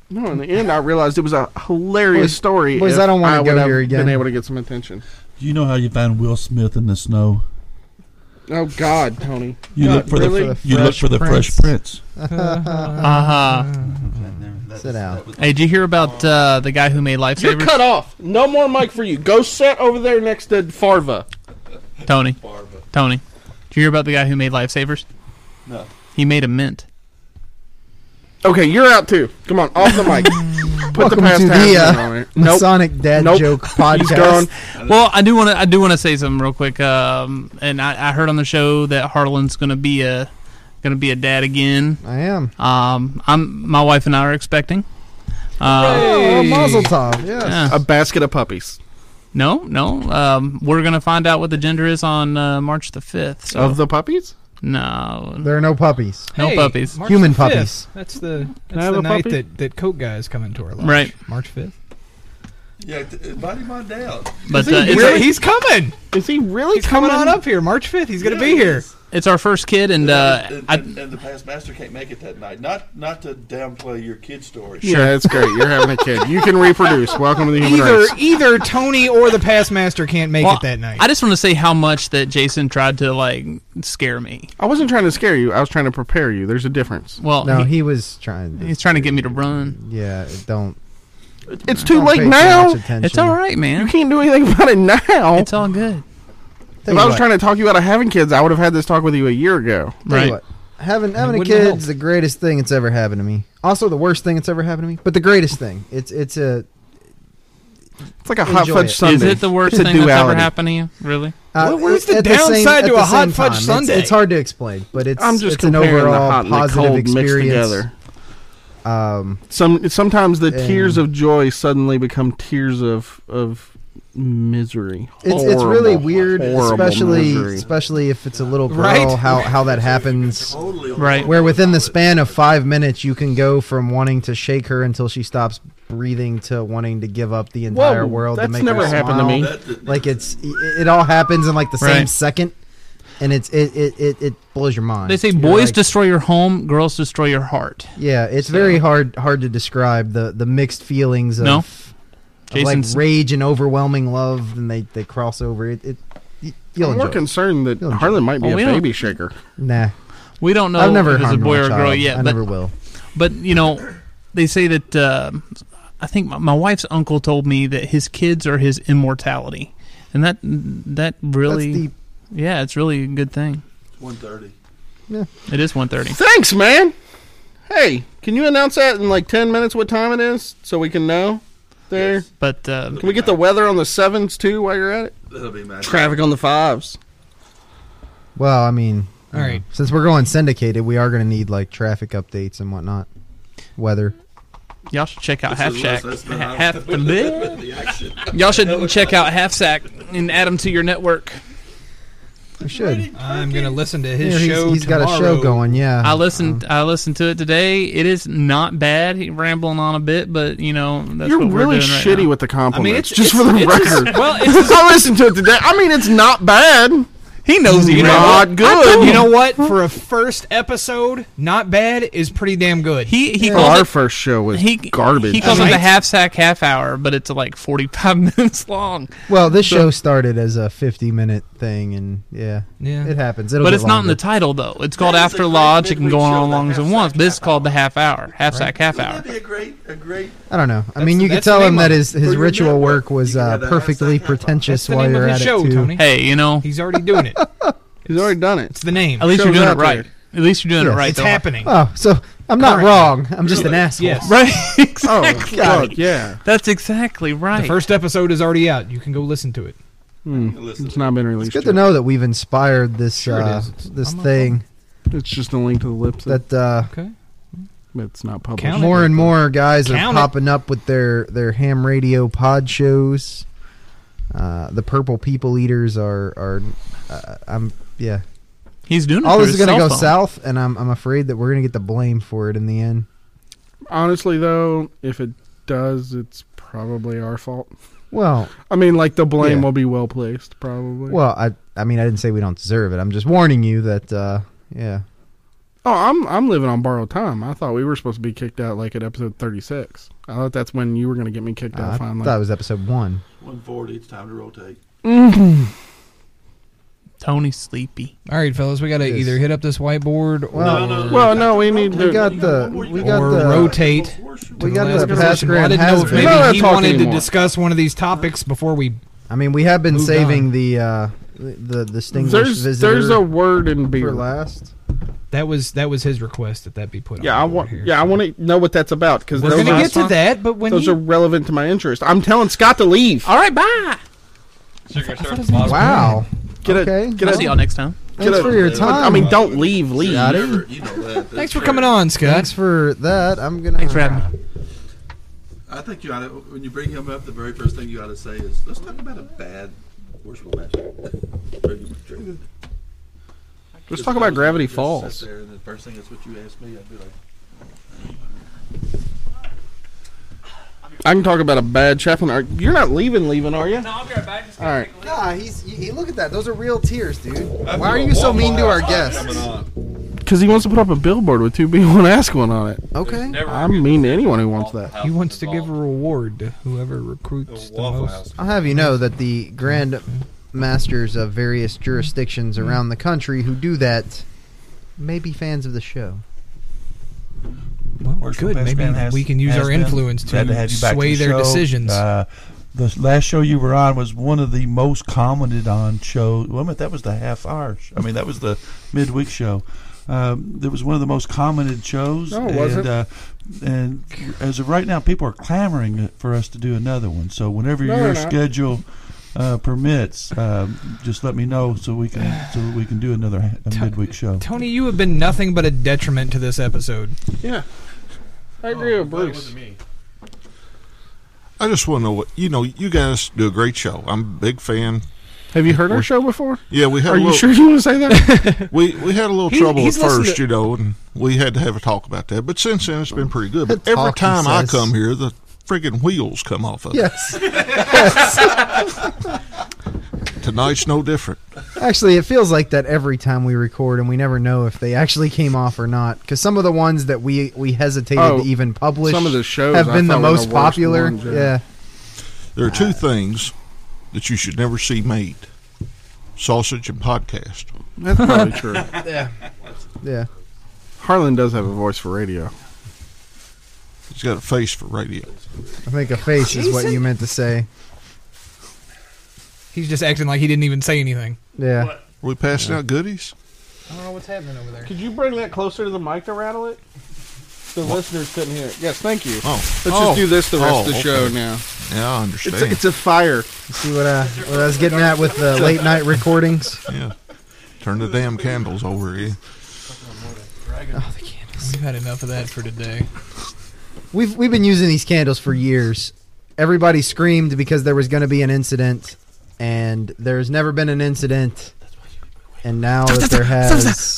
Speaker 2: No, in the end, I realized it was a hilarious
Speaker 1: Boys-
Speaker 2: story.
Speaker 1: boys,
Speaker 2: if
Speaker 1: I don't wanna go
Speaker 2: would have
Speaker 1: here again.
Speaker 2: Been able to get some attention.
Speaker 5: Do you know how you find Will Smith in the snow?
Speaker 2: Oh God, Tony.
Speaker 5: You
Speaker 2: God,
Speaker 5: look for
Speaker 2: really?
Speaker 5: the you look for the Fresh Prince.
Speaker 3: Uh-huh.
Speaker 7: Uh huh.
Speaker 1: Sit down.
Speaker 7: Uh-huh. Hey, did you hear about uh, the guy who made
Speaker 2: You're
Speaker 7: lifesavers?
Speaker 2: cut off. No more mic for you. Go sit over there next to Farva.
Speaker 7: Tony. Tony. Did you hear about the guy who made lifesavers?
Speaker 12: No.
Speaker 7: He made a mint.
Speaker 2: Okay, you're out too. Come on, off the mic. Put the
Speaker 1: Welcome
Speaker 2: past
Speaker 1: to
Speaker 2: hazard
Speaker 1: the uh,
Speaker 2: on it.
Speaker 1: Masonic Dad Joke
Speaker 7: He's
Speaker 1: Podcast.
Speaker 7: gone. Well, I do want to. I do want to say something real quick. Um, and I, I heard on the show that Harlan's going to be a going to be a dad again.
Speaker 1: I am.
Speaker 7: Um, I'm. My wife and I are expecting. Um,
Speaker 1: Hey, Oh, Mazel tov, yes.
Speaker 2: A basket of puppies.
Speaker 7: No, no. Um, we're gonna find out what the gender is on uh, March the fifth.
Speaker 2: Of the puppies?
Speaker 7: No,
Speaker 1: There are no puppies.
Speaker 7: No puppies.
Speaker 3: March
Speaker 1: Human
Speaker 3: the fifth.
Speaker 1: puppies.
Speaker 3: That's the
Speaker 7: I
Speaker 3: that's
Speaker 7: have
Speaker 3: the
Speaker 7: a
Speaker 3: night
Speaker 7: puppy?
Speaker 3: that that Coke guy is coming to our lodge.
Speaker 7: Right.
Speaker 3: March fifth.
Speaker 5: Yeah, t- invite him on down.
Speaker 7: But
Speaker 3: Is he
Speaker 7: uh, it's-
Speaker 3: really- he's coming.
Speaker 2: Is he really
Speaker 3: he's coming, on up here? March fifth. He's gonna
Speaker 5: Yeah,
Speaker 3: be
Speaker 5: he
Speaker 3: here.
Speaker 7: It's our first kid, and uh,
Speaker 5: and,
Speaker 7: I,
Speaker 5: and- and the past master can't make it that night. Not not to downplay your kid story.
Speaker 2: Yeah, that's great. You're having a kid. You can reproduce. Welcome to the human
Speaker 3: Either
Speaker 2: race.
Speaker 3: either Tony or the past master can't make
Speaker 7: Well,
Speaker 3: it that night.
Speaker 7: I just want to say how much that Jason tried to like scare me.
Speaker 3: Oh,
Speaker 2: I wasn't trying to scare you. I was trying to prepare you. There's a difference.
Speaker 7: Well,
Speaker 1: No, he, was trying. To,
Speaker 7: he's trying to get me to run.
Speaker 1: yeah, don't.
Speaker 2: It's too
Speaker 1: Don't
Speaker 2: late
Speaker 1: pay too
Speaker 2: now.
Speaker 1: much attention.
Speaker 7: It's all right, man.
Speaker 2: You can't do anything about it now.
Speaker 7: It's all good.
Speaker 2: If I was trying to talk you out of having kids, I would have had this talk with you a year ago.
Speaker 1: Tell you what, having having a
Speaker 7: wouldn't help.
Speaker 1: kid's the greatest thing that's ever happened to me. Also, the worst thing that's ever happened to me, but the greatest thing. It's it's a.
Speaker 2: It's like a hot
Speaker 1: Enjoy
Speaker 2: fudge
Speaker 1: it.
Speaker 2: sundae.
Speaker 7: Is it the worst
Speaker 2: It's a
Speaker 7: thing that's ever
Speaker 2: duality.
Speaker 7: happened to you? Really?
Speaker 1: Uh,
Speaker 3: What- where's
Speaker 1: it-
Speaker 3: the
Speaker 1: at same-
Speaker 3: downside
Speaker 1: at
Speaker 3: to
Speaker 1: the
Speaker 3: a hot
Speaker 1: same
Speaker 3: fudge
Speaker 1: time. It's-
Speaker 3: sundae?
Speaker 1: It's, hard to explain, but it's
Speaker 2: I'm just
Speaker 1: it's an
Speaker 2: comparing the
Speaker 1: overall
Speaker 2: hot and the
Speaker 1: positive
Speaker 2: cold mixed
Speaker 1: experience.
Speaker 2: together.
Speaker 1: Um,
Speaker 2: Some sometimes the
Speaker 1: And-
Speaker 2: tears of joy suddenly become tears of of misery.
Speaker 1: it's, it's really
Speaker 2: Horrible,
Speaker 1: weird,
Speaker 2: horrible
Speaker 1: especially
Speaker 2: misery.
Speaker 1: especially if it's a little girl.
Speaker 3: Right?
Speaker 1: How how that happens?
Speaker 7: Right.
Speaker 1: Where within the span of five minutes, you can go from wanting to shake her until she stops breathing to wanting to give up the entire world.
Speaker 2: that's
Speaker 1: to make
Speaker 2: never
Speaker 1: her
Speaker 2: happened to
Speaker 1: smile.
Speaker 2: me.
Speaker 1: Like it's it, it all happens in like the same
Speaker 7: Right.
Speaker 1: second, and it's it it, it, it blows your mind.
Speaker 7: They say
Speaker 1: You're
Speaker 7: boys
Speaker 1: like-
Speaker 7: destroy your home, girls destroy your heart.
Speaker 1: Yeah, it's very hard hard to describe the the mixed feelings of,
Speaker 7: No.
Speaker 1: of, like
Speaker 7: Jason's-
Speaker 1: rage and overwhelming love, and they they cross over. It, it y- you'll
Speaker 2: I'm
Speaker 1: enjoy.
Speaker 2: more
Speaker 1: it.
Speaker 2: concerned that
Speaker 1: You'll enjoy
Speaker 2: Harlan might be
Speaker 7: Oh, we
Speaker 2: a
Speaker 7: don't-
Speaker 2: baby shaker.
Speaker 1: Nah,
Speaker 7: We don't know
Speaker 1: I've never
Speaker 7: if it's a
Speaker 1: harmed
Speaker 7: boy
Speaker 1: my
Speaker 7: or a girl
Speaker 1: child.
Speaker 7: yet,
Speaker 1: I
Speaker 7: but
Speaker 1: never will.
Speaker 7: but you know, they say that. Uh, I think my, my wife's uncle told me that his kids are his immortality, and that that really,
Speaker 1: That's deep.
Speaker 7: yeah, it's really a good thing.
Speaker 5: One thirty.
Speaker 7: It is one thirty.
Speaker 2: Thanks, man. Hey, can you announce that in like ten minutes what time it is so we can know? There.
Speaker 7: But uh,
Speaker 2: Can we get the weather on the sevens too while you're at it?
Speaker 5: That'll be magic.
Speaker 2: Traffic on the fives.
Speaker 1: Well, I mean,
Speaker 3: All right.
Speaker 1: since we're going syndicated, we are going to need like traffic updates and whatnot, weather.
Speaker 7: y'all should check out Half
Speaker 5: This is
Speaker 7: Shack.
Speaker 5: less- that's not
Speaker 7: Half
Speaker 5: how- the action.
Speaker 7: y'all should check out Half Shack and add them to your network.
Speaker 1: We should.
Speaker 3: I'm gonna listen to his
Speaker 1: Yeah, he's-
Speaker 3: show.
Speaker 1: he's got a show
Speaker 3: tomorrow.
Speaker 1: going. Yeah, Uh-huh.
Speaker 7: I listened. I listened to it today. It is not bad. He rambling on a bit, but you know that's
Speaker 2: You're
Speaker 7: what we're
Speaker 2: really
Speaker 7: doing right
Speaker 2: shitty
Speaker 7: now.
Speaker 2: with the compliments.
Speaker 3: it's-
Speaker 2: just
Speaker 3: it's-
Speaker 2: for the
Speaker 3: it's just-
Speaker 2: record.
Speaker 7: well, it's
Speaker 2: Since I listened to it today, I mean it's not bad.
Speaker 7: he knows you know.
Speaker 2: not good.
Speaker 3: You know what? For a first episode, not bad is pretty damn good.
Speaker 7: He he
Speaker 2: Oh,
Speaker 7: calls
Speaker 2: our
Speaker 7: it,
Speaker 2: first show was
Speaker 7: he
Speaker 2: garbage.
Speaker 7: He calls it the
Speaker 3: Right?
Speaker 7: half sack half hour, but it's like forty five minutes long.
Speaker 1: Well, this show started as a 50 minute thing, and yeah,
Speaker 3: Yeah.
Speaker 1: it happens. It'll
Speaker 7: But
Speaker 1: get
Speaker 7: it's not in the
Speaker 1: longer.
Speaker 7: title though. It's called
Speaker 5: That is a
Speaker 7: After
Speaker 5: great
Speaker 7: Lodge. It can go
Speaker 5: midweek show,
Speaker 7: on
Speaker 5: the
Speaker 7: long as it
Speaker 5: half
Speaker 7: wants.
Speaker 5: sack
Speaker 7: This is
Speaker 5: half
Speaker 7: called the half hour, half sack half
Speaker 5: Wouldn't
Speaker 7: hour.
Speaker 5: that be a great, a great
Speaker 1: I don't know. I
Speaker 3: That's
Speaker 1: mean,
Speaker 3: the-
Speaker 1: you could
Speaker 3: that's the
Speaker 1: tell
Speaker 3: name
Speaker 1: him that
Speaker 3: of it.
Speaker 1: his, his
Speaker 5: your
Speaker 1: ritual
Speaker 5: network.
Speaker 1: work was
Speaker 5: You can
Speaker 1: uh,
Speaker 5: have the half-sack
Speaker 1: perfectly
Speaker 5: half hour.
Speaker 1: pretentious
Speaker 3: That's the
Speaker 1: while
Speaker 3: name of
Speaker 1: you're
Speaker 3: his
Speaker 1: at
Speaker 3: show,
Speaker 1: it too.
Speaker 3: Tony.
Speaker 7: Hey, you know,
Speaker 3: He's already doing it. It's
Speaker 2: He's already done it.
Speaker 3: the name.
Speaker 7: at least you're
Speaker 2: Show's
Speaker 7: doing it
Speaker 2: out
Speaker 7: right. At least you're doing
Speaker 1: Yes.
Speaker 7: it right.
Speaker 3: it's
Speaker 7: though.
Speaker 3: happening.
Speaker 1: Oh, so I'm not
Speaker 3: Currently.
Speaker 1: wrong. I'm just an asshole.
Speaker 3: Yes.
Speaker 7: Right.
Speaker 2: Oh,
Speaker 7: exactly.
Speaker 2: God, yeah.
Speaker 7: That's exactly right.
Speaker 3: The first episode is already out. You can go listen to it.
Speaker 5: listen?
Speaker 2: Hmm. It's not been released.
Speaker 1: It's good
Speaker 2: yet.
Speaker 1: to know that we've inspired this
Speaker 3: Sure it
Speaker 1: uh,
Speaker 3: is. It's-
Speaker 1: this
Speaker 3: I'm a-
Speaker 1: thing
Speaker 2: It's just a link to the lips. That,
Speaker 1: that uh,
Speaker 3: Okay.
Speaker 2: it's not published.
Speaker 3: Count
Speaker 1: more and more guys are
Speaker 3: Count it.
Speaker 1: popping up with their their ham radio pod shows. Uh, the purple people eaters are are uh, I'm yeah.
Speaker 7: He's doing it
Speaker 1: All
Speaker 7: through
Speaker 1: this is
Speaker 7: his
Speaker 1: gonna
Speaker 7: cell
Speaker 1: go
Speaker 7: phone.
Speaker 1: south, and I'm I'm afraid that we're gonna get the blame for it in the end.
Speaker 2: Honestly, though, if it does, it's probably our fault.
Speaker 1: Well,
Speaker 2: I mean, like the blame
Speaker 1: Yeah.
Speaker 2: will be well placed, probably.
Speaker 1: well, I I mean I didn't say we don't deserve it. I'm just warning you that uh, yeah.
Speaker 2: oh, I'm I'm living on borrowed time. I thought we were supposed to be kicked out like at episode 36. I thought that's when you were going to get me kicked
Speaker 1: Uh, I
Speaker 2: out finally.
Speaker 1: thought it was episode one.
Speaker 5: One forty. It's time to rotate.
Speaker 7: Mm-hmm. Tony's sleepy.
Speaker 3: All right, fellas, we got to
Speaker 1: Yes.
Speaker 3: either hit up this whiteboard or
Speaker 1: Well, No,
Speaker 5: no.
Speaker 2: well, no, we need
Speaker 1: We
Speaker 2: to.
Speaker 1: got the we got
Speaker 3: Or
Speaker 1: the
Speaker 3: rotate. Tate.
Speaker 1: we got
Speaker 3: last
Speaker 1: the
Speaker 3: position.
Speaker 1: past
Speaker 3: Well, I
Speaker 1: grand
Speaker 3: didn't know if
Speaker 1: hazard.
Speaker 2: We're not
Speaker 3: maybe he
Speaker 2: talking
Speaker 3: wanted
Speaker 2: anymore.
Speaker 3: to discuss one of these topics before we.
Speaker 1: I mean, we have been
Speaker 3: Moved
Speaker 1: saving
Speaker 3: on.
Speaker 1: the uh, the the distinguished
Speaker 2: there's
Speaker 1: visitor
Speaker 2: there's a word in
Speaker 1: for
Speaker 2: beer.
Speaker 1: last.
Speaker 3: That was that was his request that that be put.
Speaker 2: Yeah,
Speaker 3: on
Speaker 2: I
Speaker 3: the
Speaker 2: want. Yeah, I want to know what that's about because
Speaker 3: We're gonna get to that, but when
Speaker 2: those
Speaker 3: he-
Speaker 2: are relevant to my interest, I'm telling Scott to leave. All
Speaker 7: right, bye.
Speaker 1: Wow.
Speaker 2: Get
Speaker 1: Okay.
Speaker 2: a, get
Speaker 1: I'll
Speaker 2: a-
Speaker 1: see y'all next time.
Speaker 2: get
Speaker 1: Thanks
Speaker 2: a-
Speaker 1: for your time.
Speaker 2: I mean, don't leave. Leave.
Speaker 1: Got it.
Speaker 3: Thanks for coming on, Scott.
Speaker 1: Thanks for that. I'm gonna.
Speaker 5: Thanks for
Speaker 1: having me.
Speaker 5: I think you ought to, when you bring him up, the very first thing you ought to say is, let's talk about a bad worship master.
Speaker 2: Let's talk about Gravity Falls.
Speaker 5: There and the first thing that's what you asked me, I'd be like,
Speaker 2: I can talk about a bad chaplain. Are- You're not leaving, leaving, are you?
Speaker 7: I'll be right back.
Speaker 2: All right.
Speaker 1: Nah, he's. He, he- look at that. Those are real tears, dude. Why are you so mean to our guests?
Speaker 2: Because he wants to put up a billboard with two B one ask one on it.
Speaker 1: Okay.
Speaker 2: I'm mean to anyone who wants that.
Speaker 3: He wants to give a reward to whoever recruits the most.
Speaker 1: I'll have you know that the grand masters of various jurisdictions around the country who do that may be fans of the show.
Speaker 3: Well, good. Maybe we can use our influence to, sway their decisions.
Speaker 4: Uh, the last show you were on was one of the most commented on shows. Well, I mean, that was the half hour. sh- I mean, that was the midweek show. Um, it was one of the most commented shows.
Speaker 2: No, it
Speaker 4: and,
Speaker 2: wasn't.
Speaker 4: Uh, and as of right now, people are clamoring for us to do another one. So whenever
Speaker 2: No,
Speaker 4: your
Speaker 2: they're not.
Speaker 4: schedule uh, permits, um, just let me know so we can so that we can do another ha- a midweek show.
Speaker 3: Tony, you have been nothing but a detriment to this episode.
Speaker 13: Oh.
Speaker 2: Yeah. I agree with Bruce.
Speaker 13: I just want to know what you know. You guys do a great show. I'm a big fan.
Speaker 2: Have you heard our
Speaker 13: We're-
Speaker 2: show before?
Speaker 13: Yeah, we had.
Speaker 2: Are
Speaker 13: a
Speaker 2: you
Speaker 13: little,
Speaker 2: sure you want to say that?
Speaker 13: we we had a little
Speaker 2: He-
Speaker 13: trouble at
Speaker 2: he's listened
Speaker 13: first,
Speaker 2: to-
Speaker 13: you know, and we had to have a talk about that. But since then, it's been pretty good. But every
Speaker 1: Talk, he
Speaker 13: time I
Speaker 1: says.
Speaker 13: come here, the friggin' wheels come off of
Speaker 1: Yes.
Speaker 13: it. Tonight's no different.
Speaker 1: Actually, it feels like that every time we record, and we never know if they actually came off or not. Because some of the ones that we we hesitated
Speaker 13: Oh,
Speaker 1: to even publish
Speaker 13: some of the shows
Speaker 1: have
Speaker 13: I
Speaker 1: been the
Speaker 13: thought were the
Speaker 1: most
Speaker 13: worst
Speaker 1: popular.
Speaker 13: ones, yeah.
Speaker 1: yeah.
Speaker 13: There are two things that you should never see made: sausage and podcast.
Speaker 2: That's probably true.
Speaker 1: Yeah. Yeah.
Speaker 2: Harlan does have a voice for radio.
Speaker 13: He's got a face for radio.
Speaker 1: I think a face is what you
Speaker 3: Jason?
Speaker 1: meant to say.
Speaker 3: He's just acting like he didn't even say anything.
Speaker 1: Yeah.
Speaker 3: What?
Speaker 13: we passing out goodies?
Speaker 3: I don't know what's happening over there.
Speaker 2: Could you bring that closer to the mic to rattle it? The listeners couldn't hear it. Yes, thank you.
Speaker 13: Oh.
Speaker 2: Let's
Speaker 13: Oh.
Speaker 2: just do this the rest of the
Speaker 13: Oh,
Speaker 2: show
Speaker 13: okay.
Speaker 2: now.
Speaker 13: Yeah, I
Speaker 2: It's,
Speaker 13: understand.
Speaker 2: a- it's a fire.
Speaker 1: See what, uh, what I was getting at with the late night recordings.
Speaker 13: yeah. Turn the damn candles over here.
Speaker 3: We've had enough of that for today.
Speaker 1: We've we've been using these candles for years. Everybody screamed because there was going to be an incident, and there's never been an incident. And now that there has,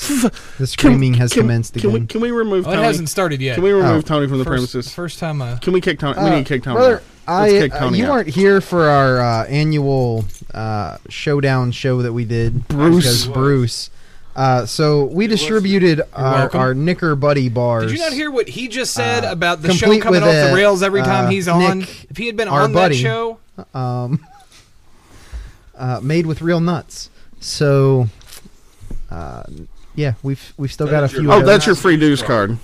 Speaker 1: the screaming has
Speaker 2: Can-
Speaker 1: commenced
Speaker 2: can we,
Speaker 1: again.
Speaker 2: can we remove
Speaker 3: Oh, it
Speaker 2: Tony?
Speaker 3: hasn't started yet.
Speaker 2: Can we remove
Speaker 1: Oh.
Speaker 2: Tony from the
Speaker 3: First-
Speaker 2: premises?
Speaker 3: First time I.
Speaker 2: Can we kick Tony? we
Speaker 1: Uh,
Speaker 2: need to kick Tony
Speaker 1: brother,
Speaker 2: out.
Speaker 1: I,
Speaker 2: Let's kick
Speaker 1: uh,
Speaker 2: Tony
Speaker 1: you
Speaker 2: out.
Speaker 1: weren't here for our uh, annual uh, showdown show that we did.
Speaker 2: Bruce.
Speaker 1: Because Bruce. Uh, so we distributed our,
Speaker 3: welcome.
Speaker 1: our Knicker Buddy bars.
Speaker 3: Did you not hear what he just said about the show
Speaker 1: Uh, complete
Speaker 3: coming
Speaker 1: with
Speaker 3: off the
Speaker 1: a,
Speaker 3: rails every time
Speaker 1: uh,
Speaker 3: he's on?
Speaker 1: Nick,
Speaker 3: if he had been
Speaker 1: our
Speaker 3: on
Speaker 1: buddy.
Speaker 3: that show,
Speaker 1: um, uh, made with real nuts. So, uh, yeah, we've we've still got a few.
Speaker 2: Oh,
Speaker 1: of
Speaker 2: that's your
Speaker 1: those.
Speaker 2: free dues card.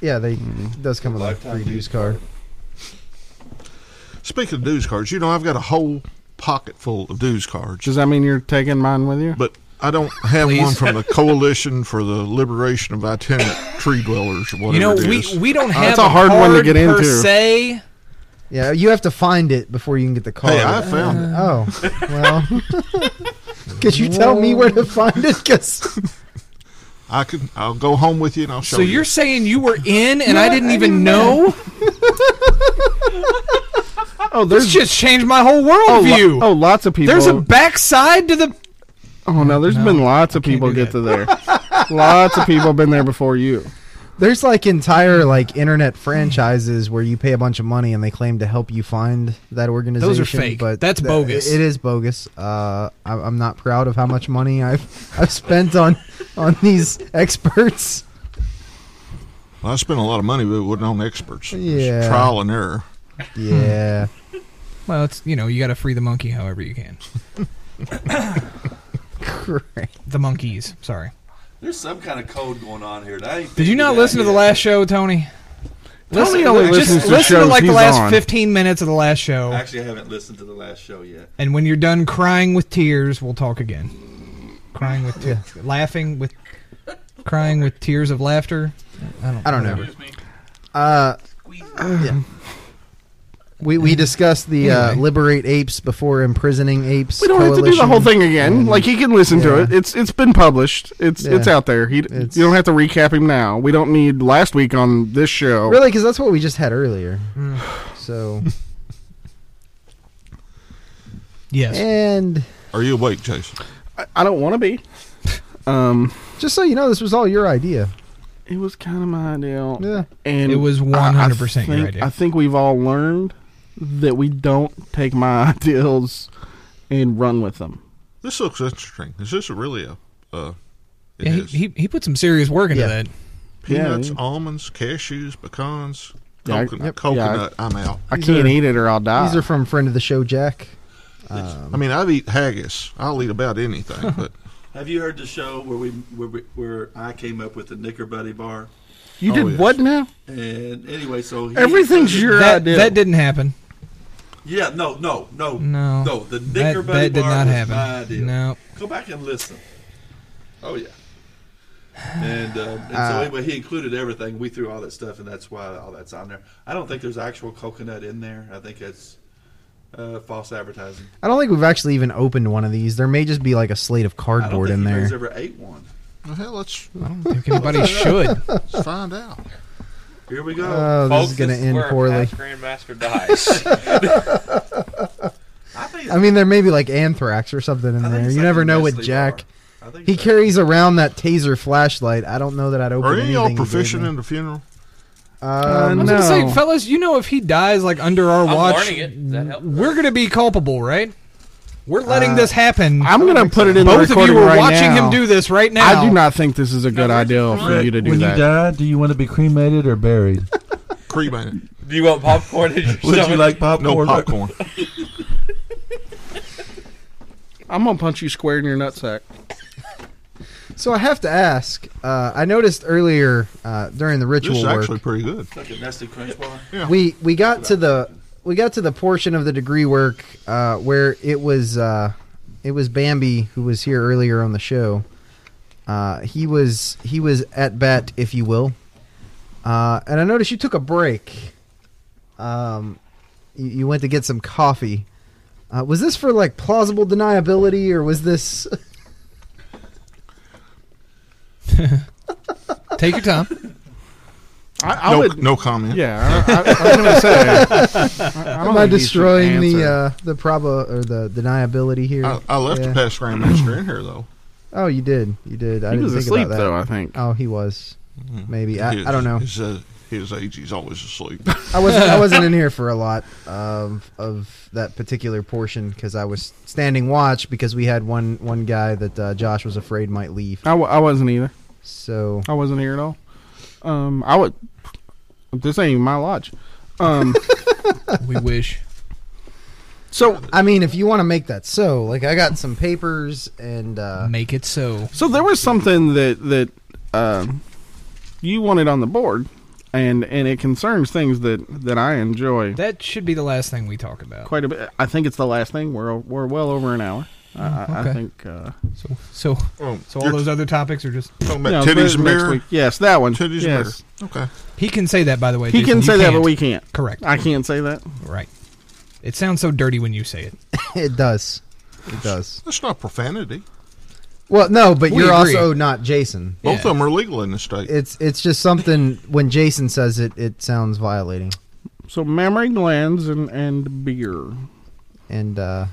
Speaker 1: Yeah, they it does come with a free Mm-hmm. dues card.
Speaker 13: Speaking of dues cards, you know I've got a whole pocket full of dues cards,
Speaker 2: Does that mean you're taking mine with you?
Speaker 13: but I don't have
Speaker 3: Please.
Speaker 13: one from the Coalition for the Liberation of Itinerant Tree Dwellers or whatever
Speaker 3: you know
Speaker 13: it
Speaker 3: we
Speaker 13: is.
Speaker 3: we
Speaker 1: Uh,
Speaker 3: don't
Speaker 2: Oh,
Speaker 3: have
Speaker 2: that's a hard one to
Speaker 3: card
Speaker 2: get
Speaker 3: per
Speaker 2: into.
Speaker 3: se.
Speaker 1: Yeah, you have to find it before you can get the card.
Speaker 13: Hey, I found it.
Speaker 1: Oh, well. Could you tell me where to find it? Because
Speaker 13: I can. I'll go home with you and I'll show
Speaker 3: So
Speaker 13: you.
Speaker 3: you're saying you were in and I didn't even know?
Speaker 2: Oh,
Speaker 3: This
Speaker 2: there's
Speaker 3: just changed my whole
Speaker 2: oh, lo-
Speaker 3: worldview.
Speaker 2: oh, lots of people.
Speaker 3: There's a backside to the.
Speaker 2: oh no, there's been lots of people get to there. lots of people been there before you.
Speaker 1: there's like entire like internet franchises where you pay a bunch of money and they claim to help you find that organization.
Speaker 3: fake.
Speaker 1: But
Speaker 3: That's bogus.
Speaker 1: It is bogus. Uh, I, I'm not proud of how much money I've I've spent on on these experts.
Speaker 13: Well, I spent a lot of money, but it wasn't on experts. It was
Speaker 1: Yeah.
Speaker 13: trial and error.
Speaker 1: Yeah.
Speaker 3: Well, it's you know you got to free the monkey however you can.
Speaker 1: Great.
Speaker 3: The monkeys. Sorry.
Speaker 5: there's some kind of code going on here. That I ain't
Speaker 3: Did you
Speaker 5: figured
Speaker 3: not
Speaker 5: out
Speaker 3: listen to the
Speaker 5: yet.
Speaker 3: last show, Tony?
Speaker 2: Tony only
Speaker 3: just
Speaker 2: listens to
Speaker 3: listen to
Speaker 2: shows
Speaker 3: like the
Speaker 2: he's
Speaker 3: last
Speaker 2: on.
Speaker 3: 15 minutes of the last show,
Speaker 5: Actually, I haven't listened to the last show yet.
Speaker 3: and when you're done crying with tears, we'll talk again. Crying with tears, laughing with Crying with tears of laughter. I don't.
Speaker 1: I don't know.
Speaker 3: whatever.
Speaker 1: Uh, yeah. We
Speaker 2: Mm-hmm.
Speaker 1: we discussed the uh, liberate apes before imprisoning apes.
Speaker 2: We don't have to do the
Speaker 1: coalition,
Speaker 2: whole thing again.
Speaker 1: and-
Speaker 2: like he can listen to
Speaker 1: Yeah.
Speaker 2: it. It's it's been published. It's it's
Speaker 1: Yeah.
Speaker 2: out there. He you don't have to recap him now. We don't need last week on this show.
Speaker 1: Really, because that's what we just had earlier.
Speaker 2: Mm.
Speaker 1: So
Speaker 3: yes.
Speaker 1: And
Speaker 13: Hmm. Are you awake, Jason?
Speaker 2: I, I don't want to be. Um,
Speaker 1: just so you know, this was all your idea.
Speaker 2: It was kind of my idea.
Speaker 1: Yeah.
Speaker 2: And
Speaker 3: It was
Speaker 2: I- I
Speaker 3: 100% your
Speaker 2: think-
Speaker 3: idea.
Speaker 2: I think we've all learned that we don't take my ideals and run with them.
Speaker 13: This looks interesting. Is this really a? Uh, it
Speaker 3: Yeah, he,
Speaker 13: is.
Speaker 3: he he put some serious work into
Speaker 13: Yeah.
Speaker 3: that.
Speaker 13: Peanuts, almonds, cashews, pecans,
Speaker 1: Yeah, I-
Speaker 13: coconut.
Speaker 1: yep.
Speaker 13: coconut
Speaker 1: Yeah, I-
Speaker 13: I'm out.
Speaker 1: I These can't are- eat it
Speaker 2: or I'll die.
Speaker 1: These are from friend of the show, Jack. Um,
Speaker 13: I mean, I've eat haggis. I'll eat about anything, but
Speaker 5: Have you heard the show where we where, we, where I came up with the Knicker Buddy bar?
Speaker 2: You
Speaker 3: Oh,
Speaker 2: did what now?
Speaker 5: And anyway, so he-
Speaker 3: that, That didn't happen.
Speaker 5: Yeah, no, no, no,
Speaker 3: No.
Speaker 5: no. The
Speaker 3: That-
Speaker 5: Knicker Buddy
Speaker 3: that did
Speaker 5: bar
Speaker 3: not
Speaker 5: was
Speaker 3: happen.
Speaker 5: my idea.
Speaker 3: No.
Speaker 5: go back and listen. Oh yeah. And, um, and so
Speaker 13: Uh,
Speaker 5: anyway, he included everything. We threw all that stuff, and that's why all that's on there. I don't think there's actual coconut in there. I think it's uh, false advertising.
Speaker 1: I don't think we've actually even opened one of these. There may just be like a slate of
Speaker 5: I don't
Speaker 1: cardboard
Speaker 5: think
Speaker 1: in there.
Speaker 5: anybody's ever ate one.
Speaker 13: well, hell, let's.
Speaker 1: I don't
Speaker 3: think anybody should.
Speaker 13: Let's find out.
Speaker 5: Here we go.
Speaker 1: Oh, this is gonna end poorly.
Speaker 8: Grandmaster dies.
Speaker 1: I mean, there may be like anthrax or something in there. You never know with Jack. He carries around that taser flashlight. I don't know that I'd open.
Speaker 13: Are any of y'all
Speaker 1: anything he gave
Speaker 13: proficient
Speaker 1: me.
Speaker 13: in the funeral?
Speaker 3: I
Speaker 2: Uh,
Speaker 1: Um,
Speaker 3: was gonna say, fellas, you know if he dies like under our watch, we're gonna be culpable, right? We're letting
Speaker 2: Uh,
Speaker 3: this happen.
Speaker 2: I'm gonna put it in the
Speaker 3: Both of
Speaker 2: recording
Speaker 3: you were
Speaker 2: right
Speaker 3: watching
Speaker 2: now.
Speaker 3: him do this right now.
Speaker 2: I do not think this is a good idea for you to do
Speaker 4: when
Speaker 2: that.
Speaker 4: you die, do you want to be cremated or buried?
Speaker 13: cremated.
Speaker 8: Do you want popcorn in your
Speaker 4: Would you
Speaker 8: stomach?
Speaker 4: like popcorn?
Speaker 13: No popcorn.
Speaker 2: I'm gonna punch you square in your nutsack.
Speaker 1: So I have to ask. Uh, I noticed earlier uh, during the
Speaker 13: This
Speaker 1: ritual
Speaker 13: is
Speaker 1: work,
Speaker 13: actually pretty good.
Speaker 5: It's like a nested crunch bar.
Speaker 1: we we got to the we got to the portion of the degree work uh, where it was uh, it was Bambi who was here earlier on the show. Uh, he was he was at bat, if you will, uh, and I noticed you took a break. Um, you, you went to get some coffee. Uh, was this for like plausible deniability, or was this?
Speaker 3: Take your time.
Speaker 2: I, I
Speaker 13: no,
Speaker 2: would
Speaker 13: no comment.
Speaker 2: Yeah, I, I, I was gonna say. I, I don't
Speaker 1: Am I
Speaker 2: think you should
Speaker 1: destroying the
Speaker 2: answer.
Speaker 1: uh, the proba or the deniability here?
Speaker 13: I, I left
Speaker 1: Yeah.
Speaker 13: the past grandmaster in here though.
Speaker 1: Oh, you did. You did. I
Speaker 13: He
Speaker 1: didn't
Speaker 13: was
Speaker 1: think
Speaker 13: asleep,
Speaker 1: about that.
Speaker 13: though, I think.
Speaker 1: Oh, he was. Maybe I,
Speaker 13: Mm-hmm. His-
Speaker 1: I don't know.
Speaker 13: His, uh, his age, he's always asleep.
Speaker 1: I wasn't. I wasn't in here for a lot of of that particular portion because I was standing watch because we had one one guy that uh, Josh was afraid might leave.
Speaker 2: I, w- I wasn't either.
Speaker 1: So
Speaker 2: I wasn't here at all. Um, I would. This ain't even my lodge. Um,
Speaker 3: we wish.
Speaker 2: So
Speaker 1: I mean, if you want to make that so, like I got some papers and uh,
Speaker 3: make it so.
Speaker 2: So there was something that that um, you wanted on the board, and and it concerns things that that I enjoy
Speaker 3: That should be the last thing we talk about.
Speaker 2: quite a bit. I think it's the last thing. We're we're well over an hour. I I, I
Speaker 3: Mm, Okay.
Speaker 2: think. Uh,
Speaker 3: so so so all
Speaker 2: Oh, you're-
Speaker 3: those other topics are just
Speaker 13: Talking about titties and
Speaker 2: next
Speaker 13: beer?
Speaker 2: week. Yes, that one.
Speaker 13: Titties and
Speaker 2: yes.
Speaker 13: beer. Okay.
Speaker 3: He can say that, by the way.
Speaker 2: He
Speaker 3: Jason.
Speaker 2: can
Speaker 3: You
Speaker 2: say that, but
Speaker 3: can't.
Speaker 2: we can't.
Speaker 3: Correct.
Speaker 2: I can't say that.
Speaker 3: Right. It sounds so dirty when you say it.
Speaker 1: it does. It does.
Speaker 13: That's not profanity.
Speaker 1: Well, no, Oh, but
Speaker 13: We
Speaker 1: you're
Speaker 13: agree.
Speaker 1: also not Jason.
Speaker 13: Both of them are legal in the state.
Speaker 1: It's it's just something when Jason says it, it sounds violating.
Speaker 2: So mammary glands and and beer.
Speaker 1: And uh,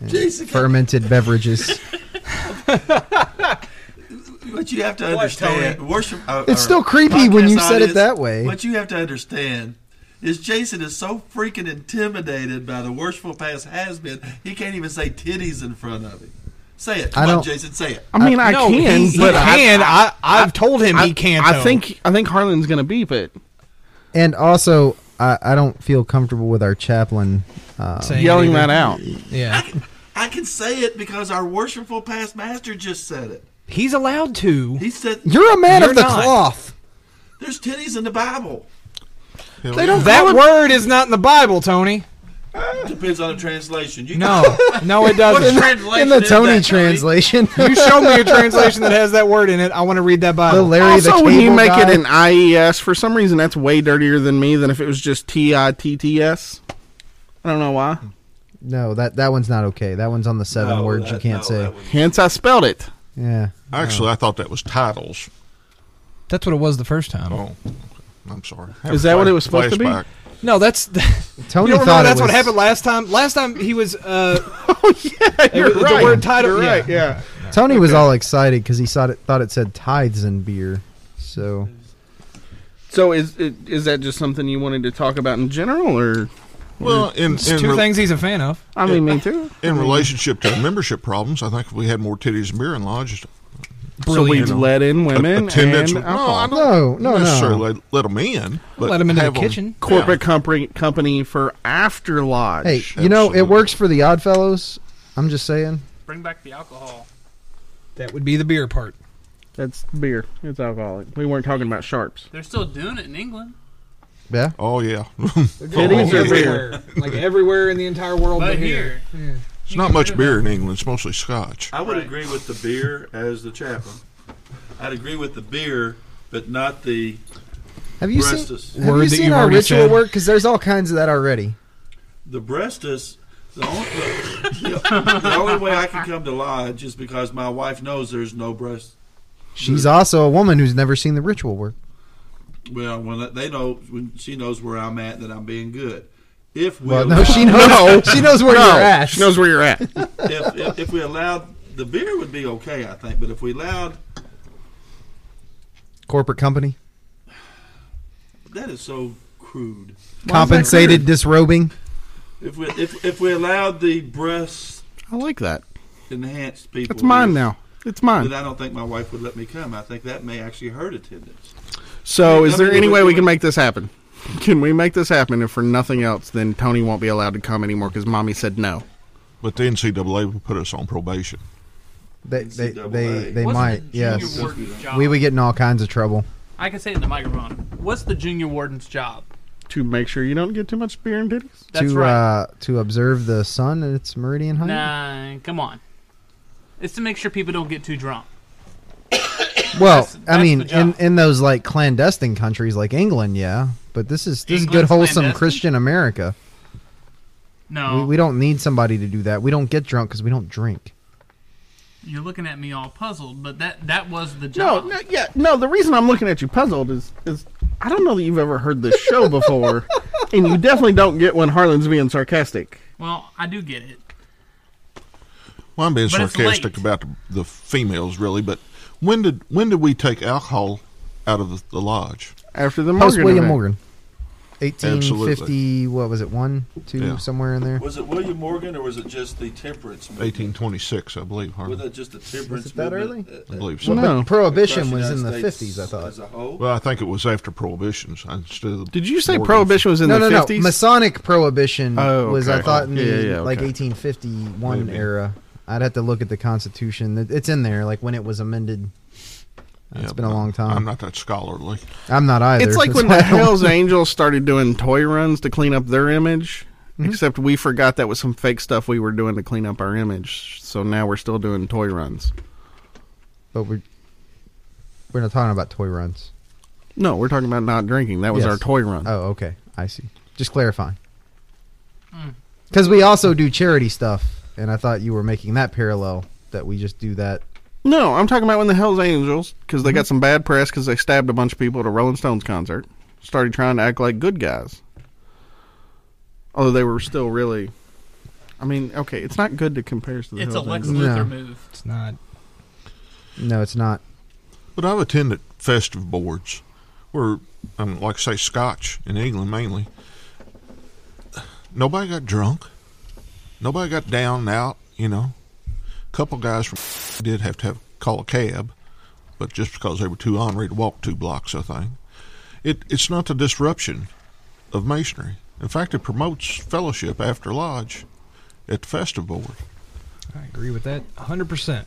Speaker 1: and
Speaker 5: Jason-
Speaker 1: fermented beverages.
Speaker 5: What you have to understand, worship. uh,
Speaker 1: It's
Speaker 5: or
Speaker 1: still creepy when you
Speaker 5: podcast
Speaker 1: said it
Speaker 5: audience,
Speaker 1: that way.
Speaker 5: What you have to understand is Jason is so freaking intimidated by the worshipful past has been, he can't even say titties in front of him. Say it, come
Speaker 2: I
Speaker 5: on,
Speaker 2: don't-
Speaker 5: Jason, say it.
Speaker 2: I mean,
Speaker 3: Uh,
Speaker 2: I
Speaker 5: No,
Speaker 2: can,
Speaker 5: he- he
Speaker 2: but
Speaker 5: can.
Speaker 2: I, I, have
Speaker 3: told him
Speaker 2: I,
Speaker 3: he can't,
Speaker 2: I
Speaker 3: though.
Speaker 2: think I think Harlan's gonna beep it.
Speaker 1: And also, I, I don't feel comfortable with our chaplain uh,
Speaker 2: Saying Yelling either. that out.
Speaker 3: Yeah.
Speaker 5: I can say it because our worshipful past master just said it.
Speaker 3: He's allowed to.
Speaker 5: He said,
Speaker 1: You're a man of
Speaker 3: You're
Speaker 1: the
Speaker 3: not.
Speaker 1: cloth.
Speaker 5: "There's titties in the Bible."
Speaker 3: that word is not in the Bible, Tony.
Speaker 5: Depends on the translation. You
Speaker 3: No, no, it doesn't.
Speaker 5: What translation
Speaker 1: In the
Speaker 5: is
Speaker 1: Tony
Speaker 5: that,
Speaker 1: translation.
Speaker 3: you show me a translation that has that word in it. I want to read that Bible.
Speaker 2: also, when you make it an IES, for some reason that's way dirtier than me than if it was just T I T T S. I don't know why.
Speaker 1: No, that that one's not okay. That one's on the seven words you can't say.
Speaker 2: Hence, I spelled it.
Speaker 1: Yeah.
Speaker 13: Actually, I thought that was titles.
Speaker 3: That's what it was the first time.
Speaker 13: Oh, I'm sorry.
Speaker 2: Is that what it was supposed to be?
Speaker 13: Flashback.
Speaker 3: No, that's
Speaker 1: Tony
Speaker 3: You don't
Speaker 1: thought
Speaker 3: remember
Speaker 1: it
Speaker 3: that's what
Speaker 1: was-
Speaker 3: happened last time. Last time he was. Uh, oh yeah,
Speaker 2: you're
Speaker 3: The
Speaker 2: right.
Speaker 3: word title.
Speaker 2: You're
Speaker 3: yeah.
Speaker 2: right, yeah.
Speaker 1: Tony was all excited because he thought it, thought it said tithes and beer. So
Speaker 2: So is it- is that just something you wanted to talk about in general, or
Speaker 13: Well, in- It's in two rel- things
Speaker 3: he's a fan of.
Speaker 2: I mean, me too.
Speaker 13: In relationship to membership problems, I think if we had more titties and beer in lodge.
Speaker 2: Brilliant. So we'd let in women
Speaker 13: attendance
Speaker 2: and
Speaker 13: would-
Speaker 2: alcohol.
Speaker 13: No, I don't
Speaker 2: No, no, no.
Speaker 13: necessarily Let, let them in. But have 'em-
Speaker 2: Corporate company company for after lodge.
Speaker 1: hey, you know it works for the Odd Fellows. I'm just saying.
Speaker 7: Bring back the alcohol.
Speaker 3: That would be the beer part.
Speaker 2: That's beer. It's alcoholic. We weren't talking about sharps.
Speaker 7: They're still doing it in England.
Speaker 1: Yeah.
Speaker 13: Oh yeah.
Speaker 2: Titties
Speaker 13: Oh, yeah.
Speaker 2: or beer?
Speaker 3: Like everywhere in the entire world,
Speaker 7: But
Speaker 3: but,
Speaker 7: here.
Speaker 3: here.
Speaker 13: It's not much beer in England. It's mostly Scotch.
Speaker 5: I would agree with the beer as the chaplain. I'd agree with the beer, but not the.
Speaker 1: Have you
Speaker 5: breastus.
Speaker 1: seen, have you seen our ritual work? Because there's all kinds of that already.
Speaker 5: The breastus. The only, the, the only way I can come to lodge is because my wife knows there's no breast.
Speaker 1: She's also a woman who's never seen the ritual work.
Speaker 5: Well, when they know, when she knows where I'm at, that I'm being good. If we
Speaker 1: Well, no,
Speaker 5: allow-
Speaker 1: she knows- No. she knows where No, you're at. she knows where you're at.
Speaker 5: if, if, if we allowed the beer, would be okay, I think. But if we allowed,
Speaker 1: Corporate company
Speaker 5: that is so crude.
Speaker 1: compensated disrobing.
Speaker 5: If we if, if we allowed the breast
Speaker 2: I like that.
Speaker 5: enhanced people,
Speaker 2: It's mine now. It's mine.
Speaker 5: Then I don't think my wife would let me come. I think that may actually hurt attendance.
Speaker 2: So, is there
Speaker 5: Nothing
Speaker 2: any
Speaker 5: to
Speaker 2: way
Speaker 5: do
Speaker 2: we
Speaker 5: with-
Speaker 2: can make this happen? Can we make this happen? If for nothing else, then Tony won't be allowed to come anymore because mommy said no.
Speaker 13: But the NCAA would put us on probation.
Speaker 1: They they they,
Speaker 13: NCAA.
Speaker 1: they
Speaker 13: Wasn't
Speaker 1: might.
Speaker 13: it junior
Speaker 1: Yes.
Speaker 13: warden's
Speaker 7: job?
Speaker 1: We would get in all kinds of trouble.
Speaker 7: I can say it in the microphone. What's the junior warden's job?
Speaker 2: To make sure you don't get too much beer and titties.
Speaker 7: That's
Speaker 1: to
Speaker 7: right.
Speaker 1: uh, to observe the sun at its meridian height.
Speaker 7: Nah, come on. It's to make sure people don't get too drunk.
Speaker 1: Well, I mean, in, in those like clandestine countries like England, yeah. But this is this is good
Speaker 7: England's
Speaker 1: wholesome
Speaker 7: clandestine?
Speaker 1: Christian America.
Speaker 7: No.
Speaker 1: we, we don't need somebody to do that. We don't get drunk because we don't drink.
Speaker 7: You're looking at me all puzzled, but that that was the
Speaker 2: No,
Speaker 7: job.
Speaker 2: no, yeah, no. The reason I'm looking at you puzzled is is I don't know that you've ever heard this show before, and you definitely don't get when Harlan's being sarcastic.
Speaker 7: Well, I do get it.
Speaker 13: Well, I'm being
Speaker 7: But it's
Speaker 13: sarcastic about the, the females, really. But when did when did we take alcohol out of the, the lodge?
Speaker 2: After the
Speaker 1: House
Speaker 2: Morgan
Speaker 1: William
Speaker 2: event.
Speaker 1: Morgan, eighteen
Speaker 13: Absolutely.
Speaker 1: fifty. What was it? One, two,
Speaker 13: Yeah.
Speaker 1: somewhere in there.
Speaker 5: Was it William Morgan or was it just the temperance? movement?
Speaker 13: 1826, I believe.
Speaker 5: Was
Speaker 13: Harlan.
Speaker 5: that just the temperance?
Speaker 1: it that
Speaker 5: movement,
Speaker 1: early?
Speaker 5: uh,
Speaker 13: I believe so.
Speaker 1: Well, but prohibition was in the
Speaker 5: Across United
Speaker 1: 50s, I
Speaker 5: States
Speaker 1: thought.
Speaker 5: As a whole?
Speaker 13: Well, I think it was after prohibition. so Instead of
Speaker 2: Did you say prohibition was in
Speaker 1: no,
Speaker 2: the
Speaker 1: no,
Speaker 2: 50s?
Speaker 1: no. Masonic prohibition
Speaker 2: Oh,
Speaker 1: was, I
Speaker 2: okay.
Speaker 1: thought, in the
Speaker 2: Yeah, yeah,
Speaker 1: like
Speaker 2: okay.
Speaker 1: 1851
Speaker 2: Maybe.
Speaker 1: era. I'd have to look at the Constitution. It- It's in there, like when it was amended.
Speaker 13: Yeah,
Speaker 1: It's been a
Speaker 13: but
Speaker 1: long time.
Speaker 13: I'm not that scholarly.
Speaker 1: I'm not either.
Speaker 2: It's like
Speaker 1: That's
Speaker 2: when
Speaker 1: why I
Speaker 2: the
Speaker 1: don't-
Speaker 2: Hell's Angels started doing toy runs to clean up their image. Except we forgot that was some fake stuff we were doing to clean up our image. So now we're still doing toy runs.
Speaker 1: But we're we're not talking about toy runs.
Speaker 2: No, we're talking about not drinking. That was
Speaker 1: Yes.
Speaker 2: our toy run.
Speaker 1: Oh, okay. I see. Just clarifying. Because we also do charity stuff, and I thought you were making that parallel that we just do that.
Speaker 2: No, I'm talking about when the Hell's Angels, because
Speaker 13: Mm-hmm.
Speaker 2: they got some bad press because they stabbed a bunch of people at a Rolling Stones concert, started trying to act like good guys. Although they were still really. I mean, okay, it's not good to compare us to the
Speaker 7: It's a
Speaker 2: Hell's
Speaker 7: Lex
Speaker 2: Angels.
Speaker 7: Luthor
Speaker 1: No.
Speaker 7: move.
Speaker 3: It's not.
Speaker 1: No, it's not.
Speaker 13: But I've attended festive boards where, I mean, like I say, Scotch in England mainly. Nobody got drunk. Nobody got down and out, you know. A couple guys from did have to have call a cab, but just because they were too ornery to walk two blocks, I think. It, it's not the disruption of masonry. In fact, it promotes fellowship after lodge at the festive board.
Speaker 3: I agree with that 100%.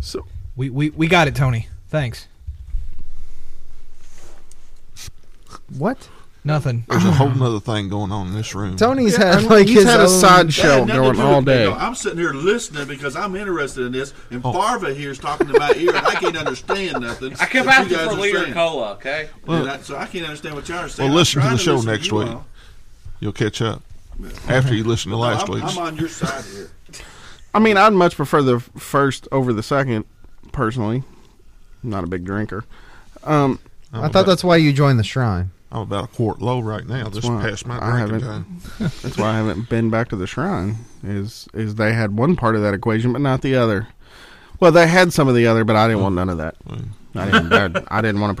Speaker 2: So
Speaker 3: we, we, we got it, Tony. Thanks.
Speaker 1: What?
Speaker 3: Nothing.
Speaker 13: There's a whole nother thing going on in this room.
Speaker 1: Tony's Yeah, had, I mean, like, he's his had a own- sideshow
Speaker 5: That had nothing
Speaker 13: going
Speaker 5: to do
Speaker 13: all
Speaker 5: with bingo.
Speaker 13: day.
Speaker 5: I'm sitting here listening because I'm interested in this, and Farva here's talking to my ear, and I can't understand nothing.
Speaker 8: I kept
Speaker 5: that
Speaker 8: asking
Speaker 5: you guys
Speaker 8: for
Speaker 5: are
Speaker 8: liter
Speaker 5: saying.
Speaker 8: cola, okay?
Speaker 5: And I- so I can't understand what y'all are saying.
Speaker 13: Well, listen to
Speaker 5: I'm
Speaker 13: the
Speaker 5: trying
Speaker 13: show
Speaker 5: listen to
Speaker 13: next
Speaker 5: you
Speaker 13: week.
Speaker 5: all.
Speaker 13: You'll catch up after you listen to last
Speaker 5: I'm,
Speaker 13: week's.
Speaker 5: I'm on your side here.
Speaker 2: I mean, I'd much prefer the f- first over the second, personally. I'm not a big drinker. Um,
Speaker 1: I thought that's why you joined the shrine.
Speaker 13: I'm about a quart low right now. This
Speaker 2: why
Speaker 13: past my
Speaker 2: I
Speaker 13: drinking
Speaker 2: haven't-
Speaker 13: time.
Speaker 2: That's why I haven't been back to the shrine. Is is they had one part of that equation, but not the other. Well, they had some of the other, but I didn't want none of that. I didn't. that- I didn't want to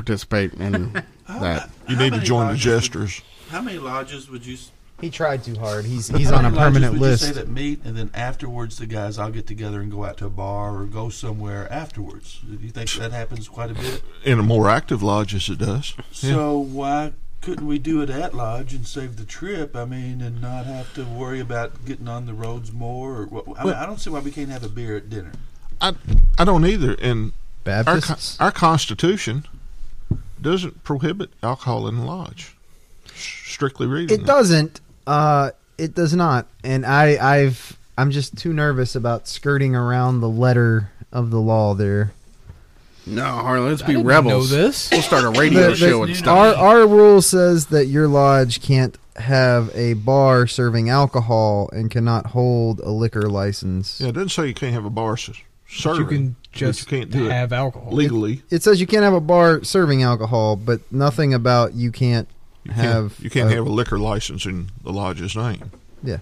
Speaker 2: participate in that.
Speaker 13: You need to join the jesters.
Speaker 5: How many lodges would you? s-
Speaker 1: He tried too hard. He's
Speaker 5: How
Speaker 1: he's on a
Speaker 5: many lodges
Speaker 1: permanent
Speaker 5: would You
Speaker 1: list.
Speaker 5: say that meet, and then afterwards, the guys all get together and go out to a bar or go somewhere afterwards. Do you think that happens quite a bit?
Speaker 13: In a more active lodge, as it does. Yeah.
Speaker 5: So why couldn't we do it at lodge and save the trip? I mean, and not have to worry about getting on the roads more. Or what, I, mean,
Speaker 13: Well-
Speaker 5: I don't see why we can't have a beer at dinner.
Speaker 13: I I don't either. And our con-
Speaker 5: Baptists?
Speaker 13: our, Constitution doesn't prohibit alcohol in the lodge. S- Strictly reading,
Speaker 1: It doesn't. Uh, it does not. And I, I've, I'm just too nervous about skirting around the letter of the law there.
Speaker 2: No, Harlan, let's
Speaker 3: I
Speaker 2: be
Speaker 3: didn't
Speaker 2: rebels.
Speaker 3: know this.
Speaker 2: We'll start a radio
Speaker 1: The- the-
Speaker 2: show and stuff.
Speaker 1: Our our rule says that your lodge can't have a bar serving alcohol and cannot hold a liquor license.
Speaker 13: Yeah, it doesn't say you can't have a bar s- serving.
Speaker 3: can
Speaker 13: but
Speaker 3: just
Speaker 13: you can't do it
Speaker 3: have alcohol.
Speaker 13: legally.
Speaker 1: It says you can't have a bar serving alcohol, but nothing about you can't
Speaker 13: You can't-
Speaker 1: have.
Speaker 13: you can't have a liquor license in the lodge's name.
Speaker 1: Yeah.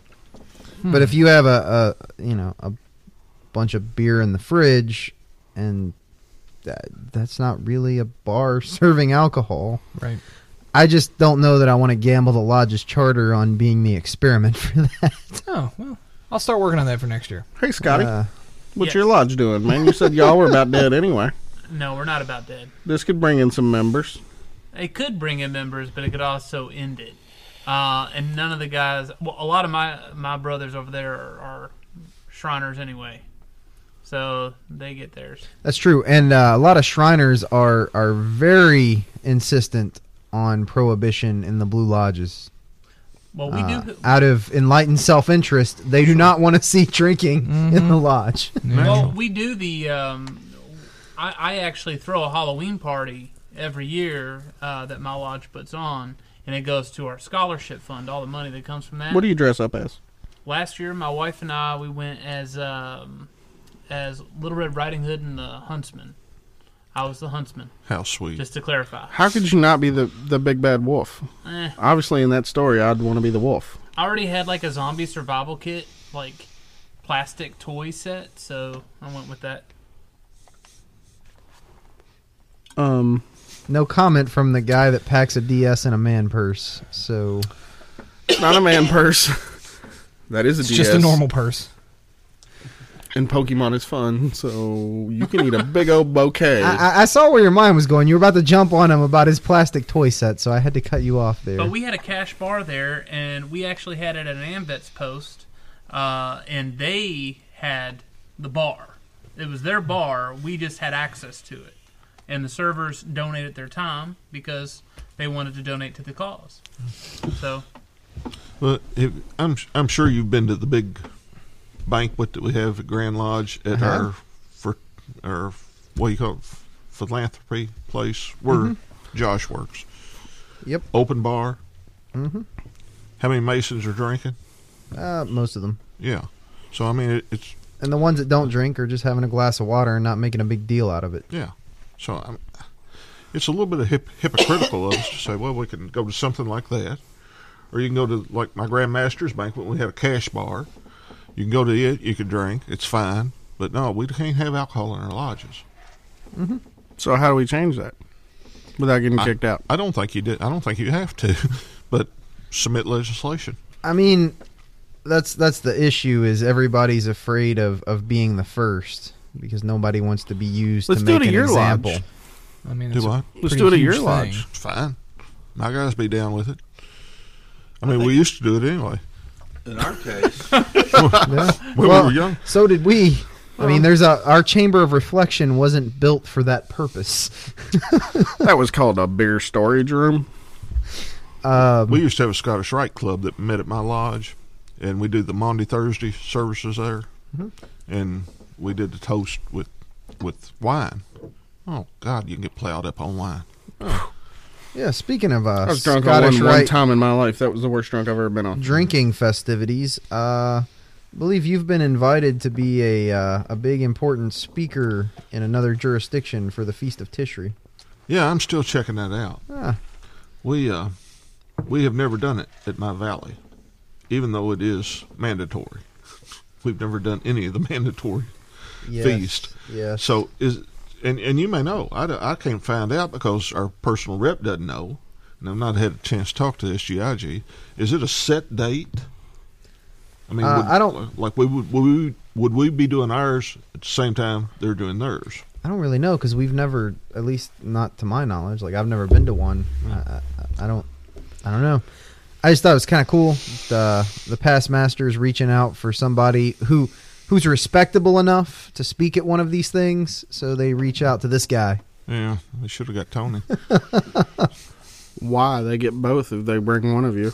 Speaker 1: But if you have a, a you know a bunch of beer in the fridge, and that that's not really a bar serving alcohol,
Speaker 3: Right.
Speaker 1: I just don't know that I want to gamble the lodge's charter on being the experiment for that.
Speaker 3: Oh well, I'll start working on that for next year.
Speaker 2: Hey, Scotty,
Speaker 1: Uh,
Speaker 2: what's your lodge doing, man? You said y'all were about dead anyway.
Speaker 7: No, we're not about dead.
Speaker 2: This could bring in some members.
Speaker 7: It could bring in members, but it could also end it. Uh, and none of the guys, well, a lot of my my brothers over there are, are Shriners anyway, so they get theirs.
Speaker 1: That's true, and uh, a lot of Shriners are are very insistent on prohibition in the Blue Lodges.
Speaker 7: Well, we
Speaker 1: Uh,
Speaker 7: do.
Speaker 1: out of enlightened self interest, they do not want to see drinking in the lodge.
Speaker 7: Mm-hmm. Well, we do the. Um, I, I actually throw a Halloween party every year uh, that my lodge puts on, and it goes to our scholarship fund. All the money that comes from that.
Speaker 2: What do you dress up as?
Speaker 7: Last year, my wife and I we went as um, as Little Red Riding Hood and the Huntsman. I was the Huntsman.
Speaker 13: How sweet.
Speaker 7: Just to clarify,
Speaker 2: How could you not be the, the big bad wolf?
Speaker 7: Eh.
Speaker 2: Obviously, in that story, I'd want to be the wolf.
Speaker 7: I already had like a zombie survival kit, like plastic toy set, so I went with that.
Speaker 2: Um,
Speaker 1: no comment from the guy that packs a DS in a man purse. So
Speaker 2: Not a man purse. that is a
Speaker 3: It's just a
Speaker 2: DS.
Speaker 3: normal purse.
Speaker 2: And Pokemon is fun, so you can eat a big old bouquet.
Speaker 1: I, I- I saw where your mind was going. You were about to jump on him about his plastic toy set, so I had to cut you off there.
Speaker 7: But we had a cash bar there, and we actually had it at an Amvet's post, uh, and they had the bar. It was their bar. We just had access to it, and the servers donated their time because they wanted to donate to the cause. So
Speaker 13: Well, if, I'm I'm sure you've been to the big banquet that we have at Grand Lodge at
Speaker 1: Uh-huh.
Speaker 13: our for our what do you call it philanthropy place where
Speaker 1: Mhm.
Speaker 13: Josh works.
Speaker 1: Yep.
Speaker 13: Open bar.
Speaker 1: Mhm.
Speaker 13: How many Masons are drinking?
Speaker 1: uh, most of them,
Speaker 13: Yeah. So I mean, it, it's
Speaker 1: and the ones that don't drink are just having a glass of water and not making a big deal out of it.
Speaker 13: yeah. So I'm, it's a little bit of hip, hypocritical of us to say, well, we can go to something like that, or you can go to like my grandmaster's banquet. We had a cash bar. You can go to it. You can drink. It's fine. But no, we can't have alcohol in our lodges.
Speaker 2: Mm-hmm. So how do we change that without getting
Speaker 13: I-
Speaker 2: kicked out?
Speaker 13: I don't think you did. I don't think you have to, but submit legislation.
Speaker 1: I mean, that's that's the issue. Is everybody's afraid of of being the first because nobody wants to be used
Speaker 2: Let's
Speaker 1: to
Speaker 2: do
Speaker 1: make
Speaker 2: it at
Speaker 1: an
Speaker 2: your
Speaker 1: example.
Speaker 2: lodge.
Speaker 3: I mean,
Speaker 13: do I?
Speaker 2: Let's do it at your lodge.
Speaker 13: It's fine. My guys be down with it. I mean, we used to do it anyway.
Speaker 5: In our case,
Speaker 1: Yeah.
Speaker 13: When we
Speaker 1: well,
Speaker 13: were young.
Speaker 1: So did we. I
Speaker 13: Uh-huh.
Speaker 1: mean, there's a our chamber of reflection wasn't built for that purpose.
Speaker 2: that was called a beer storage room.
Speaker 1: Um,
Speaker 13: we used to have a Scottish Rite club that met at my lodge, and we do the Monday Thursday services there,
Speaker 2: Mm-hmm.
Speaker 1: Mhm.
Speaker 13: and we did the toast with with wine. Oh God, you can get plowed up on wine.
Speaker 1: yeah, speaking of uh,
Speaker 2: I was drunk on
Speaker 1: Scottish
Speaker 2: one, one
Speaker 1: Rite
Speaker 2: time in my life. That was the worst drunk I've ever been on.
Speaker 1: drinking festivities, uh, I believe you've been invited to be a uh, a big important speaker in another jurisdiction for the Feast of Tishri.
Speaker 13: Yeah, I'm still checking that out.
Speaker 1: Ah.
Speaker 13: We uh, we have never done it at my valley, even though it is mandatory. We've never done any of the mandatory
Speaker 1: Yes,
Speaker 13: feast.
Speaker 1: yes.
Speaker 13: So is and and you may know I, d- I can't find out because our personal rep doesn't know, and I've not had a chance to talk to SGIG. Is it a set date? I mean,
Speaker 1: Uh,
Speaker 13: would,
Speaker 1: I don't-
Speaker 13: like. We would would we, would we be doing ours at the same time they're doing theirs?
Speaker 1: I don't really know because we've never, at least not to my knowledge, like I've never been to one. I, I, I don't, I don't know. I just thought it was kind of cool the the past masters reaching out for somebody who who's respectable enough to speak at one of these things, so they reach out to this guy.
Speaker 13: Yeah, they should have got Tony.
Speaker 2: Why they get both if they bring one of you?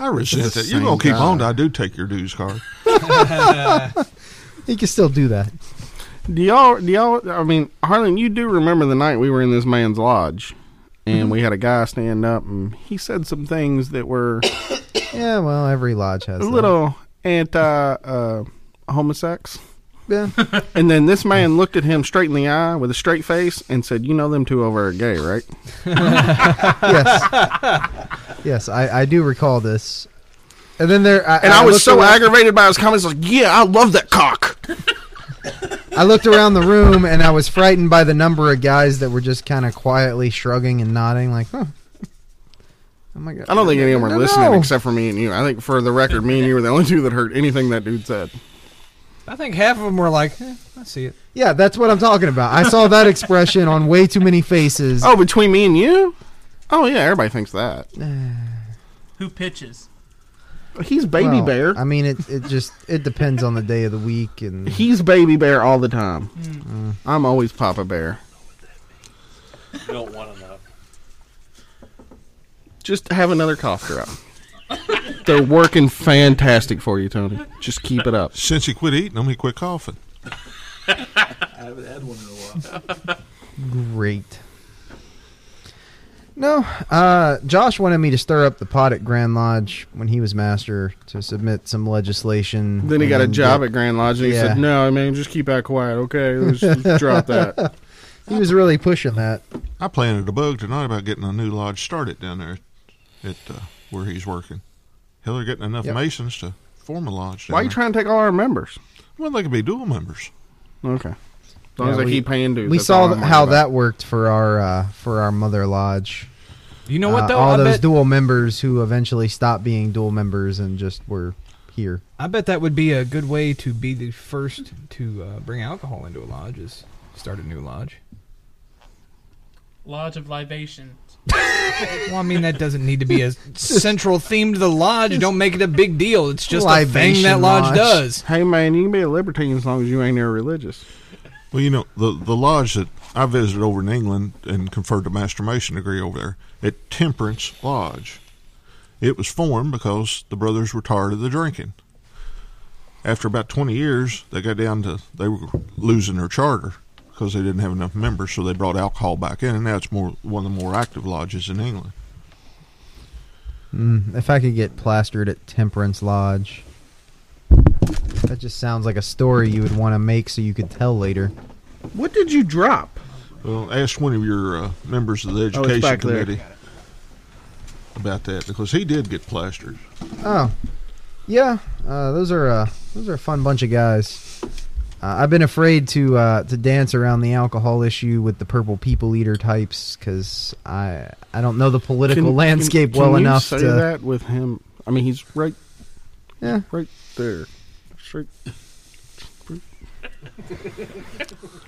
Speaker 13: I resent that. You're gonna keep on. I do take your dues card.
Speaker 1: You can still do that.
Speaker 2: Do y'all? Do y'all? I mean, Harlan, you do remember the night we were in this man's lodge, and
Speaker 1: Mm-hmm.
Speaker 2: we had a guy stand up, and he said some things that were
Speaker 1: Yeah, well, every lodge has
Speaker 2: a
Speaker 1: that.
Speaker 2: little anti uh, homosex.
Speaker 1: Yeah.
Speaker 2: and then this man looked at him straight in the eye with a straight face and said, "You know them two over are gay, right?"
Speaker 1: Yes, I, I do recall this. And then there, I,
Speaker 2: And I, was
Speaker 1: looked
Speaker 2: so
Speaker 1: around-
Speaker 2: aggravated by his comments. Like, yeah, I love that cock.
Speaker 1: I looked around the room and I was frightened by the number of guys that were just kind of quietly shrugging and nodding, like, huh. Oh my god!
Speaker 2: I don't think anyone were
Speaker 1: No,
Speaker 2: listening
Speaker 1: no.
Speaker 2: except for me and you. I think for the record, me and you were the only two that heard anything that dude said.
Speaker 3: I think half of them were like, eh, I see it.
Speaker 1: Yeah, that's what I'm talking about. I saw that expression on way too many faces.
Speaker 2: Oh, between me and you? Oh yeah, everybody thinks that.
Speaker 1: Eh.
Speaker 7: Who pitches?
Speaker 2: He's baby
Speaker 1: Well,
Speaker 2: bear.
Speaker 1: I mean, it it just it depends on the day of the week and
Speaker 2: He's baby bear all the time.
Speaker 1: Mm.
Speaker 2: I'm always Papa Bear.
Speaker 8: You don't want to know.
Speaker 2: Just have another cough drop. They're working fantastic for you, Tony. Just keep it up.
Speaker 13: Since he quit eating them, he quit coughing.
Speaker 5: I haven't had one in a while.
Speaker 1: great. No, uh, Josh wanted me to stir up the pot at Grand Lodge when he was master to submit some legislation.
Speaker 2: Then he got a
Speaker 1: and
Speaker 2: job
Speaker 1: get-
Speaker 2: at Grand Lodge, and he
Speaker 1: Yeah.
Speaker 2: said, "No, man, just keep that quiet, okay? Let's just drop that."
Speaker 1: He was really pushing that.
Speaker 13: I planted a bug tonight about getting a new lodge started down there at uh, where he's working. Hell, they're getting enough
Speaker 2: Yep.
Speaker 13: masons to form a lodge. Down
Speaker 2: Why are you
Speaker 13: there.
Speaker 2: trying to take all our members?
Speaker 13: Well, they could be dual members.
Speaker 2: Okay. As long as
Speaker 1: Yeah,
Speaker 2: they keep paying dues.
Speaker 1: We
Speaker 2: that's all
Speaker 1: saw
Speaker 2: I'm
Speaker 1: th-
Speaker 2: worried
Speaker 1: how
Speaker 2: about.
Speaker 1: that worked for our uh, for our mother lodge.
Speaker 3: You know what,
Speaker 1: Uh,
Speaker 3: though?
Speaker 1: all
Speaker 3: I
Speaker 1: those
Speaker 3: bet-
Speaker 1: dual members who eventually stopped being dual members and just were here.
Speaker 3: I bet that would be a good way to be the first to uh, bring alcohol into a lodge is start a new lodge.
Speaker 7: Lodge of libations.
Speaker 3: Well, I mean that doesn't need to be a central theme to the lodge. Don't make it a big deal. It's just a thing that lodge, does.
Speaker 2: Hey, man, you can be a libertine as long as you ain't near religious.
Speaker 13: Well, you know the the lodge that I visited over in England and conferred a master mason degree over there at Temperance Lodge. It was formed because the brothers were tired of the drinking. After about twenty years, they got down to they were losing their charter because they didn't have enough members, so they brought alcohol back in, and now it's more one of the more active lodges in England.
Speaker 1: Mm, if I could get plastered at Temperance Lodge, that just sounds like a story you would want to make so you could tell later.
Speaker 2: What did you drop?
Speaker 13: Well, ask one of your uh, members of the
Speaker 2: Oh, it's
Speaker 13: education
Speaker 2: back there.
Speaker 13: committee about that because he did get plastered.
Speaker 1: Oh, yeah. Uh, those are uh, those are a fun bunch of guys. Uh, I've been afraid to uh, to dance around the alcohol issue with the purple people eater types because I I don't know the political
Speaker 2: Can-
Speaker 1: landscape
Speaker 2: can-
Speaker 1: well
Speaker 2: can you
Speaker 1: enough
Speaker 2: say
Speaker 1: to.
Speaker 2: that with him. I mean, he's right.
Speaker 1: Yeah,
Speaker 2: right there. Straight.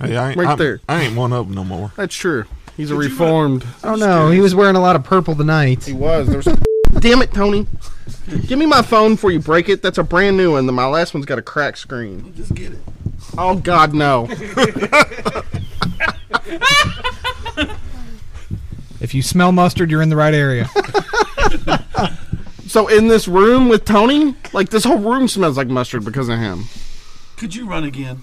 Speaker 13: Hey, I ain't,
Speaker 2: Right
Speaker 13: I'm-
Speaker 2: there.
Speaker 13: I ain't one of them no more.
Speaker 2: That's true. He's a reformed.
Speaker 1: Oh no, he was wearing a lot of purple tonight.
Speaker 2: He was. There was. Damn it, Tony! Give me my phone before you break it. That's a brand new one. My last one's got a crack screen. Just get it. Oh God, no!
Speaker 3: If If you smell mustard, you're in the right area.
Speaker 2: So in this room with Tony, like this whole room smells like mustard because of him.
Speaker 5: Could you run again?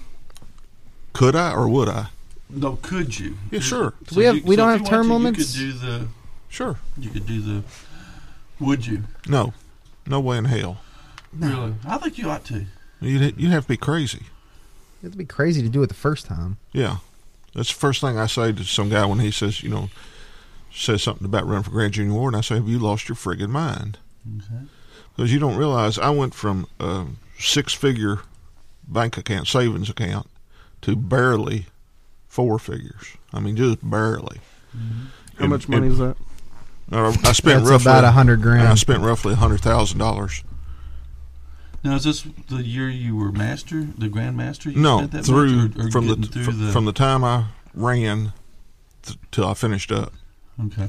Speaker 13: Could I or would I?
Speaker 5: No, could you?
Speaker 13: Yeah, sure.
Speaker 5: So
Speaker 13: We have-
Speaker 5: you-
Speaker 13: we
Speaker 5: so
Speaker 13: don't
Speaker 5: if
Speaker 13: have
Speaker 5: you
Speaker 13: term
Speaker 5: want
Speaker 13: limits?
Speaker 5: You could do the.
Speaker 13: Sure.
Speaker 5: You could do the. Would you?
Speaker 13: No, no way in hell.
Speaker 5: Really? I think you ought to.
Speaker 13: You'd you'd have to be crazy.
Speaker 1: It'd be crazy to do it the first time.
Speaker 13: Yeah, that's the first thing I say to some guy when he says, you know, says something about running for Grand Junior Ward, and I say, "Have you lost your friggin' mind?" Because you don't realize I went from a six-figure bank account, savings account, to barely four figures. I mean, just barely.
Speaker 2: Mm-hmm. How much money is that?
Speaker 13: Uh, I spent
Speaker 1: That's
Speaker 13: roughly
Speaker 1: about 100 grand.
Speaker 13: I spent roughly hundred thousand dollars.
Speaker 5: Now is this the year you were master, the grand master? You
Speaker 13: No,
Speaker 5: spent that
Speaker 13: through
Speaker 5: much, or, or
Speaker 13: from the,
Speaker 5: getting through
Speaker 13: fr-
Speaker 5: the
Speaker 13: from the time I ran th- till I finished up.
Speaker 5: Okay.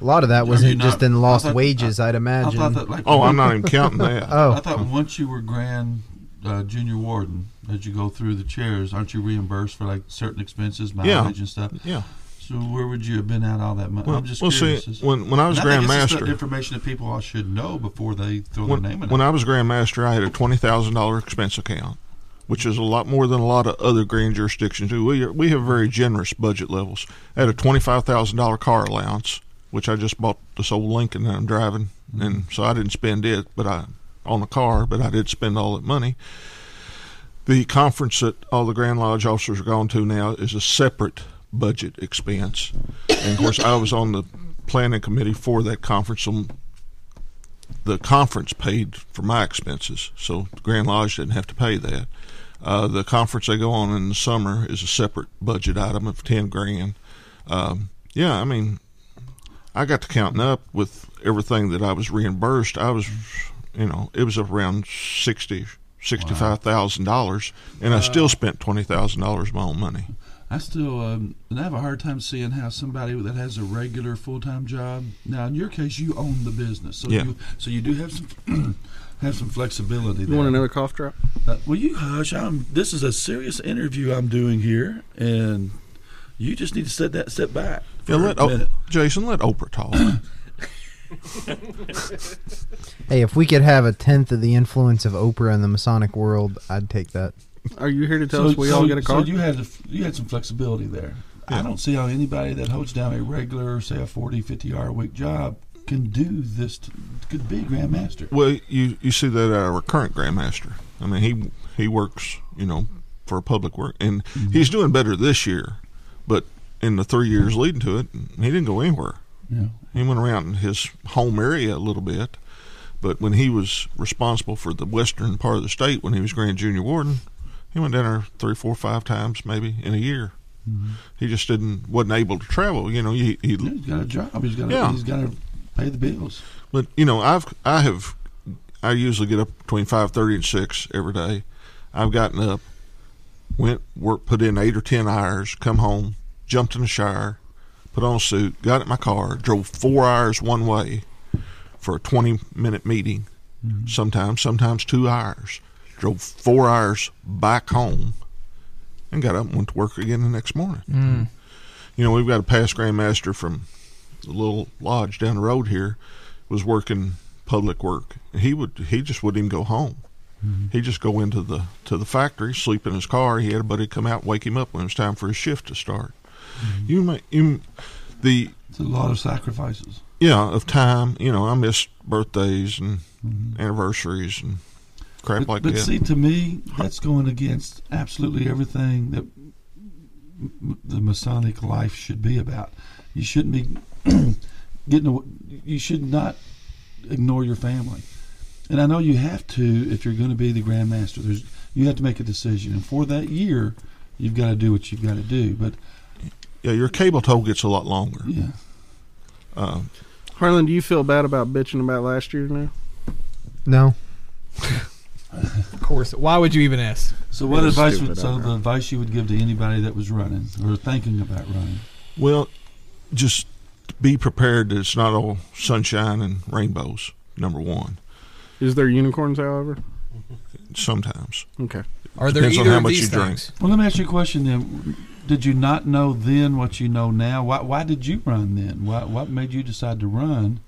Speaker 1: A lot of that was
Speaker 5: I mean,
Speaker 1: in- just
Speaker 5: I-
Speaker 1: in lost
Speaker 5: I thought-
Speaker 1: wages, I'd imagine.
Speaker 5: I thought that, like,
Speaker 13: Oh, I'm not even counting that.
Speaker 1: Oh.
Speaker 5: I thought once you were grand uh, junior warden, as you go through the chairs, aren't you reimbursed for like certain expenses,
Speaker 13: Yeah.
Speaker 5: mileage and stuff?
Speaker 13: Yeah.
Speaker 5: So where would you have been at all that money?
Speaker 13: Well-
Speaker 5: I'm just
Speaker 13: well, see,
Speaker 5: curious.
Speaker 13: when- when I was
Speaker 5: And think
Speaker 13: Grand
Speaker 5: it's just
Speaker 13: Master-
Speaker 5: the information that people all should know before they throw
Speaker 13: When,
Speaker 5: their name in.
Speaker 13: when
Speaker 5: it.
Speaker 13: I was Grand Master, I had a twenty thousand dollar expense account, which is a lot more than a lot of other grand jurisdictions do. We are, we have very generous budget levels. I had a twenty five thousand dollar car allowance, which I just bought this old Lincoln that I'm driving,
Speaker 5: Mm-hmm.
Speaker 13: and so I didn't spend it, but I on the car, but I did spend all that money. The conference that all the Grand Lodge officers are going to now is a separate budget expense. And of course, I was on the planning committee for that conference. So the conference paid for my expenses, so the Grand Lodge didn't have to pay that. Uh, the conference they go on in the summer is a separate budget item of ten grand. Um, yeah, I mean, I got to counting up with everything that I was reimbursed. I was, you know, it was up around sixty. Sixty-five thousand dollars, and I still spent twenty thousand dollars of my own money.
Speaker 5: I still um, and I have a hard time seeing how somebody that has a regular full time job. Now, in your case, you own the business, so
Speaker 13: Yeah.
Speaker 5: you so you do have some have some flexibility.
Speaker 2: You
Speaker 5: there.
Speaker 2: want another cough drop?
Speaker 5: Uh, well, you hush. I'm. This is a serious interview I'm doing here, and you just need to set that step back. For
Speaker 13: Yeah, let
Speaker 5: a
Speaker 13: o-
Speaker 5: minute.
Speaker 13: Jason let Oprah talk.
Speaker 1: Hey, if we could have a tenth of the influence of Oprah in the Masonic world, I'd take that.
Speaker 2: Are you here to tell us we all get a
Speaker 5: So
Speaker 2: card?
Speaker 5: you had the f- you had some flexibility there. I
Speaker 2: Yeah.
Speaker 5: don't see how anybody that holds down a regular, say a 40, 50 hour a week job can do this. T- could be grandmaster.
Speaker 13: Well, you you see that at our current grandmaster. I mean, he he works, you know, for public work, and
Speaker 5: Mm-hmm.
Speaker 13: he's doing better this year. But in the three years leading to it, he didn't go anywhere.
Speaker 5: Yeah.
Speaker 13: He went around his home area a little bit, but when he was responsible for the western part of the state, when he was grand junior warden, he went down there three, four, five times maybe in a year. He just didn't wasn't able to travel. You know, he, he
Speaker 5: Mm-hmm. He's got a job. He's got.
Speaker 13: Yeah.
Speaker 5: He's got to pay the bills.
Speaker 13: but you know, I've I have I usually get up between five thirty and six every day. I've gotten up, went work, put in eight or ten hours, come home, jumped in the shower, put on a suit, got in my car, drove four hours one way for a twenty minute meeting,
Speaker 5: Mm-hmm.
Speaker 13: sometimes sometimes two hours, drove four hours back home, and got up and went to work again the next morning.
Speaker 3: Mm.
Speaker 13: You know, we've got a past grandmaster from the little lodge down the road here was working public work. He would he just wouldn't even go home.
Speaker 5: Mm-hmm.
Speaker 13: He'd just go into the to the factory, sleep in his car. He had a buddy come out, wake him up when it was time for his shift to start.
Speaker 5: Mm-hmm.
Speaker 13: You may you the
Speaker 5: It's a lot of sacrifices.
Speaker 13: yeah of time. You know, I missed birthdays and anniversaries and crap like
Speaker 5: Mm-hmm. but
Speaker 13: that.
Speaker 5: see, to me, that's going against absolutely everything that m- the Masonic life should be about. You shouldn't be getting. Away, you should not ignore your family. And I know you have to if you're going to be the Grand Master. There's you have to make a decision, and for that year, you've got to do what you've got to do. But
Speaker 13: yeah, your cable toll gets a lot longer.
Speaker 5: Yeah.
Speaker 13: Um,
Speaker 2: Harlan, do you feel bad about bitching about last year now?
Speaker 1: No.
Speaker 3: Of course. Why would you even ask?
Speaker 5: so, what advice would so the advice you would give to anybody that was running or thinking about running?
Speaker 13: Well, just be prepared that it's not all sunshine and rainbows. Number one,
Speaker 2: Is there unicorns, however?
Speaker 13: sometimes.
Speaker 2: Okay.
Speaker 13: Depends on how much you drink.
Speaker 5: Well, let me ask you a question then.
Speaker 4: Did you not know then what you know now? Why, why did you run then? Why, what made you decide to run?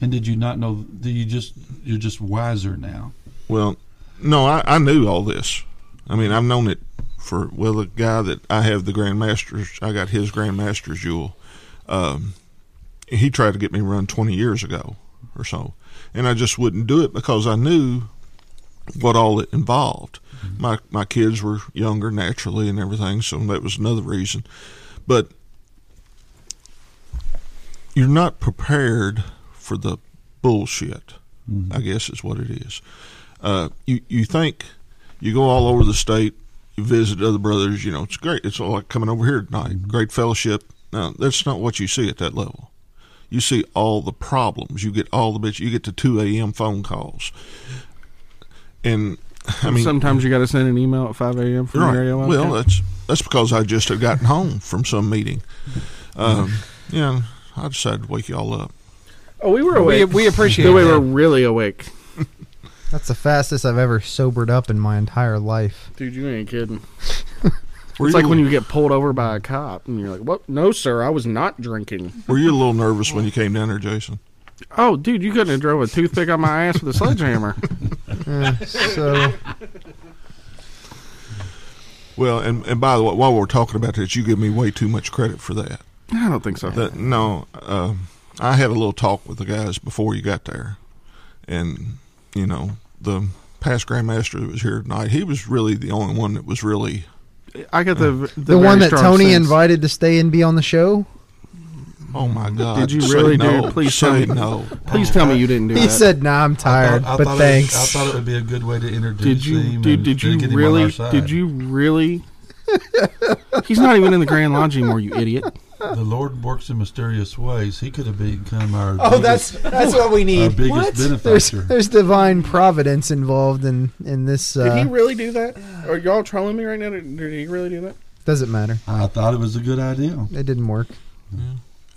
Speaker 4: And did you not know? Do you just you're just wiser now?
Speaker 13: Well, no, I, I knew all this. I mean, I've known it for well, the guy that I have the grandmasters, I got his grandmaster's jewel. Um, he tried to get me to run twenty years ago or so, and I just wouldn't do it because I knew what all it involved. My my kids were younger naturally and everything, so that was another reason. But you're not prepared for the bullshit.
Speaker 2: Mm-hmm.
Speaker 13: I guess is what it is. Uh, you you think you go all over the state, you visit other brothers. You know it's great. It's all like coming over here tonight.
Speaker 2: Mm-hmm.
Speaker 13: Great fellowship. No, that's not what you see at that level. You see all the problems. You get all the bitch. You get the two a.m. phone calls, and I mean
Speaker 2: sometimes you got to send an email at five a.m. from your area.
Speaker 13: well, uh, that's that's because I just had gotten home from some meeting. Um, yeah, I decided to wake y'all up.
Speaker 2: Oh, we were
Speaker 13: We-
Speaker 2: awake.
Speaker 13: we appreciate
Speaker 2: We
Speaker 13: that.
Speaker 2: were really awake,
Speaker 1: That's the fastest I've ever sobered up in my entire life.
Speaker 2: dude. You ain't kidding.
Speaker 13: Were
Speaker 2: it's like
Speaker 13: you-
Speaker 2: when you get pulled over by a cop and you're like, "What? No, sir, I was not drinking."
Speaker 13: Were you a little nervous when you came down there, Jason?
Speaker 2: Oh, dude, you couldn't have drove a toothpick on my ass with a sledgehammer.
Speaker 14: Uh,
Speaker 1: so
Speaker 13: Well, and, and by the way, while we're talking about this, you give me way too much credit for that.
Speaker 2: I don't think so.
Speaker 13: That- no, um, I had a little talk with the guys before you got there, and you know the past grandmaster that was here tonight. He was really the only one that was really. uh,
Speaker 2: I got the the,
Speaker 1: the,
Speaker 2: very
Speaker 1: one that
Speaker 2: strong
Speaker 1: Tony
Speaker 2: sense.
Speaker 1: invited to stay and be on the show.
Speaker 13: Oh my God!
Speaker 2: Did you
Speaker 13: say
Speaker 2: really,
Speaker 13: no,
Speaker 2: dude? Please tell
Speaker 13: say
Speaker 2: me.
Speaker 13: no.
Speaker 2: Please tell me you didn't do
Speaker 1: He
Speaker 2: that.
Speaker 1: said, "Nah, I'm tired,
Speaker 4: I
Speaker 1: but
Speaker 4: thought it-
Speaker 1: thanks."
Speaker 4: I thought it would be a good way to introduce
Speaker 2: Did you
Speaker 4: him.
Speaker 2: dude?
Speaker 4: and
Speaker 2: Did
Speaker 4: then
Speaker 2: you
Speaker 4: get him on our
Speaker 2: really?
Speaker 4: side.
Speaker 2: Did you really? He's not even in the Grand Lodge anymore, you idiot.
Speaker 4: The Lord works in mysterious ways. He could have become our.
Speaker 1: Oh, that's
Speaker 4: biggest-
Speaker 1: that's what we need.
Speaker 4: Our biggest
Speaker 1: There's,
Speaker 4: benefactor.
Speaker 1: there's divine providence involved in in this.
Speaker 2: Did he
Speaker 1: Uh,
Speaker 2: really do that? Are y'all trolling me right now? Did did he really do that?
Speaker 1: doesn't matter.
Speaker 4: I thought it was a good idea.
Speaker 1: It didn't work.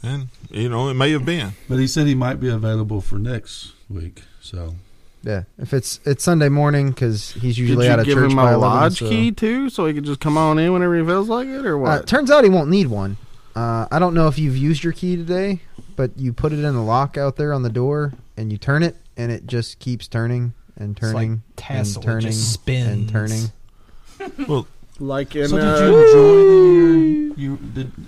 Speaker 13: And you know it may have been.
Speaker 4: But he said he might be available for next week. So
Speaker 1: Yeah, if it's it's Sunday morning because he's usually
Speaker 2: Did you
Speaker 1: out of
Speaker 2: give
Speaker 1: church
Speaker 2: him
Speaker 1: by
Speaker 2: a
Speaker 1: 11,
Speaker 2: lodge
Speaker 1: so-
Speaker 2: key too, so he could just come on in whenever he feels like it, or
Speaker 1: Uh,
Speaker 2: what?
Speaker 1: turns out he won't need one. Uh, I don't know if you've used your key today, but you put it in the lock out there on the door, and you turn it, and it just keeps turning and
Speaker 3: like
Speaker 1: turning
Speaker 3: tassel,
Speaker 1: and
Speaker 3: it
Speaker 1: turning
Speaker 3: just
Speaker 1: and
Speaker 3: spins.
Speaker 1: turning.
Speaker 13: Well,
Speaker 2: like in
Speaker 4: so did
Speaker 2: uh,
Speaker 4: you enjoy the year? You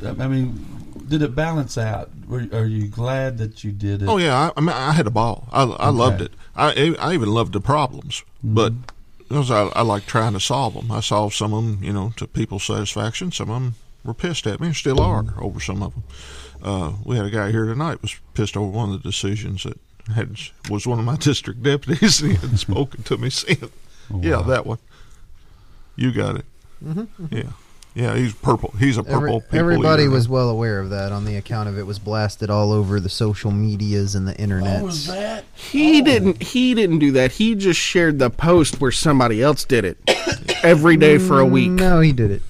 Speaker 4: did. I mean, did it balance out? Were, are you glad that you did it?
Speaker 13: Oh yeah, I, I mean, I had a ball. I, I
Speaker 4: Okay. Mm-hmm.
Speaker 13: loved it. I I even loved the problems, but because I, I like trying to solve them. I solved some of them, you know, to people's satisfaction. Some of them were pissed at me, and still are
Speaker 4: Mm-hmm.
Speaker 13: over some of them. Uh, we had a guy here tonight was pissed over one of the decisions that had was one of my district deputies. and He hadn't spoken to me since.
Speaker 4: Oh,
Speaker 13: Yeah, that one. You got it.
Speaker 1: Mhm,
Speaker 13: Yeah, yeah. He's purple. He's a
Speaker 1: Every-
Speaker 13: purple. people
Speaker 1: everybody
Speaker 13: eater.
Speaker 1: was well aware of that on the account of it was blasted all over the social medias and the internet.
Speaker 4: that?
Speaker 2: He didn't. He didn't do that. He just shared the post where somebody else did it every day for a week.
Speaker 1: No, he did it.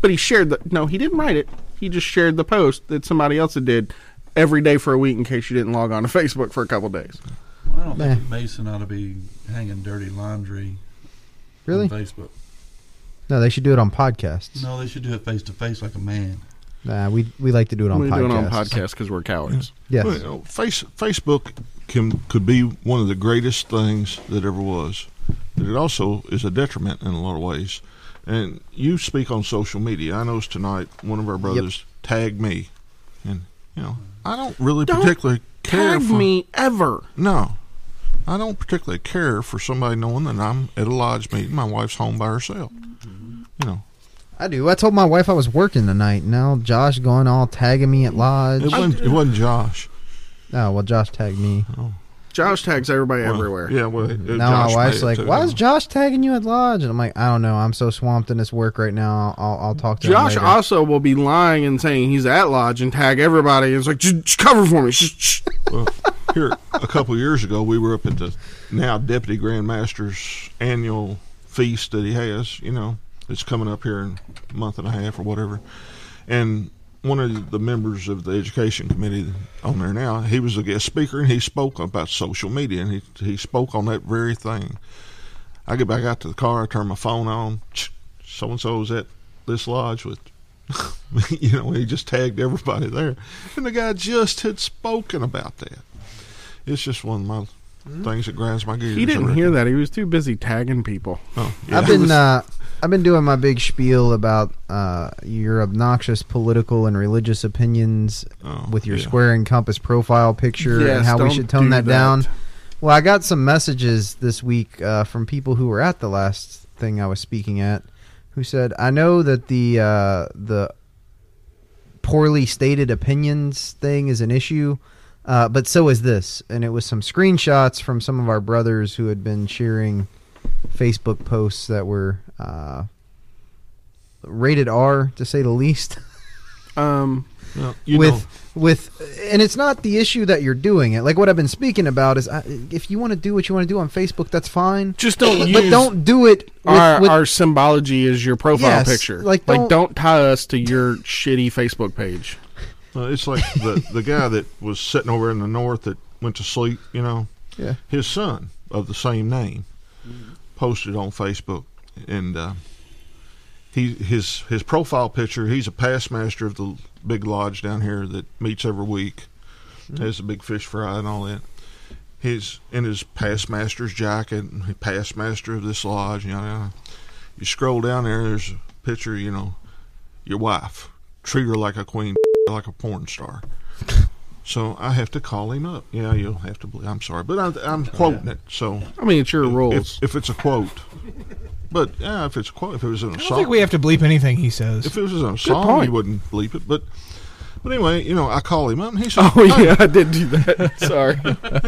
Speaker 2: But he shared the. No, he didn't write it. He just shared the post that somebody else had did every day for a week in case you didn't log on to Facebook for a couple days.
Speaker 4: Well, I don't
Speaker 1: Nah.
Speaker 4: think that Mason ought to be hanging dirty laundry.
Speaker 1: Really?
Speaker 4: On Facebook.
Speaker 1: No, they should do it on podcasts.
Speaker 4: No, they should do it face to face like a man.
Speaker 1: Nah, we we like to do it on
Speaker 2: we
Speaker 1: podcasts.
Speaker 2: do it on podcast because we're cowards.
Speaker 1: Yes.
Speaker 13: Well, you know, face, Facebook can could be one of the greatest things that ever was, but it also is a detriment in a lot of ways. And you speak on social media. I noticed tonight one of our brothers tagged me, and you know I don't really
Speaker 2: Don't
Speaker 13: particularly care
Speaker 2: Tag
Speaker 13: for
Speaker 2: me ever.
Speaker 13: no. I don't particularly care for somebody knowing that I'm at a lodge meeting. My wife's home by herself. You know,
Speaker 1: I do. I told my wife I was working tonight. Now Josh going all tagging me at lodge.
Speaker 13: it wasn't, it wasn't Josh. Oh.
Speaker 1: Oh well, Josh tagged me.
Speaker 2: Josh tags everybody
Speaker 13: Well,
Speaker 2: everywhere.
Speaker 13: Yeah, well, it-
Speaker 1: now
Speaker 13: Josh
Speaker 1: my wife's
Speaker 13: may
Speaker 1: like,
Speaker 13: have
Speaker 1: "Why
Speaker 13: too.
Speaker 1: is Josh tagging you at lodge?" And I'm like, "I don't know. I'm so swamped in this work right now. I'll, I'll talk to
Speaker 2: Josh
Speaker 1: Him later.
Speaker 2: also will be lying and saying he's at lodge and tag everybody. It's like just, just cover for me. Just, just.
Speaker 13: Well, here a couple years ago, we were up at the now Deputy Grand Master's annual feast that he has. You know, it's coming up here in a month and a half or whatever. And one of the members of the education committee on there now, he was a guest speaker and he spoke about social media and he he spoke on that very thing. I get back out to the car, I turn my phone on. So and so's at this lodge with you know, he just tagged everybody there. And the guy just had spoken about that. It's just one of my things that grinds my gears.
Speaker 2: Hmm? He didn't
Speaker 13: I
Speaker 2: hear that. He was too busy tagging people.
Speaker 13: Oh,
Speaker 1: I've been uh, I've been doing my big spiel about uh, your obnoxious political and religious opinions with your
Speaker 14: yeah.
Speaker 1: square and compass profile picture and
Speaker 14: Yes,
Speaker 1: how we
Speaker 14: don't
Speaker 1: should tone
Speaker 14: do
Speaker 1: that,
Speaker 14: that.
Speaker 1: down. Well, I got some messages this week uh, from people who were at the last thing I was speaking at, who said, "I know that the uh, the poorly stated opinions thing is an issue, uh, but so is this." And it was some screenshots from some of our brothers who had been sharing Facebook posts that were uh, rated R, to say the least.
Speaker 2: Um,
Speaker 13: you
Speaker 1: with
Speaker 13: know.
Speaker 1: with, and it's not the issue that you're doing it. Like what I've been speaking about is, I, if you want to do what you want to do on Facebook, that's fine.
Speaker 2: Just don't
Speaker 1: but
Speaker 2: use
Speaker 1: don't do it. With,
Speaker 2: our,
Speaker 1: with-
Speaker 2: our symbology is your profile
Speaker 1: Yes,
Speaker 2: picture.
Speaker 1: like, don't-
Speaker 2: don't tie us to your shitty Facebook page.
Speaker 13: Uh, it's like the the guy that was sitting over in the north that went to sleep. You know,
Speaker 1: Yeah.
Speaker 13: His son of the same name posted on Facebook, and uh, he his his profile picture. He's a past master of the big lodge down here that meets every week. Has a big fish fry and all that. His and his past master's jacket, and past master of this lodge. You know, you scroll down there. There's a picture. You know, your wife. Treat her like a queen, like a porn star. So I have to call him up. Yeah, you'll have to believe. I'm sorry, but I, I'm quoting it. So
Speaker 2: I mean, it's your rules.
Speaker 13: If, if it's a quote, but yeah, if it's a quote, if it was an assault,
Speaker 3: I don't think we have to bleep anything he says.
Speaker 13: if it was an assault, he wouldn't bleep it. But but anyway, you know, I call him up. and He says,
Speaker 2: Oh
Speaker 13: "Hey."
Speaker 2: yeah, I did do that. Sorry.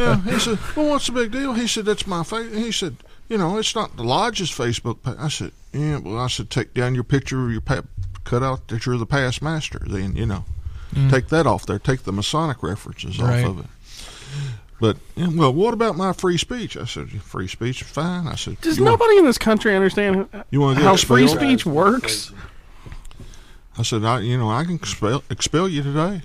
Speaker 13: yeah, he said, "Well, what's the big deal?" He said, "That's my face." He said, "You know, it's not the lodge's Facebook page." I said, "Yeah, well, I said take down your picture of your pa- cutout that you're the past master. Then you know,
Speaker 14: Mm.
Speaker 13: take that off there. Take the Masonic references
Speaker 14: Right.
Speaker 13: off of it." But yeah, well, what about my free speech? I said, "Free speech is fine." I said,
Speaker 2: Does
Speaker 13: "You want-
Speaker 2: nobody in this country understand how-
Speaker 13: You wanna get
Speaker 2: how free
Speaker 13: expelled?
Speaker 2: speech works?
Speaker 13: I said, I, you know, I can expel expel you today.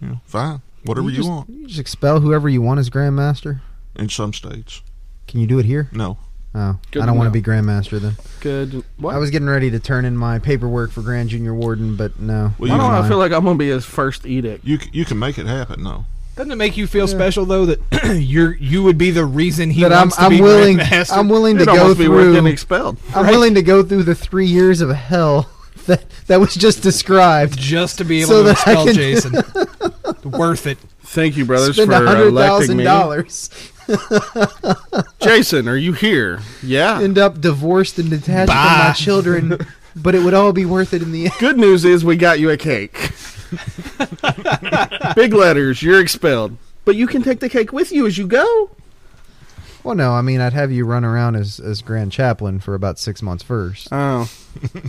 Speaker 13: You know, fine, whatever you,
Speaker 1: just-
Speaker 13: want.
Speaker 1: You just expel whoever you want as grandmaster.
Speaker 13: In some states,
Speaker 1: Can you do it here?
Speaker 13: no.
Speaker 1: Oh,
Speaker 13: Good
Speaker 1: I don't
Speaker 13: to
Speaker 1: want
Speaker 13: know.
Speaker 1: to be grandmaster then.
Speaker 2: Good. What?
Speaker 1: I was getting ready to turn in my paperwork for Grand Junior Warden, but no.
Speaker 13: Well,
Speaker 2: Why
Speaker 13: you
Speaker 2: don't
Speaker 13: can-
Speaker 2: I feel like I'm gonna be his first edict?
Speaker 13: You c- you can make it happen, though.
Speaker 3: Doesn't it make you feel special though that you're you would be the reason he
Speaker 1: That I'm-
Speaker 3: wants to
Speaker 1: I'm
Speaker 3: be
Speaker 1: willing-
Speaker 3: Grandmaster?
Speaker 1: I'm willing to It'd go almost be worth through- getting expelled. I'm
Speaker 3: Right.
Speaker 1: willing to go through the three years of hell that that was just described,
Speaker 3: just to be able
Speaker 1: so
Speaker 3: to
Speaker 1: that I
Speaker 3: expel
Speaker 1: can
Speaker 3: Jason. Worth it.
Speaker 2: Thank you, brothers,
Speaker 1: Spend
Speaker 2: for
Speaker 1: hundred
Speaker 2: electing
Speaker 1: thousand
Speaker 2: me.
Speaker 1: dollars.
Speaker 2: Jason, are you here? Yeah.
Speaker 1: End up divorced and detached from my
Speaker 2: Bye.
Speaker 1: children, but it would all be worth it in the end.
Speaker 2: Good news is we got you a cake. Big letters. You're expelled, but you can take the cake with you as you go.
Speaker 1: Well, no, I mean I'd have you run around as as Grand Chaplain for about six months first.
Speaker 2: Oh,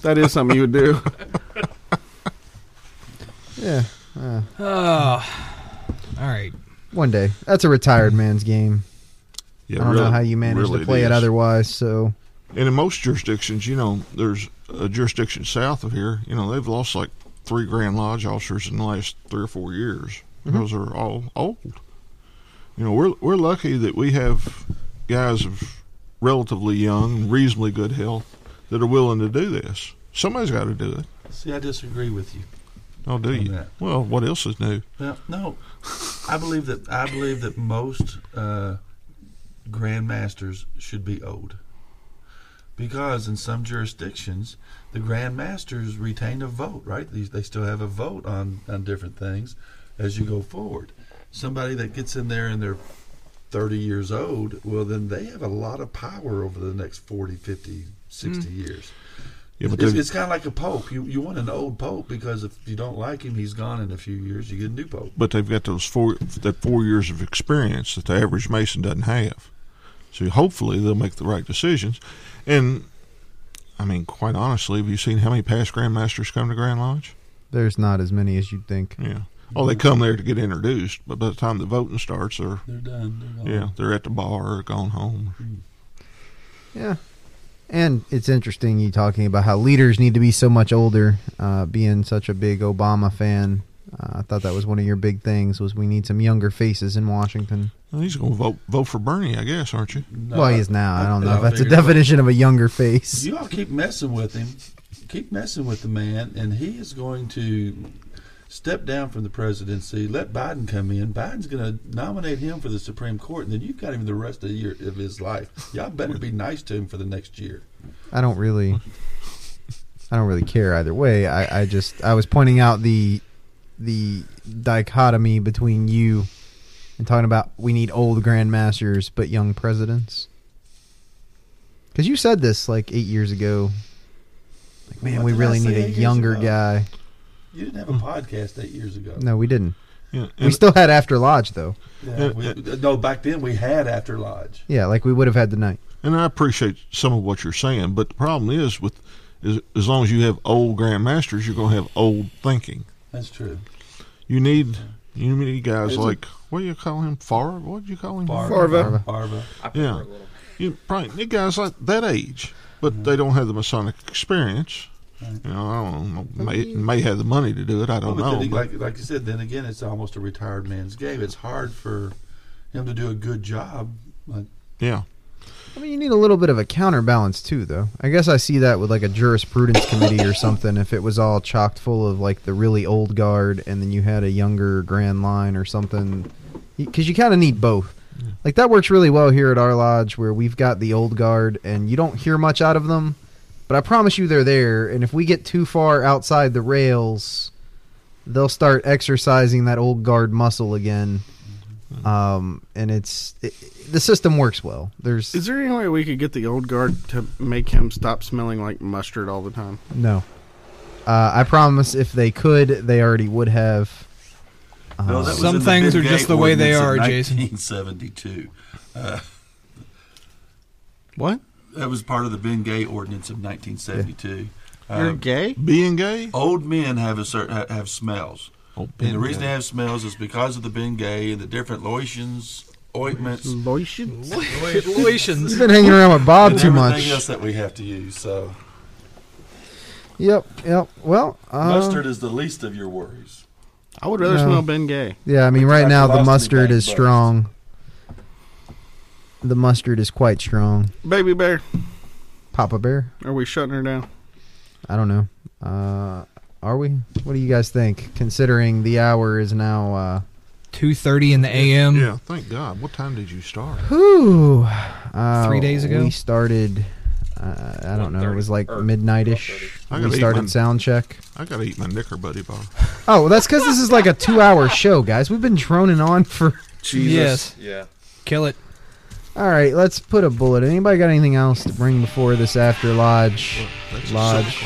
Speaker 2: that is something you would do.
Speaker 1: Yeah. uh,
Speaker 3: Oh, all right.
Speaker 1: one day. That's a retired man's game.
Speaker 13: Yeah,
Speaker 1: I don't know
Speaker 13: really-
Speaker 1: how you manage
Speaker 13: really
Speaker 1: to
Speaker 13: it
Speaker 1: play it
Speaker 13: is.
Speaker 1: otherwise. So
Speaker 13: And in most jurisdictions, you know, there's a jurisdiction south of here. You know, they've lost like three Grand Lodge officers in the last three or four years.
Speaker 14: Mhm.
Speaker 13: Those are all old. You know, we're we're lucky that we have guys of relatively young, reasonably good health that are willing to do this. Somebody's got to do it.
Speaker 4: See, I disagree with you.
Speaker 13: Oh, do you? Well, what else is new?
Speaker 4: Well, no, I believe that I believe that most uh, grandmasters should be old, because in some jurisdictions the grandmasters retain a vote. Right, These, they still have a vote on on different things as you go forward. Somebody that gets in there and they're 30 years old, well, then they have a lot of power over the next 40, 50, 60 years.
Speaker 13: Hmm. Yeah, but
Speaker 4: it's,
Speaker 13: they've-
Speaker 4: it's kind of like a pope. You you want an old pope because if you don't like him, he's gone in a few years. You get a new pope.
Speaker 13: But they've got those four that four years of experience that the average mason doesn't have. So hopefully they'll make the right decisions. And I mean, quite honestly, have you seen how many past grandmasters come to Grand Lodge?
Speaker 1: there's not as many as you'd think.
Speaker 13: Yeah. Oh, they come there to get introduced, but by the time the voting starts, they're
Speaker 4: They're done. They're gone.
Speaker 13: yeah, they're at the bar or gone home.
Speaker 1: Yeah. And it's interesting you talking about how leaders need to be so much older. Uh, being such a big Obama fan, uh, I thought that was one of your big things was we need some younger faces in Washington.
Speaker 13: Well, he's going to vote vote for Bernie, I guess, aren't you?
Speaker 1: well, he is now. I, don't know if that's a
Speaker 4: figured-
Speaker 1: definition of a younger face.
Speaker 4: You all keep messing with him.
Speaker 5: keep messing with the man, and he is going to step down from the presidency. Let Biden come in. Biden's going to nominate him for the Supreme Court, and then you've got him the rest of the year of his life. Y'all better be nice to him for the next year.
Speaker 1: I don't really, I don't really care either way. I, I just I was pointing out the the dichotomy between you and talking about we need old grandmasters but young presidents. Because you said this like eight years ago. Like, man,
Speaker 5: What
Speaker 1: we
Speaker 5: did I
Speaker 1: really
Speaker 5: say
Speaker 1: need
Speaker 5: eight
Speaker 1: a
Speaker 5: years
Speaker 1: younger
Speaker 5: ago?
Speaker 1: guy.
Speaker 5: You didn't have a podcast eight years ago.
Speaker 1: No, we didn't.
Speaker 5: Yeah,
Speaker 1: we
Speaker 5: and-
Speaker 1: still had After Lodge though.
Speaker 5: Yeah, we, no, back then we had After Lodge.
Speaker 1: Yeah, like we would have had tonight.
Speaker 13: And I appreciate some of what you're saying, but the problem is with is, as long as you have old grandmasters, you're going to have old thinking.
Speaker 5: That's true.
Speaker 13: You need you need guys
Speaker 5: Isn't-
Speaker 13: like what do you call him? Farva? What do you call him?
Speaker 5: Farva. Farva. Farva. I prefer a
Speaker 13: Yeah,
Speaker 5: little.
Speaker 13: you probably need guys like that age, but they don't have the Masonic experience. You know, I don't know. May, may have the money to do it. I don't
Speaker 5: Well, but
Speaker 13: know.
Speaker 5: Then,
Speaker 13: but-
Speaker 5: like, like you said, then again, it's almost a retired man's game. It's hard for him to do a good job. Like,
Speaker 13: yeah.
Speaker 1: I mean, you need a little bit of a counterbalance too, though. I guess I see that with like a jurisprudence committee or something. If it was all chocked full of like the really old guard, and then you had a younger grand line or something, because you kind of need both. Like that works really well here at our lodge, where we've got the old guard, and you don't hear much out of them. But I promise you, they're there. And if we get too far outside the rails, they'll start exercising that old guard muscle again. Um, and it's it, the system works well. There's
Speaker 2: Is there any way we could get the old guard to make him stop smelling like mustard all the time?
Speaker 1: No. Uh, I promise if they could, they already would have. Uh,
Speaker 5: No, that was in the Big Gate ordinance in 1972. Uh,
Speaker 2: What?
Speaker 5: That was part of the Ben Gay ordinance of 1972.
Speaker 2: You're gay?
Speaker 13: Being gay?
Speaker 5: Old men have a certain ha- have smells.
Speaker 13: Oh,
Speaker 5: and the
Speaker 13: Ben
Speaker 5: reason
Speaker 13: Gay.
Speaker 5: they have smells is because of the Ben Gay and the different lotions, ointments.
Speaker 2: Lotions?
Speaker 5: Lotions.
Speaker 1: You've been hanging around with Bob
Speaker 5: and
Speaker 1: too
Speaker 5: everything
Speaker 1: much.
Speaker 5: else that we have to use. So
Speaker 1: Yep, yep. Well, uh,
Speaker 5: mustard is the least of your worries.
Speaker 2: I would rather
Speaker 1: No.
Speaker 2: smell Ben Gay.
Speaker 1: Yeah, I mean,
Speaker 5: But
Speaker 1: right
Speaker 5: that's
Speaker 1: now
Speaker 5: philosophy
Speaker 1: the mustard
Speaker 5: back
Speaker 1: is
Speaker 5: bust.
Speaker 1: strong. The mustard is quite strong.
Speaker 2: Baby Bear,
Speaker 1: Papa Bear?
Speaker 2: are we shutting her down?
Speaker 1: I don't know. Uh, are we? What do you guys think? Considering the hour is now uh,
Speaker 3: two thirty in the a.m.
Speaker 13: Yeah, thank God. What time did you start?
Speaker 1: Whew. Uh,
Speaker 3: Three days ago?
Speaker 1: we started. Uh, I don't know. It was like midnightish.
Speaker 13: I gotta
Speaker 1: We
Speaker 13: eat my-
Speaker 1: started sound check.
Speaker 13: I gotta eat my knicker buddy bar.
Speaker 1: Oh, well, that's because this is like a two-hour show, guys. We've been droning on for.
Speaker 3: Yes.
Speaker 13: Yeah.
Speaker 3: Kill it.
Speaker 1: All right, let's put a bullet. Anybody got anything else to bring before this after lodge? Lodge.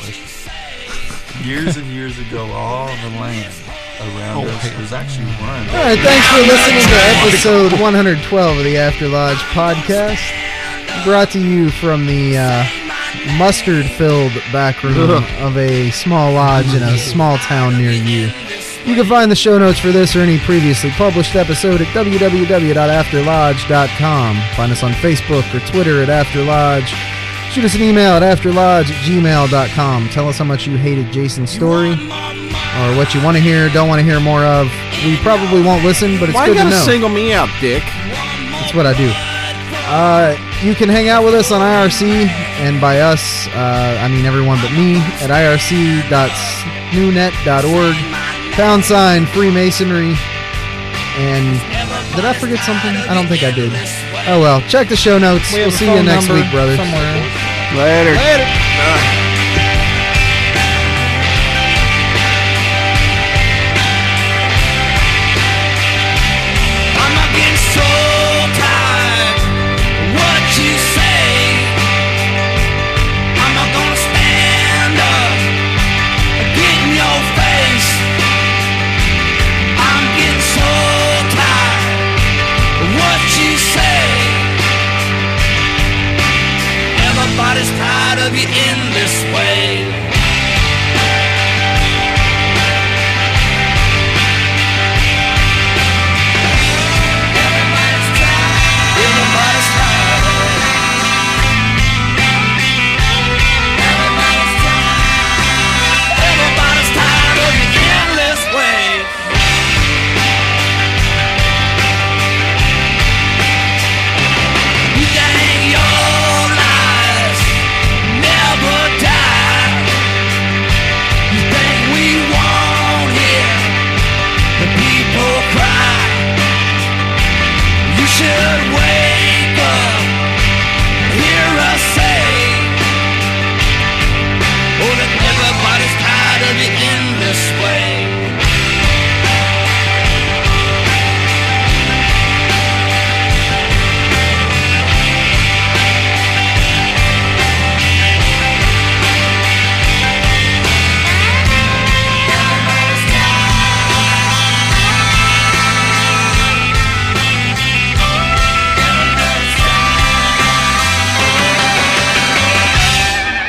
Speaker 5: years and years ago, all the land around us was actually run.
Speaker 1: All right, thanks for listening to episode 112 of the After Lodge podcast. Brought to you from the uh, mustard filled back room
Speaker 2: Ugh.
Speaker 1: of a small lodge in a small town near you. You can find the show notes for this or any previously published episode at www.afterlodge.com. Find us on Facebook or Twitter at After Lodge. Shoot us an email at afterlodge at gmail.com. Tell us how much you hated Jason's story or what you want to hear, don't want to hear more of. We probably won't listen, but it's
Speaker 2: Why
Speaker 1: good
Speaker 2: you
Speaker 1: to
Speaker 2: gotta
Speaker 1: know.
Speaker 2: single me out, Dick?
Speaker 1: That's what I do. Uh, you can hang out with us on IRC, and by us, uh, I mean everyone but me, at irc.snoonet.org, pound sign Freemasonry, and did I forget something? I don't think I did. Oh well, check the show notes.
Speaker 3: We
Speaker 1: We
Speaker 3: have
Speaker 1: will
Speaker 3: a
Speaker 1: see you
Speaker 3: phone
Speaker 1: next
Speaker 3: number
Speaker 1: week, brother.
Speaker 3: somewhere.
Speaker 2: Later.
Speaker 3: Later.
Speaker 14: I'm not getting so tired of what you say. I'm not gonna stand up and get in your face. I'm getting so tired of what you say. Everybody's tired of you in this way. Everybody's tired of it. Everybody's tired. Everybody's tired of the endless way. You can hang your lies, never die. "Oh,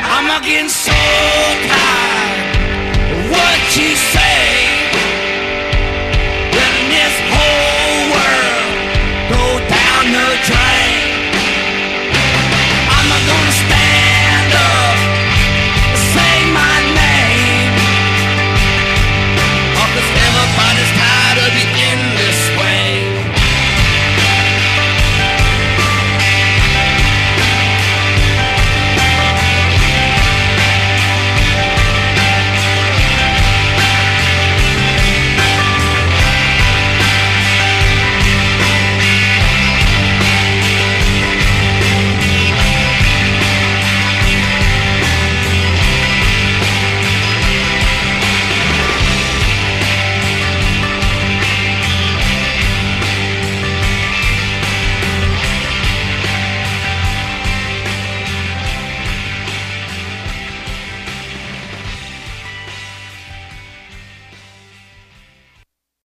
Speaker 14: talking so tight. What you say?